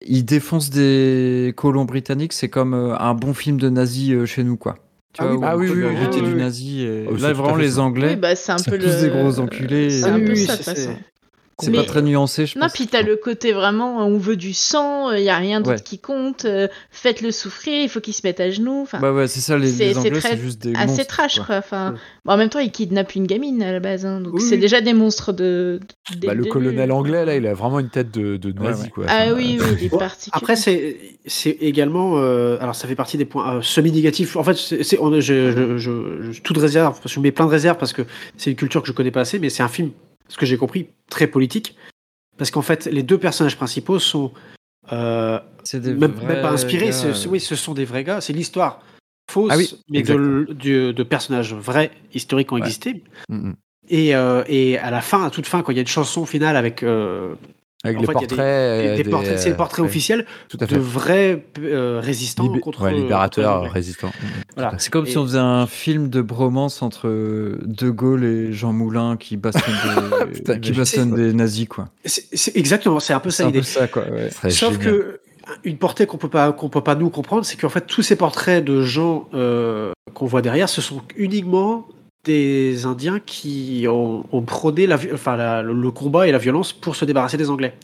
Speaker 3: il défonce des colons britanniques, c'est comme euh, un bon film de nazi euh, chez nous quoi. Tu
Speaker 2: Ah
Speaker 3: vois,
Speaker 2: oui,
Speaker 1: ah oui,
Speaker 3: où tu
Speaker 1: oui,
Speaker 3: vas
Speaker 1: oui,
Speaker 3: jeter
Speaker 2: oui,
Speaker 3: du
Speaker 2: oui.
Speaker 3: nazi. et
Speaker 1: Ah oui, c'est
Speaker 3: là
Speaker 1: tout à
Speaker 3: vraiment
Speaker 1: fait
Speaker 3: les
Speaker 1: ça.
Speaker 3: Anglais,
Speaker 4: Oui, bah, c'est un
Speaker 3: c'est
Speaker 4: peu
Speaker 3: tous
Speaker 4: le.
Speaker 3: des gros enculés.
Speaker 4: C'est un
Speaker 2: Oui,
Speaker 4: peu
Speaker 2: oui,
Speaker 4: ça, de
Speaker 2: c'est-
Speaker 4: toute façon.
Speaker 3: c'est
Speaker 4: Mais-
Speaker 3: pas très nuancé je
Speaker 4: Non,
Speaker 3: pense.
Speaker 4: puis t'as le côté vraiment, euh, on veut du sang, il y a rien d'autre
Speaker 3: Ouais.
Speaker 4: qui compte, euh, faites-le souffrir, il faut qu'il se mette à genoux. Enfin,
Speaker 3: Bah ouais, c'est ça, les,
Speaker 4: Ah. c'est-
Speaker 3: les
Speaker 4: c'est
Speaker 3: Anglais,
Speaker 4: très-
Speaker 3: c'est juste des
Speaker 4: assez
Speaker 3: monstres,
Speaker 4: trash,
Speaker 3: quoi.
Speaker 4: quoi. Enfin,
Speaker 2: Ouais.
Speaker 4: bon, en même temps, il kidnappe une gamine à la base, hein, donc
Speaker 2: Oui,
Speaker 4: c'est
Speaker 2: oui.
Speaker 4: déjà des monstres de. de- dès
Speaker 1: Bah, le
Speaker 4: début.
Speaker 1: colonel anglais là, il a vraiment une tête de, de
Speaker 3: Ouais,
Speaker 1: nazi
Speaker 3: ouais.
Speaker 1: quoi.
Speaker 4: Ah
Speaker 1: Enfin, euh,
Speaker 4: oui, oui, il est
Speaker 2: Bon,
Speaker 4: particulier.
Speaker 2: Après, c'est c'est également. euh, alors, ça fait partie des points euh, semi-négatifs. En fait, c'est c'est- on- je, je, je, je- toute réserve, parce que je mets plein de réserves parce que c'est une culture que je connais pas assez, mais c'est un film, ce que j'ai compris, très politique. Parce qu'en fait, les deux personnages principaux sont euh,
Speaker 3: C'est des
Speaker 2: même, même
Speaker 3: vrais
Speaker 2: pas inspirés.
Speaker 3: gars,
Speaker 2: ce-
Speaker 3: euh,
Speaker 2: ce- oui, ce sont des vrais gars. C'est l'histoire fausse,
Speaker 1: Ah oui,
Speaker 2: mais de, l- du- de personnages vrais, historiques, qui ont
Speaker 1: Ouais.
Speaker 2: existé.
Speaker 1: Mm, mm.
Speaker 2: Et, euh, et à la fin, à toute fin, quand il y a une chanson finale avec euh,
Speaker 1: Avec
Speaker 2: En
Speaker 1: les
Speaker 2: fait, il y a des-
Speaker 1: portraits. euh,
Speaker 2: des portraits, c'est le portrait
Speaker 1: ouais,
Speaker 2: officiel
Speaker 1: Tout à
Speaker 2: de
Speaker 1: fait.
Speaker 2: vrais euh, résistants
Speaker 1: Libé-
Speaker 2: contre euh,
Speaker 1: ouais,
Speaker 2: contre
Speaker 1: libérateur,
Speaker 2: les Anglais.
Speaker 1: résistant. Mm, mm.
Speaker 2: Voilà.
Speaker 3: C'est comme
Speaker 2: Et-
Speaker 3: si on faisait un film de bromance entre De Gaulle et Jean Moulin qui
Speaker 2: Ah,
Speaker 3: bastonnent des,
Speaker 1: Putain,
Speaker 3: qui
Speaker 1: mais-
Speaker 3: bastonnent des nazis, quoi.
Speaker 2: C'est c'est- exactement, c'est un peu
Speaker 3: C'est
Speaker 2: ça
Speaker 3: un peu
Speaker 2: l'idée.
Speaker 3: ça, quoi. ouais.
Speaker 1: Ce serait
Speaker 2: Sauf
Speaker 1: génial.
Speaker 2: que une portée qu'on peut pas qu'on peut pas nous comprendre, c'est qu'en fait tous ces portraits de gens euh, qu'on voit derrière, ce sont uniquement des Indiens qui ont, ont prôné la, vi- enfin, la- le combat et la violence pour se débarrasser des Anglais.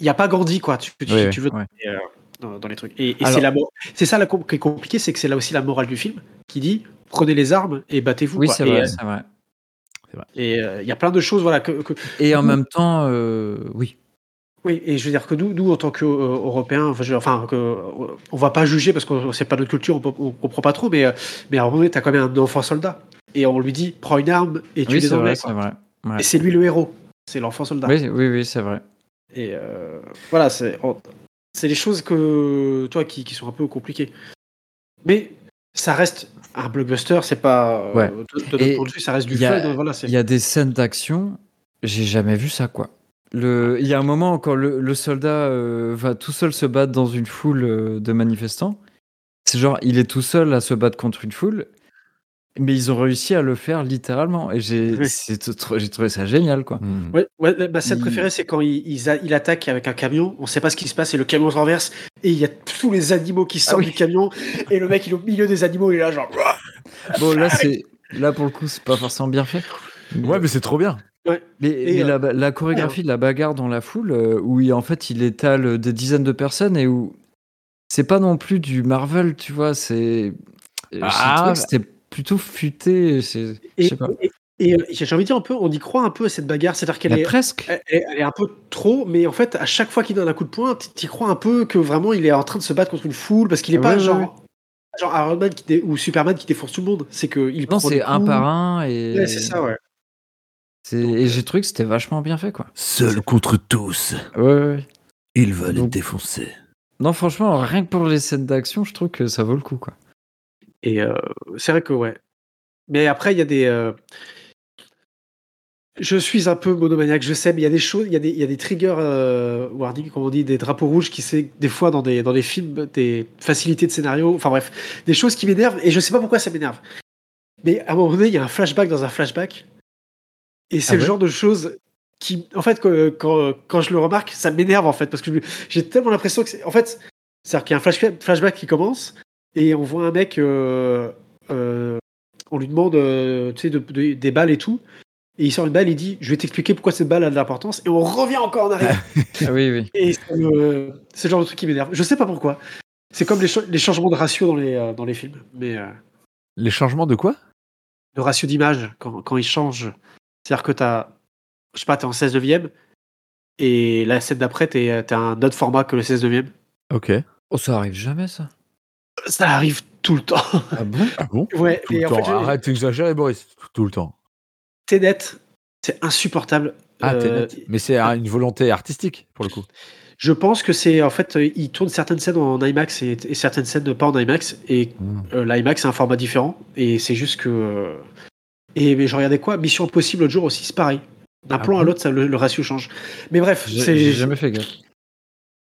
Speaker 2: Il n'y a pas Gandhi, quoi. Tu, tu-
Speaker 1: Ouais,
Speaker 2: tu veux
Speaker 3: ouais.
Speaker 2: Et, euh, dans, dans les trucs. Et, et c'est la mo- c'est ça la com- qui est compliqué, c'est que c'est là aussi la morale du film qui dit prenez les armes et battez-vous.
Speaker 3: Oui,
Speaker 2: quoi.
Speaker 3: c'est
Speaker 2: Et,
Speaker 3: vrai,
Speaker 2: euh,
Speaker 3: c'est vrai.
Speaker 2: Et euh, il y a plein de choses, voilà. Que, que-
Speaker 3: Et en même temps, euh, oui.
Speaker 2: oui, et je veux dire que nous, nous en tant qu'Européens, enfin, je- enfin, que, euh, on va pas juger parce qu'on sait pas notre culture, on, peut- on comprend pas trop, mais, euh, mais à un moment donné, t'as quand même un enfant soldat et on lui dit prends une arme et tu
Speaker 3: Oui,
Speaker 2: les
Speaker 3: c'est
Speaker 2: Anglais.
Speaker 3: vrai,
Speaker 2: quoi. Bah.
Speaker 3: c'est vrai. Ouais.
Speaker 2: Et c'est lui le héros, c'est l'enfant soldat.
Speaker 3: Oui, oui, oui, c'est vrai.
Speaker 2: Et euh, voilà, c'est on- c'est des choses que toi qui, qui sont un peu compliquées. Mais ça reste un blockbuster, c'est pas euh,
Speaker 3: Ouais.
Speaker 2: de, de notre
Speaker 3: Et
Speaker 2: point de vue, ça reste du
Speaker 3: il y a-
Speaker 2: fun. Voilà, c'est
Speaker 3: Il y a des scènes d'action, j'ai jamais vu ça, quoi. Le, il y a un moment quand le, le soldat euh, va tout seul se battre dans une foule euh, de manifestants. C'est genre, il est tout seul à se battre contre une foule, mais ils ont réussi à le faire littéralement. Et j'ai
Speaker 2: Oui.
Speaker 3: c'est tout- trop- j'ai trouvé ça génial, quoi.
Speaker 1: Mm.
Speaker 2: Ouais, ouais, la- ma scène
Speaker 3: Il-
Speaker 2: préférée, c'est quand il, il, a- il attaque avec un camion, on sait pas ce qui se passe, et le camion se renverse, et il y a tous les animaux qui sortent
Speaker 3: Ah oui.
Speaker 2: du camion, et le mec, il est au milieu des animaux, il est là, genre.
Speaker 3: Bon, là, c'est là pour le coup, c'est pas forcément bien fait.
Speaker 1: Ouais, mais c'est trop bien.
Speaker 3: Mais,
Speaker 2: Et,
Speaker 3: mais
Speaker 2: euh,
Speaker 3: la, ba- la chorégraphie de la bagarre dans la foule, euh, où il, en fait il étale euh, des dizaines de personnes et où c'est pas non plus du Marvel, tu vois, c'est. euh, je
Speaker 1: Ah,
Speaker 3: trouvais que
Speaker 1: bah.
Speaker 3: C'était plutôt futé. c'est- Je
Speaker 2: Et,
Speaker 3: sais pas.
Speaker 2: et, et, euh, j'ai envie de dire un peu, on y croit un peu à cette bagarre, c'est-à-dire qu'elle
Speaker 3: Mais
Speaker 2: est,
Speaker 3: presque.
Speaker 2: elle, elle- elle est un peu trop, mais en fait, à chaque fois qu'il donne un coup de poing, t- t'y crois un peu que vraiment il est en train de se battre contre une foule, parce qu'il est
Speaker 3: Ah Ouais,
Speaker 2: pas
Speaker 3: ouais,
Speaker 2: genre,
Speaker 3: ouais.
Speaker 2: genre Iron Man qui dé- ou Superman qui défonce tout le monde, c'est qu'il
Speaker 3: Non,
Speaker 2: prend des
Speaker 3: c'est un
Speaker 2: coups.
Speaker 3: par un et.
Speaker 2: Ouais, euh, c'est ça, ouais.
Speaker 3: c'est- Et j'ai trouvé que c'était vachement bien fait, quoi.
Speaker 7: Seul contre tous,
Speaker 3: Ouais, ouais, ouais.
Speaker 7: ils veulent
Speaker 3: Donc-
Speaker 7: défoncer.
Speaker 3: Non, franchement, rien que pour les scènes d'action, je trouve que ça vaut le coup, quoi.
Speaker 2: Et euh, c'est vrai que ouais. Mais après, il y a des. euh, Je suis un peu monomaniaque, je sais, mais il y a des choses, il y a des, il y a des triggers euh, warning, comme on dit, des drapeaux rouges qui c'est des fois dans des dans des films, des facilités de scénario, enfin bref, des choses qui m'énervent et je sais pas pourquoi ça m'énerve. Mais à un moment donné, il y a un flashback dans un flashback, et c'est
Speaker 3: Ah
Speaker 2: le
Speaker 3: ouais
Speaker 2: genre de choses qui, en fait, que- quand, quand je le remarque, ça m'énerve en fait parce que je- j'ai tellement l'impression que, c'est- en fait, c'est-à-dire qu'il y a un flash- flashback qui commence et on voit un mec, euh, euh, on lui demande euh, tu sais, de- de- des balles et tout, et il sort une balle, il dit Je vais t'expliquer pourquoi cette balle a de l'importance, et on revient encore en arrière.
Speaker 3: Ah oui, oui.
Speaker 2: et c'est le, c'est le genre de truc qui m'énerve. Je sais pas pourquoi. C'est comme les, cha- les changements de ratio dans les, euh, dans les films, mais euh,
Speaker 1: Les changements de quoi
Speaker 2: le ratio d'image, quand, quand ils changent, c'est-à-dire que t'as, je sais pas, t'es en 16 neuvième, et la scène d'après, t'es, t'as un autre format que le 16 neuvième.
Speaker 1: Ok.
Speaker 3: Oh, ça arrive jamais, ça.
Speaker 2: Ça arrive tout le temps.
Speaker 3: Ah bon
Speaker 1: Ah bon
Speaker 2: ouais,
Speaker 1: Tout le
Speaker 2: et en
Speaker 1: temps.
Speaker 2: fait, je-
Speaker 1: Arrête, t'exagères, Boris. Tout le temps.
Speaker 2: Tenet, c'est insupportable.
Speaker 1: Ah, t'es
Speaker 2: Euh,
Speaker 1: net. Mais c'est euh, une volonté artistique, pour le coup.
Speaker 2: Je pense que c'est en fait, euh, ils tournent certaines scènes en IMAX et, et certaines scènes pas en IMAX. Et
Speaker 3: Hmm.
Speaker 1: Mm.
Speaker 2: euh, l'IMAX c'est un format différent. Et c'est juste que. euh, Et mais je regardais quoi Mission Impossible l'autre jour aussi, c'est pareil. D'un plan à l'autre, ça, le, le ratio change. Mais bref,
Speaker 3: Ah J'ai j'ai
Speaker 2: c'est
Speaker 3: jamais fait gaffe.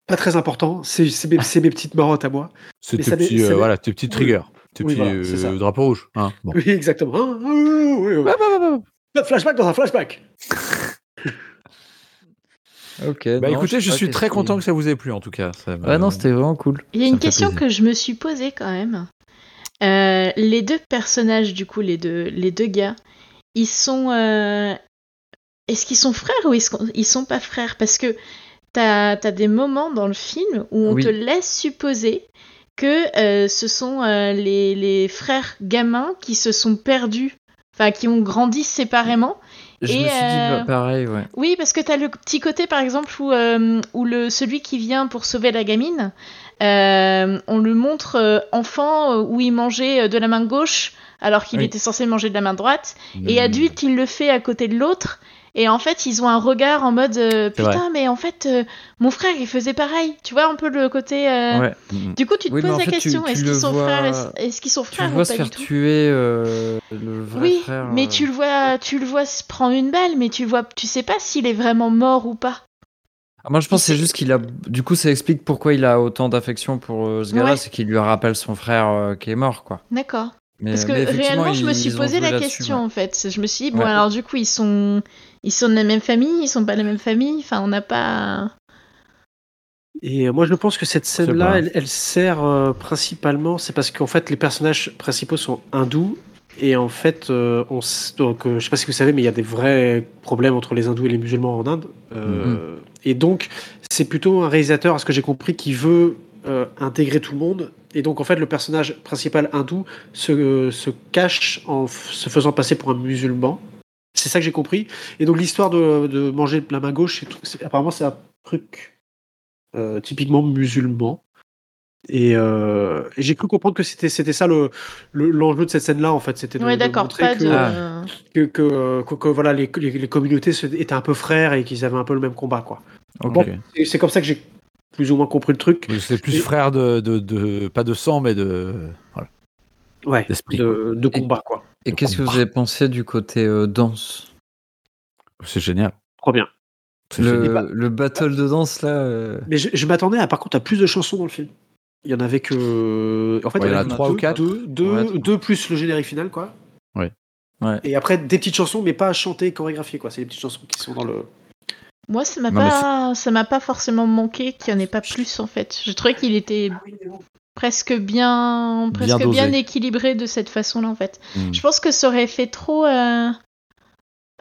Speaker 2: pas très important. C'est c'est mes, c'est mes petites marottes à moi.
Speaker 1: C'est
Speaker 2: Mais
Speaker 1: tes
Speaker 2: ça dé-
Speaker 1: petits,
Speaker 2: ça
Speaker 1: euh,
Speaker 2: dé-
Speaker 1: voilà, tes petits
Speaker 2: Oui.
Speaker 1: triggers. Tes
Speaker 2: Oui,
Speaker 1: petits
Speaker 2: voilà, c'est ça.
Speaker 1: euh, drapeaux rouges. hein. Bon.
Speaker 2: Oui, exactement. Hein Oui, oui, oui. Flashback dans un flashback.
Speaker 3: Ok.
Speaker 1: Bah
Speaker 3: non,
Speaker 1: écoutez,
Speaker 3: sais
Speaker 1: je
Speaker 3: pas
Speaker 1: suis
Speaker 3: qu'est-ce
Speaker 1: très
Speaker 3: qui-
Speaker 1: content que ça vous ait plu en tout cas. Ça m'a-
Speaker 3: Ouais, Ah non, c'était vraiment cool.
Speaker 4: Il y a
Speaker 1: Ça
Speaker 4: une
Speaker 1: me fait
Speaker 4: question
Speaker 1: plaisir.
Speaker 4: que je me suis posée quand même. Euh, les deux personnages, du coup, les deux, les deux gars, ils sont. euh, Est-ce qu'ils sont frères ou est-ce qu'on- ils sont pas frères Parce que t'as as des moments dans le film où on
Speaker 3: Oui.
Speaker 4: te laisse supposer que euh, ce sont euh, les, les frères gamins qui se sont perdus, enfin qui ont grandi séparément.
Speaker 3: Je
Speaker 4: Et,
Speaker 3: me suis dit
Speaker 4: euh,
Speaker 3: bah, pareil, ouais.
Speaker 4: Oui, parce que t'as le petit côté, par exemple, où, euh, où le, celui qui vient pour sauver la gamine, euh, on le montre euh, enfant euh, où il mangeait euh, de la main gauche alors qu'il
Speaker 3: Oui.
Speaker 4: était censé manger de la main droite, et
Speaker 1: Mm.
Speaker 4: adulte, il le fait à côté de l'autre. Et en fait, ils ont un regard en mode euh,
Speaker 1: C'est vrai.
Speaker 4: putain, mais en fait, euh, mon frère, il faisait pareil. Tu vois un peu le côté. euh,
Speaker 3: Ouais.
Speaker 1: Mm.
Speaker 4: Du coup, tu te
Speaker 3: Oui, mais
Speaker 4: poses
Speaker 3: en
Speaker 4: la
Speaker 3: fait, tu-
Speaker 4: question
Speaker 3: tu
Speaker 4: est-ce
Speaker 3: le
Speaker 4: qu'ils sont
Speaker 3: vois-
Speaker 4: frères est-ce- Est-ce qu'ils sont
Speaker 3: Tu
Speaker 4: frères
Speaker 3: le
Speaker 4: ou
Speaker 3: vois
Speaker 4: Ah, pas
Speaker 3: se
Speaker 4: du
Speaker 3: faire
Speaker 4: tout
Speaker 3: tuer euh, le vrai
Speaker 4: oui,
Speaker 3: frère.
Speaker 4: mais
Speaker 3: euh,
Speaker 4: tu le vois, tu le vois se prendre une balle, mais tu le vois, tu sais pas s'il est vraiment mort ou pas.
Speaker 3: Ah, Moi, je pense que c'est juste qu'il a. Du coup, ça explique pourquoi il a autant d'affection pour euh, ce gars-là,
Speaker 4: Ouais.
Speaker 3: c'est qu'il lui rappelle son frère euh, qui est mort, quoi.
Speaker 4: D'accord.
Speaker 3: Mais,
Speaker 4: Parce que
Speaker 3: mais effectivement,
Speaker 4: réellement, je me
Speaker 3: ils-
Speaker 4: suis
Speaker 3: ils ont
Speaker 4: posé
Speaker 3: joué
Speaker 4: la
Speaker 3: là-dessus,
Speaker 4: question
Speaker 3: ouais.
Speaker 4: en fait. Je me suis dit, bon,
Speaker 3: Ouais.
Speaker 4: alors du coup, ils sont, ils sont de la même famille, ils sont pas de la même famille. Enfin, on n'a pas.
Speaker 2: Et euh, moi, je pense que cette
Speaker 1: pas.
Speaker 2: scène-là, elle, elle sert euh, principalement, c'est parce qu'en fait, les personnages principaux sont hindous. Et en fait, euh, on s- donc, euh, je sais pas si vous savez, mais il y a des vrais problèmes entre les hindous et les musulmans en Inde. Euh, Et donc, c'est plutôt un réalisateur, à ce que j'ai compris, qui veut euh, intégrer tout le monde. Et donc, en fait, le personnage principal hindou se, euh, se cache en f- se faisant passer pour un musulman. C'est ça que j'ai compris. Et donc, l'histoire de, de manger la main gauche, c'est tout- c'est- apparemment, c'est un truc euh, typiquement musulman. Et, euh, et j'ai cru comprendre que c'était c'était ça le le- l'enjeu de cette scène-là, en fait. C'était de,
Speaker 4: Ouais,
Speaker 2: de
Speaker 4: d'accord,
Speaker 2: montrer
Speaker 4: pas
Speaker 2: que-
Speaker 4: de.
Speaker 3: Ah.
Speaker 2: que, que, euh, que- que, voilà, les, les, les communautés se- étaient un peu frères et qu'ils avaient un peu le même combat. quoi.
Speaker 3: Ok.
Speaker 2: Bon. Et c'est comme ça que j'ai plus ou moins compris le truc.
Speaker 1: Mais C'est plus
Speaker 2: Et-
Speaker 1: frère de, de, de- pas de sang, mais de voilà,
Speaker 2: Ouais,
Speaker 1: d'esprit.
Speaker 2: de, de combat, quoi.
Speaker 3: Et qu'est-ce que vous avez pensé du côté euh, danse
Speaker 1: C'est génial.
Speaker 2: Trop bien.
Speaker 1: C'est génial.
Speaker 3: le, le battle de danse là euh,
Speaker 2: Mais je, je m'attendais, à, par contre, à plus de chansons dans le film. Il y en avait que. En fait,
Speaker 1: Ouais, il y en a
Speaker 2: avait
Speaker 1: trois
Speaker 2: deux-
Speaker 1: ou quatre.
Speaker 2: Deux, deux,
Speaker 3: Ouais.
Speaker 2: deux plus le générique final, quoi.
Speaker 1: Ouais.
Speaker 3: Ouais.
Speaker 2: Et après, des petites chansons, mais pas chantées, chorégraphiées, quoi. C'est des petites chansons qui sont dans le.
Speaker 4: Moi, ça m'a
Speaker 1: Non, mais
Speaker 4: pas, ça m'a pas forcément manqué qu'il n'y en ait pas plus en fait. Je trouvais qu'il était
Speaker 2: Ah
Speaker 4: presque
Speaker 1: Bien
Speaker 4: bien, presque
Speaker 1: dosé.
Speaker 4: bien, équilibré de cette façon-là en fait.
Speaker 3: Hmm.
Speaker 1: Mm.
Speaker 4: Je pense que ça aurait fait trop, euh,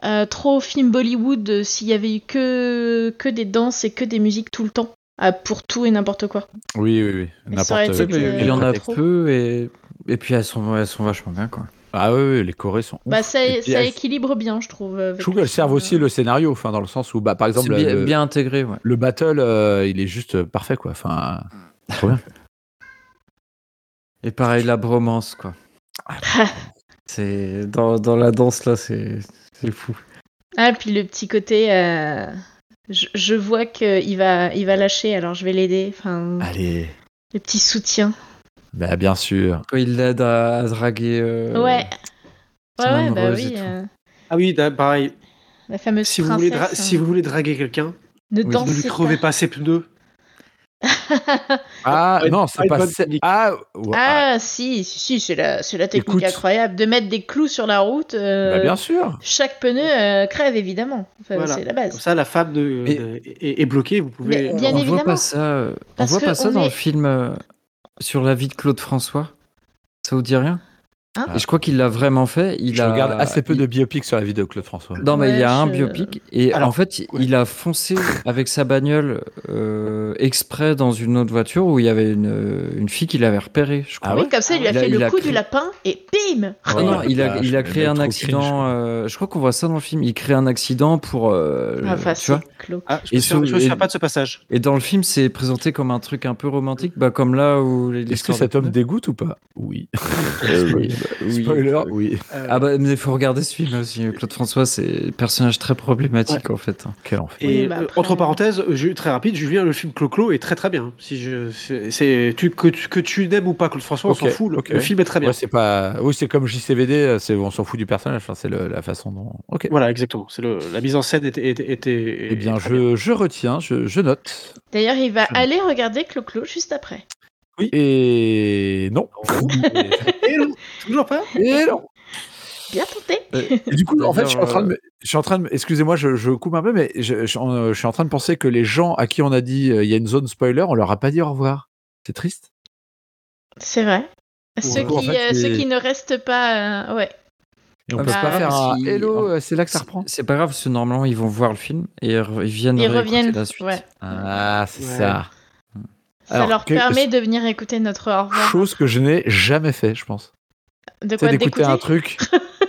Speaker 4: euh, trop film Bollywood euh, s'il y avait eu que que des danses et que des musiques tout le temps euh, pour tout et n'importe quoi.
Speaker 1: Oui, oui, oui.
Speaker 4: Mais ça aurait
Speaker 1: N'importe
Speaker 4: été,
Speaker 1: quel
Speaker 4: euh,
Speaker 3: Il y en a
Speaker 1: prétexte.
Speaker 4: trop.
Speaker 3: peu et, et puis elles sont, elles sont vachement bien quoi.
Speaker 1: Ah oui, oui, les Corées sont.
Speaker 4: Bah
Speaker 1: ouf.
Speaker 4: ça,
Speaker 1: Et puis,
Speaker 4: ça
Speaker 1: elles-
Speaker 4: équilibre bien, je trouve. avec
Speaker 1: Je trouve qu'elles
Speaker 4: le
Speaker 1: servent
Speaker 4: film,
Speaker 1: aussi
Speaker 4: euh.
Speaker 1: le scénario, enfin, dans le sens où, bah, par
Speaker 3: C'est
Speaker 1: exemple,
Speaker 3: bien,
Speaker 1: le,
Speaker 3: bien intégré, ouais.
Speaker 1: le battle, euh, il est juste euh, parfait, quoi. Enfin,
Speaker 3: Et pareil, la bromance, quoi. C'est dans, dans la danse, là, c'est c'est fou.
Speaker 4: Ah puis le petit côté, euh, je, je vois que il va, il va lâcher, alors je vais l'aider. Enfin,
Speaker 1: allez,
Speaker 4: le petit soutien.
Speaker 1: bah, bien sûr.
Speaker 3: Quand il l'aide à, à draguer. euh,
Speaker 4: Ouais.
Speaker 3: son
Speaker 4: Ouais, ouais, bah
Speaker 3: amoureuse et
Speaker 4: oui.
Speaker 3: tout.
Speaker 4: euh,
Speaker 2: Ah oui, da- pareil.
Speaker 4: la fameuse
Speaker 2: Si vous,
Speaker 4: princesse.
Speaker 2: voulez dra-
Speaker 4: hein.
Speaker 2: si vous voulez draguer quelqu'un,
Speaker 3: Oui,
Speaker 4: Ne
Speaker 2: ne lui
Speaker 4: dansez
Speaker 2: crevez
Speaker 4: pas.
Speaker 2: pas ses pneus.
Speaker 1: Ah,
Speaker 2: Ouais,
Speaker 1: non, c'est
Speaker 2: ouais,
Speaker 1: pas.
Speaker 2: bonne
Speaker 1: c'est-
Speaker 2: technique.
Speaker 1: Ah, ouais, ah,
Speaker 4: Ah si, si, si, c'est la, c'est la technique
Speaker 1: Écoute.
Speaker 4: incroyable de mettre des clous sur la route. euh,
Speaker 1: bah, bien sûr.
Speaker 4: Chaque pneu euh, crève évidemment. Enfin,
Speaker 2: Voilà.
Speaker 4: C'est la
Speaker 2: Comme
Speaker 4: base.
Speaker 2: ça, la femme de-
Speaker 3: Et-
Speaker 2: de- est, est bloquée. Vous pouvez.
Speaker 4: Mais bien
Speaker 3: on
Speaker 4: évidemment.
Speaker 3: voit pas ça, euh, on
Speaker 4: Parce
Speaker 3: voit
Speaker 4: que
Speaker 3: pas ça
Speaker 4: on
Speaker 3: dans
Speaker 4: est-
Speaker 3: le film euh, sur la vie de Claude François. Ça vous dit rien
Speaker 4: Hein
Speaker 3: Et Je crois qu'il l'a vraiment fait. Il
Speaker 1: Je
Speaker 3: a...
Speaker 1: regarde assez peu
Speaker 3: il-
Speaker 1: de biopics sur la vie de Claude François.
Speaker 3: Non, mais il y a
Speaker 4: Ouais,
Speaker 3: un
Speaker 4: je-
Speaker 3: biopic. Et
Speaker 2: Alors,
Speaker 3: en fait, il a foncé avec sa bagnole euh, exprès dans une autre voiture où il y avait une, euh, une fille qu'il avait repérée, je crois.
Speaker 1: Ah ouais
Speaker 4: oui, comme ça, il lui a
Speaker 3: Il a-
Speaker 4: fait
Speaker 3: il
Speaker 4: le
Speaker 3: a
Speaker 4: coup
Speaker 3: créé-
Speaker 4: du lapin et bim
Speaker 3: Ah non, il a,
Speaker 1: Ah,
Speaker 3: il
Speaker 1: je
Speaker 3: a
Speaker 1: suis
Speaker 3: créé un
Speaker 1: trop
Speaker 3: accident. euh, je crois qu'on voit ça dans le film. Il crée un accident pour. euh,
Speaker 4: Enfin,
Speaker 3: tu vois
Speaker 4: c'est clos.
Speaker 2: Ah, je
Speaker 3: Et
Speaker 2: me souviens-
Speaker 3: sous-
Speaker 2: je me souviens
Speaker 3: et-
Speaker 2: pas de ce passage.
Speaker 3: Et dans le film, c'est présenté comme un truc un peu romantique, bah, comme là où. les-
Speaker 1: Est-ce que
Speaker 3: l'histoire
Speaker 1: cet
Speaker 3: de-
Speaker 1: homme dégoûte ou pas Euh, Oui.
Speaker 3: Oui.
Speaker 1: Spoiler, oui.
Speaker 2: Euh,
Speaker 3: Ah bah, mais il faut regarder ce film aussi. Claude François, c'est un personnage très problématique en fait.
Speaker 1: Quel enfer.
Speaker 2: Et
Speaker 4: Oui, bah
Speaker 2: euh,
Speaker 4: après-
Speaker 2: entre parenthèses, euh, ju- très rapide, Julien, le film Clo-Clo est très très bien. Si je, c'est, c'est- tu, que, tu- que tu n'aimes ou pas Claude François,
Speaker 1: Ok,
Speaker 2: on s'en fout. Le,
Speaker 1: ok.
Speaker 2: le film est très bien.
Speaker 1: Ouais, c'est pas. Oui, c'est comme JCVD, c'est... on s'en fout du personnage, enfin, c'est le- la façon dont. Ok.
Speaker 2: Voilà, exactement. C'est le, la mise en scène était. était, était-
Speaker 1: Eh bien,
Speaker 2: est très
Speaker 1: je, je retiens, je, je note.
Speaker 4: D'ailleurs, il va aller regarder Clo-Clo juste après.
Speaker 1: Oui. Et non.
Speaker 2: Et non, toujours pas.
Speaker 1: Et non.
Speaker 4: Bien tenté.
Speaker 1: Et du coup, en fait, je suis en train de,
Speaker 3: D'ailleurs,
Speaker 1: me- je suis en train de, excusez-moi, je, je coupe un peu, mais je, je- euh, je suis en train de penser que les gens à qui on a dit euh, il y a une zone spoiler, on leur a pas dit au revoir. C'est triste.
Speaker 4: C'est vrai. Ceux,
Speaker 1: le coup, en
Speaker 4: qui,
Speaker 1: fait,
Speaker 4: euh,
Speaker 1: c'est-
Speaker 4: ceux qui ne restent pas. euh, ouais.
Speaker 1: Et on
Speaker 3: Ah,
Speaker 1: peut
Speaker 4: bah,
Speaker 1: pas faire un
Speaker 3: si-
Speaker 1: hello, euh, c'est là que ça
Speaker 3: C'est-
Speaker 1: reprend.
Speaker 3: C'est pas grave, parce que normalement, ils vont voir le film et ils re- ils viennent.
Speaker 4: Ils
Speaker 3: réécouter
Speaker 4: reviennent,
Speaker 3: La suite.
Speaker 4: ouais.
Speaker 1: Ah, c'est
Speaker 2: Ouais.
Speaker 1: ça.
Speaker 4: Ça
Speaker 1: Alors,
Speaker 4: leur
Speaker 1: que-
Speaker 4: permet de venir écouter notre au revoir.
Speaker 1: Chose que je n'ai jamais fait, je pense.
Speaker 4: De
Speaker 1: C'est
Speaker 4: quoi
Speaker 1: d'écouter
Speaker 4: d'écouter
Speaker 1: un truc,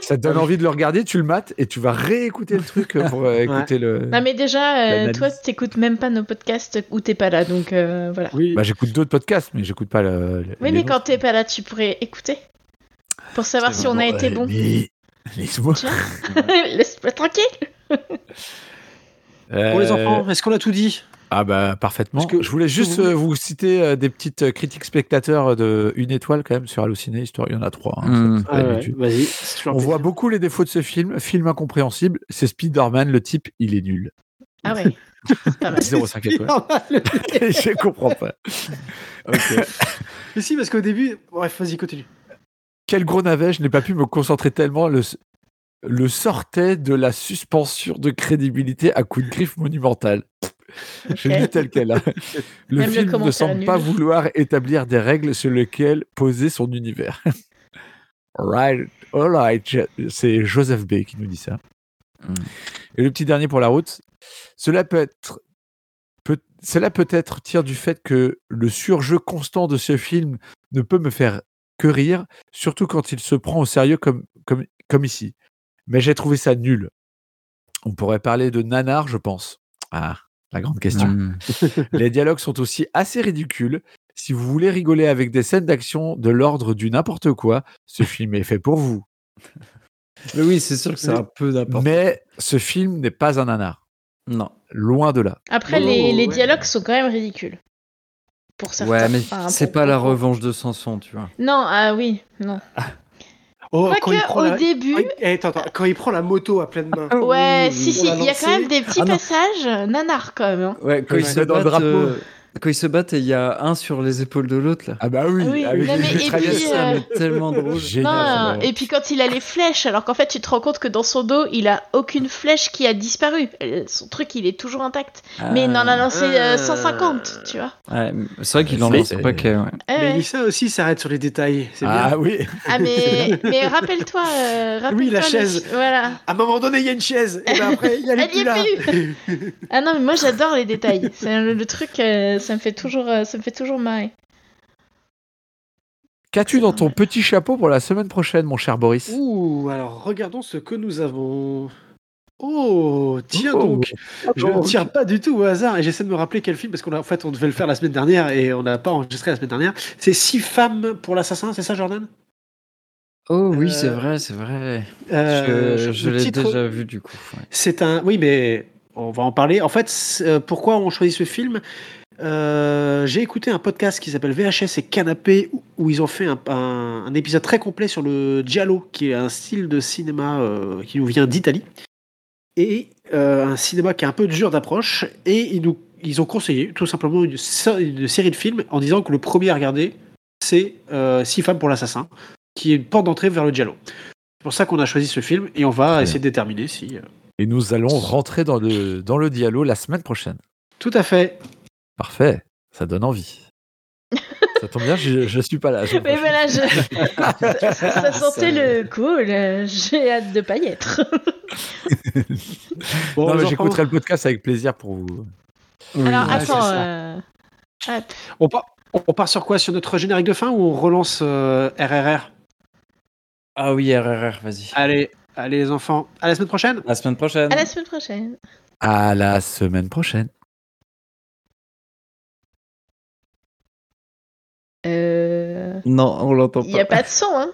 Speaker 1: ça te donne envie de le regarder, tu le mates et tu vas réécouter le truc euh, pour euh, écouter le.
Speaker 4: Non mais déjà, euh,
Speaker 1: L'analyse.
Speaker 4: toi, t'écoutes même pas nos podcasts où t'es pas là, donc euh, voilà.
Speaker 2: Oui.
Speaker 1: Bah, j'écoute d'autres podcasts, mais j'écoute pas le. le- les
Speaker 4: Oui, mais quand
Speaker 1: nôtres.
Speaker 4: t'es pas là, tu pourrais écouter pour savoir si on a été bon.
Speaker 1: Mais- Laisse-moi.
Speaker 4: Tiens. Laisse-moi tranquille.
Speaker 2: Pour les
Speaker 1: Euh,
Speaker 2: enfants, est-ce qu'on a tout dit
Speaker 1: Ah bah parfaitement.
Speaker 2: Parce que-
Speaker 1: je voulais juste
Speaker 2: vous-
Speaker 1: euh, vous citer euh, des petites euh, critiques spectateurs de une étoile quand même sur Allociné, histoire. Il y en a trois. hein, ça,
Speaker 3: Hmm.
Speaker 1: c'est pas
Speaker 2: Ah ouais,
Speaker 1: l'habitude.
Speaker 2: Vas-y. c'est toujours
Speaker 1: On
Speaker 2: un
Speaker 1: voit
Speaker 2: plaisir.
Speaker 1: beaucoup les défauts de ce film. Film incompréhensible. C'est Spider-Man, le type, il est nul.
Speaker 4: Ah ouais. C'est pas mal.
Speaker 1: 0,5 étoiles. je comprends pas.
Speaker 2: Mais si, parce qu'au début, bref, vas-y, continue.
Speaker 1: Quel gros navet, je n'ai pas pu me concentrer tellement. Le, le sortait de la suspension de crédibilité à coup de griffe monumentale. Je le dis tel quel. hein. Le
Speaker 4: Même le
Speaker 1: film ne
Speaker 4: commentaire
Speaker 1: semble
Speaker 4: nul.
Speaker 1: pas vouloir établir des règles sur lesquelles poser son univers. Alright, alright. je- C'est Joseph B qui nous dit ça.
Speaker 3: Mm.
Speaker 4: Hmm.
Speaker 1: Et le petit dernier pour la route. Cela peut être. peut- Cela peut-être tire du fait que le surjeu constant de ce film ne peut me faire que rire, surtout quand il se prend au sérieux comme, comme, comme ici. Mais j'ai trouvé ça nul. On pourrait parler de nanar, je pense. Ah, la grande question.
Speaker 3: Mm.
Speaker 1: Les dialogues sont aussi assez ridicules. Si vous voulez rigoler avec des scènes d'action de l'ordre du n'importe quoi, ce film est fait pour vous.
Speaker 3: Mais oui, c'est sûr que c'est
Speaker 2: Mais-
Speaker 3: un peu d'importance.
Speaker 1: Mais ce film n'est pas un nanar.
Speaker 3: Non.
Speaker 1: Loin de là.
Speaker 4: Après,
Speaker 2: Oh,
Speaker 4: les, les
Speaker 2: ouais.
Speaker 4: dialogues sont quand même ridicules. Pour certains.
Speaker 3: Ouais, mais
Speaker 4: Enfin,
Speaker 3: c'est
Speaker 4: pour-
Speaker 3: pas la revanche de Samson, tu vois.
Speaker 4: Non, ah oui, non.
Speaker 2: Oh, quand il
Speaker 4: Quoique,
Speaker 2: prend
Speaker 4: au
Speaker 2: la...
Speaker 4: début.
Speaker 2: Ah, il- eh, attends, attends, quand il prend la moto à pleine main.
Speaker 4: Ah Ouais, si, si,
Speaker 2: on l'a
Speaker 4: il y a
Speaker 2: lancé.
Speaker 4: quand même des petits
Speaker 3: Ah, non.
Speaker 4: passages euh, nanars quand même. hein.
Speaker 3: Ouais, quand
Speaker 2: Ouais.
Speaker 3: ils se
Speaker 1: Dans le
Speaker 3: battent,
Speaker 1: drapeau.
Speaker 3: euh, quand ils se battent et il y a un sur les épaules de l'autre là.
Speaker 1: Ah bah oui,
Speaker 4: Ah oui,
Speaker 1: avec
Speaker 4: non,
Speaker 1: les
Speaker 4: mais et
Speaker 3: Ah,
Speaker 1: mitraillettes.
Speaker 4: puis,
Speaker 3: ça,
Speaker 4: euh,
Speaker 3: mais tellement drôle.
Speaker 1: Génial. ça,
Speaker 4: Non, euh,
Speaker 1: vraiment.
Speaker 4: et puis quand il a les flèches, alors qu'en fait tu te rends compte que dans son dos il a aucune flèche qui a disparu. Euh, Son truc il est toujours intact. Mais il en a lancé euh,
Speaker 2: Ah.
Speaker 4: 150, tu vois.
Speaker 3: Ah, Ouais, c'est vrai qu'il en
Speaker 1: C'est-
Speaker 3: lance un paquet. ouais.
Speaker 4: Ouais, ouais.
Speaker 2: Mélissa aussi s'arrête sur les détails. C'est bien.
Speaker 1: Ah oui,
Speaker 4: Ah mais, mais rappelle-toi, euh, rappelle-toi
Speaker 2: Oui, la
Speaker 4: le-
Speaker 2: chaise.
Speaker 4: Voilà.
Speaker 2: À un moment donné, il y a une chaise. Et ben après, il y a
Speaker 4: Elle y est
Speaker 2: les
Speaker 4: Ah non, mais moi j'adore les détails. C'est le, le truc, euh, ça me fait toujours, euh, ça me fait toujours marrer.
Speaker 1: Qu'as-tu dans ton petit chapeau pour la semaine prochaine, mon cher Boris
Speaker 2: Ouh, alors regardons ce que nous avons. Oh, tiens
Speaker 1: Oh,
Speaker 2: donc, je ne
Speaker 1: donc.
Speaker 2: tire pas du tout au hasard et j'essaie de me rappeler quel film parce qu'on a- en fait on devait le faire la semaine dernière et on n'a pas enregistré la semaine dernière. C'est Six femmes pour l'assassin, c'est ça Jordan
Speaker 3: Oh oui,
Speaker 2: Euh,
Speaker 3: c'est vrai, c'est vrai.
Speaker 2: Euh,
Speaker 3: je
Speaker 2: le
Speaker 3: je l'ai
Speaker 2: titre-
Speaker 3: déjà vu du coup. ouais.
Speaker 2: C'est un. Oui, mais on va en parler. En fait, c'est- euh, pourquoi on choisit ce film Euh, J'ai écouté un podcast qui s'appelle VHS et Canapé où- où ils ont fait un, un- un épisode très complet sur le giallo, qui est un style de cinéma euh, qui nous vient d'Italie et euh, un cinéma qui est un peu dur d'approche. Et ils nous ils ont conseillé tout simplement une, sé- une série de films en disant que le premier à regarder c'est euh, Six femmes pour l'assassin, qui est une porte d'entrée vers le giallo. C'est pour ça qu'on a choisi ce film et on va
Speaker 1: bien.
Speaker 2: essayer de déterminer si. euh,
Speaker 1: Et nous allons rentrer dans le, dans le dialogue la semaine prochaine.
Speaker 2: Tout à fait.
Speaker 1: Parfait, ça donne envie. ça tombe bien, je, je suis pas là. la semaine
Speaker 4: Mais
Speaker 1: prochaine.
Speaker 4: voilà, je... ça, ça sentait le cool. euh, J'ai hâte de pas y être.
Speaker 1: Non,
Speaker 2: Bon,
Speaker 1: mais
Speaker 2: les enfants,
Speaker 1: j'écouterai le podcast avec plaisir pour vous.
Speaker 4: Alors
Speaker 2: ouais,
Speaker 4: attends,
Speaker 2: c'est ça.
Speaker 4: euh, hop.
Speaker 2: On part, on part sur quoi Sur notre générique de fin ou on relance euh, RRR
Speaker 3: Ah oui, RRR, vas-y.
Speaker 2: Allez, allez les enfants. À la semaine prochaine.
Speaker 3: À la semaine prochaine.
Speaker 4: à la semaine prochaine.
Speaker 1: À la semaine prochaine.
Speaker 4: Euh,
Speaker 3: Non, on l'entend
Speaker 4: Il n'y a pas de son, hein.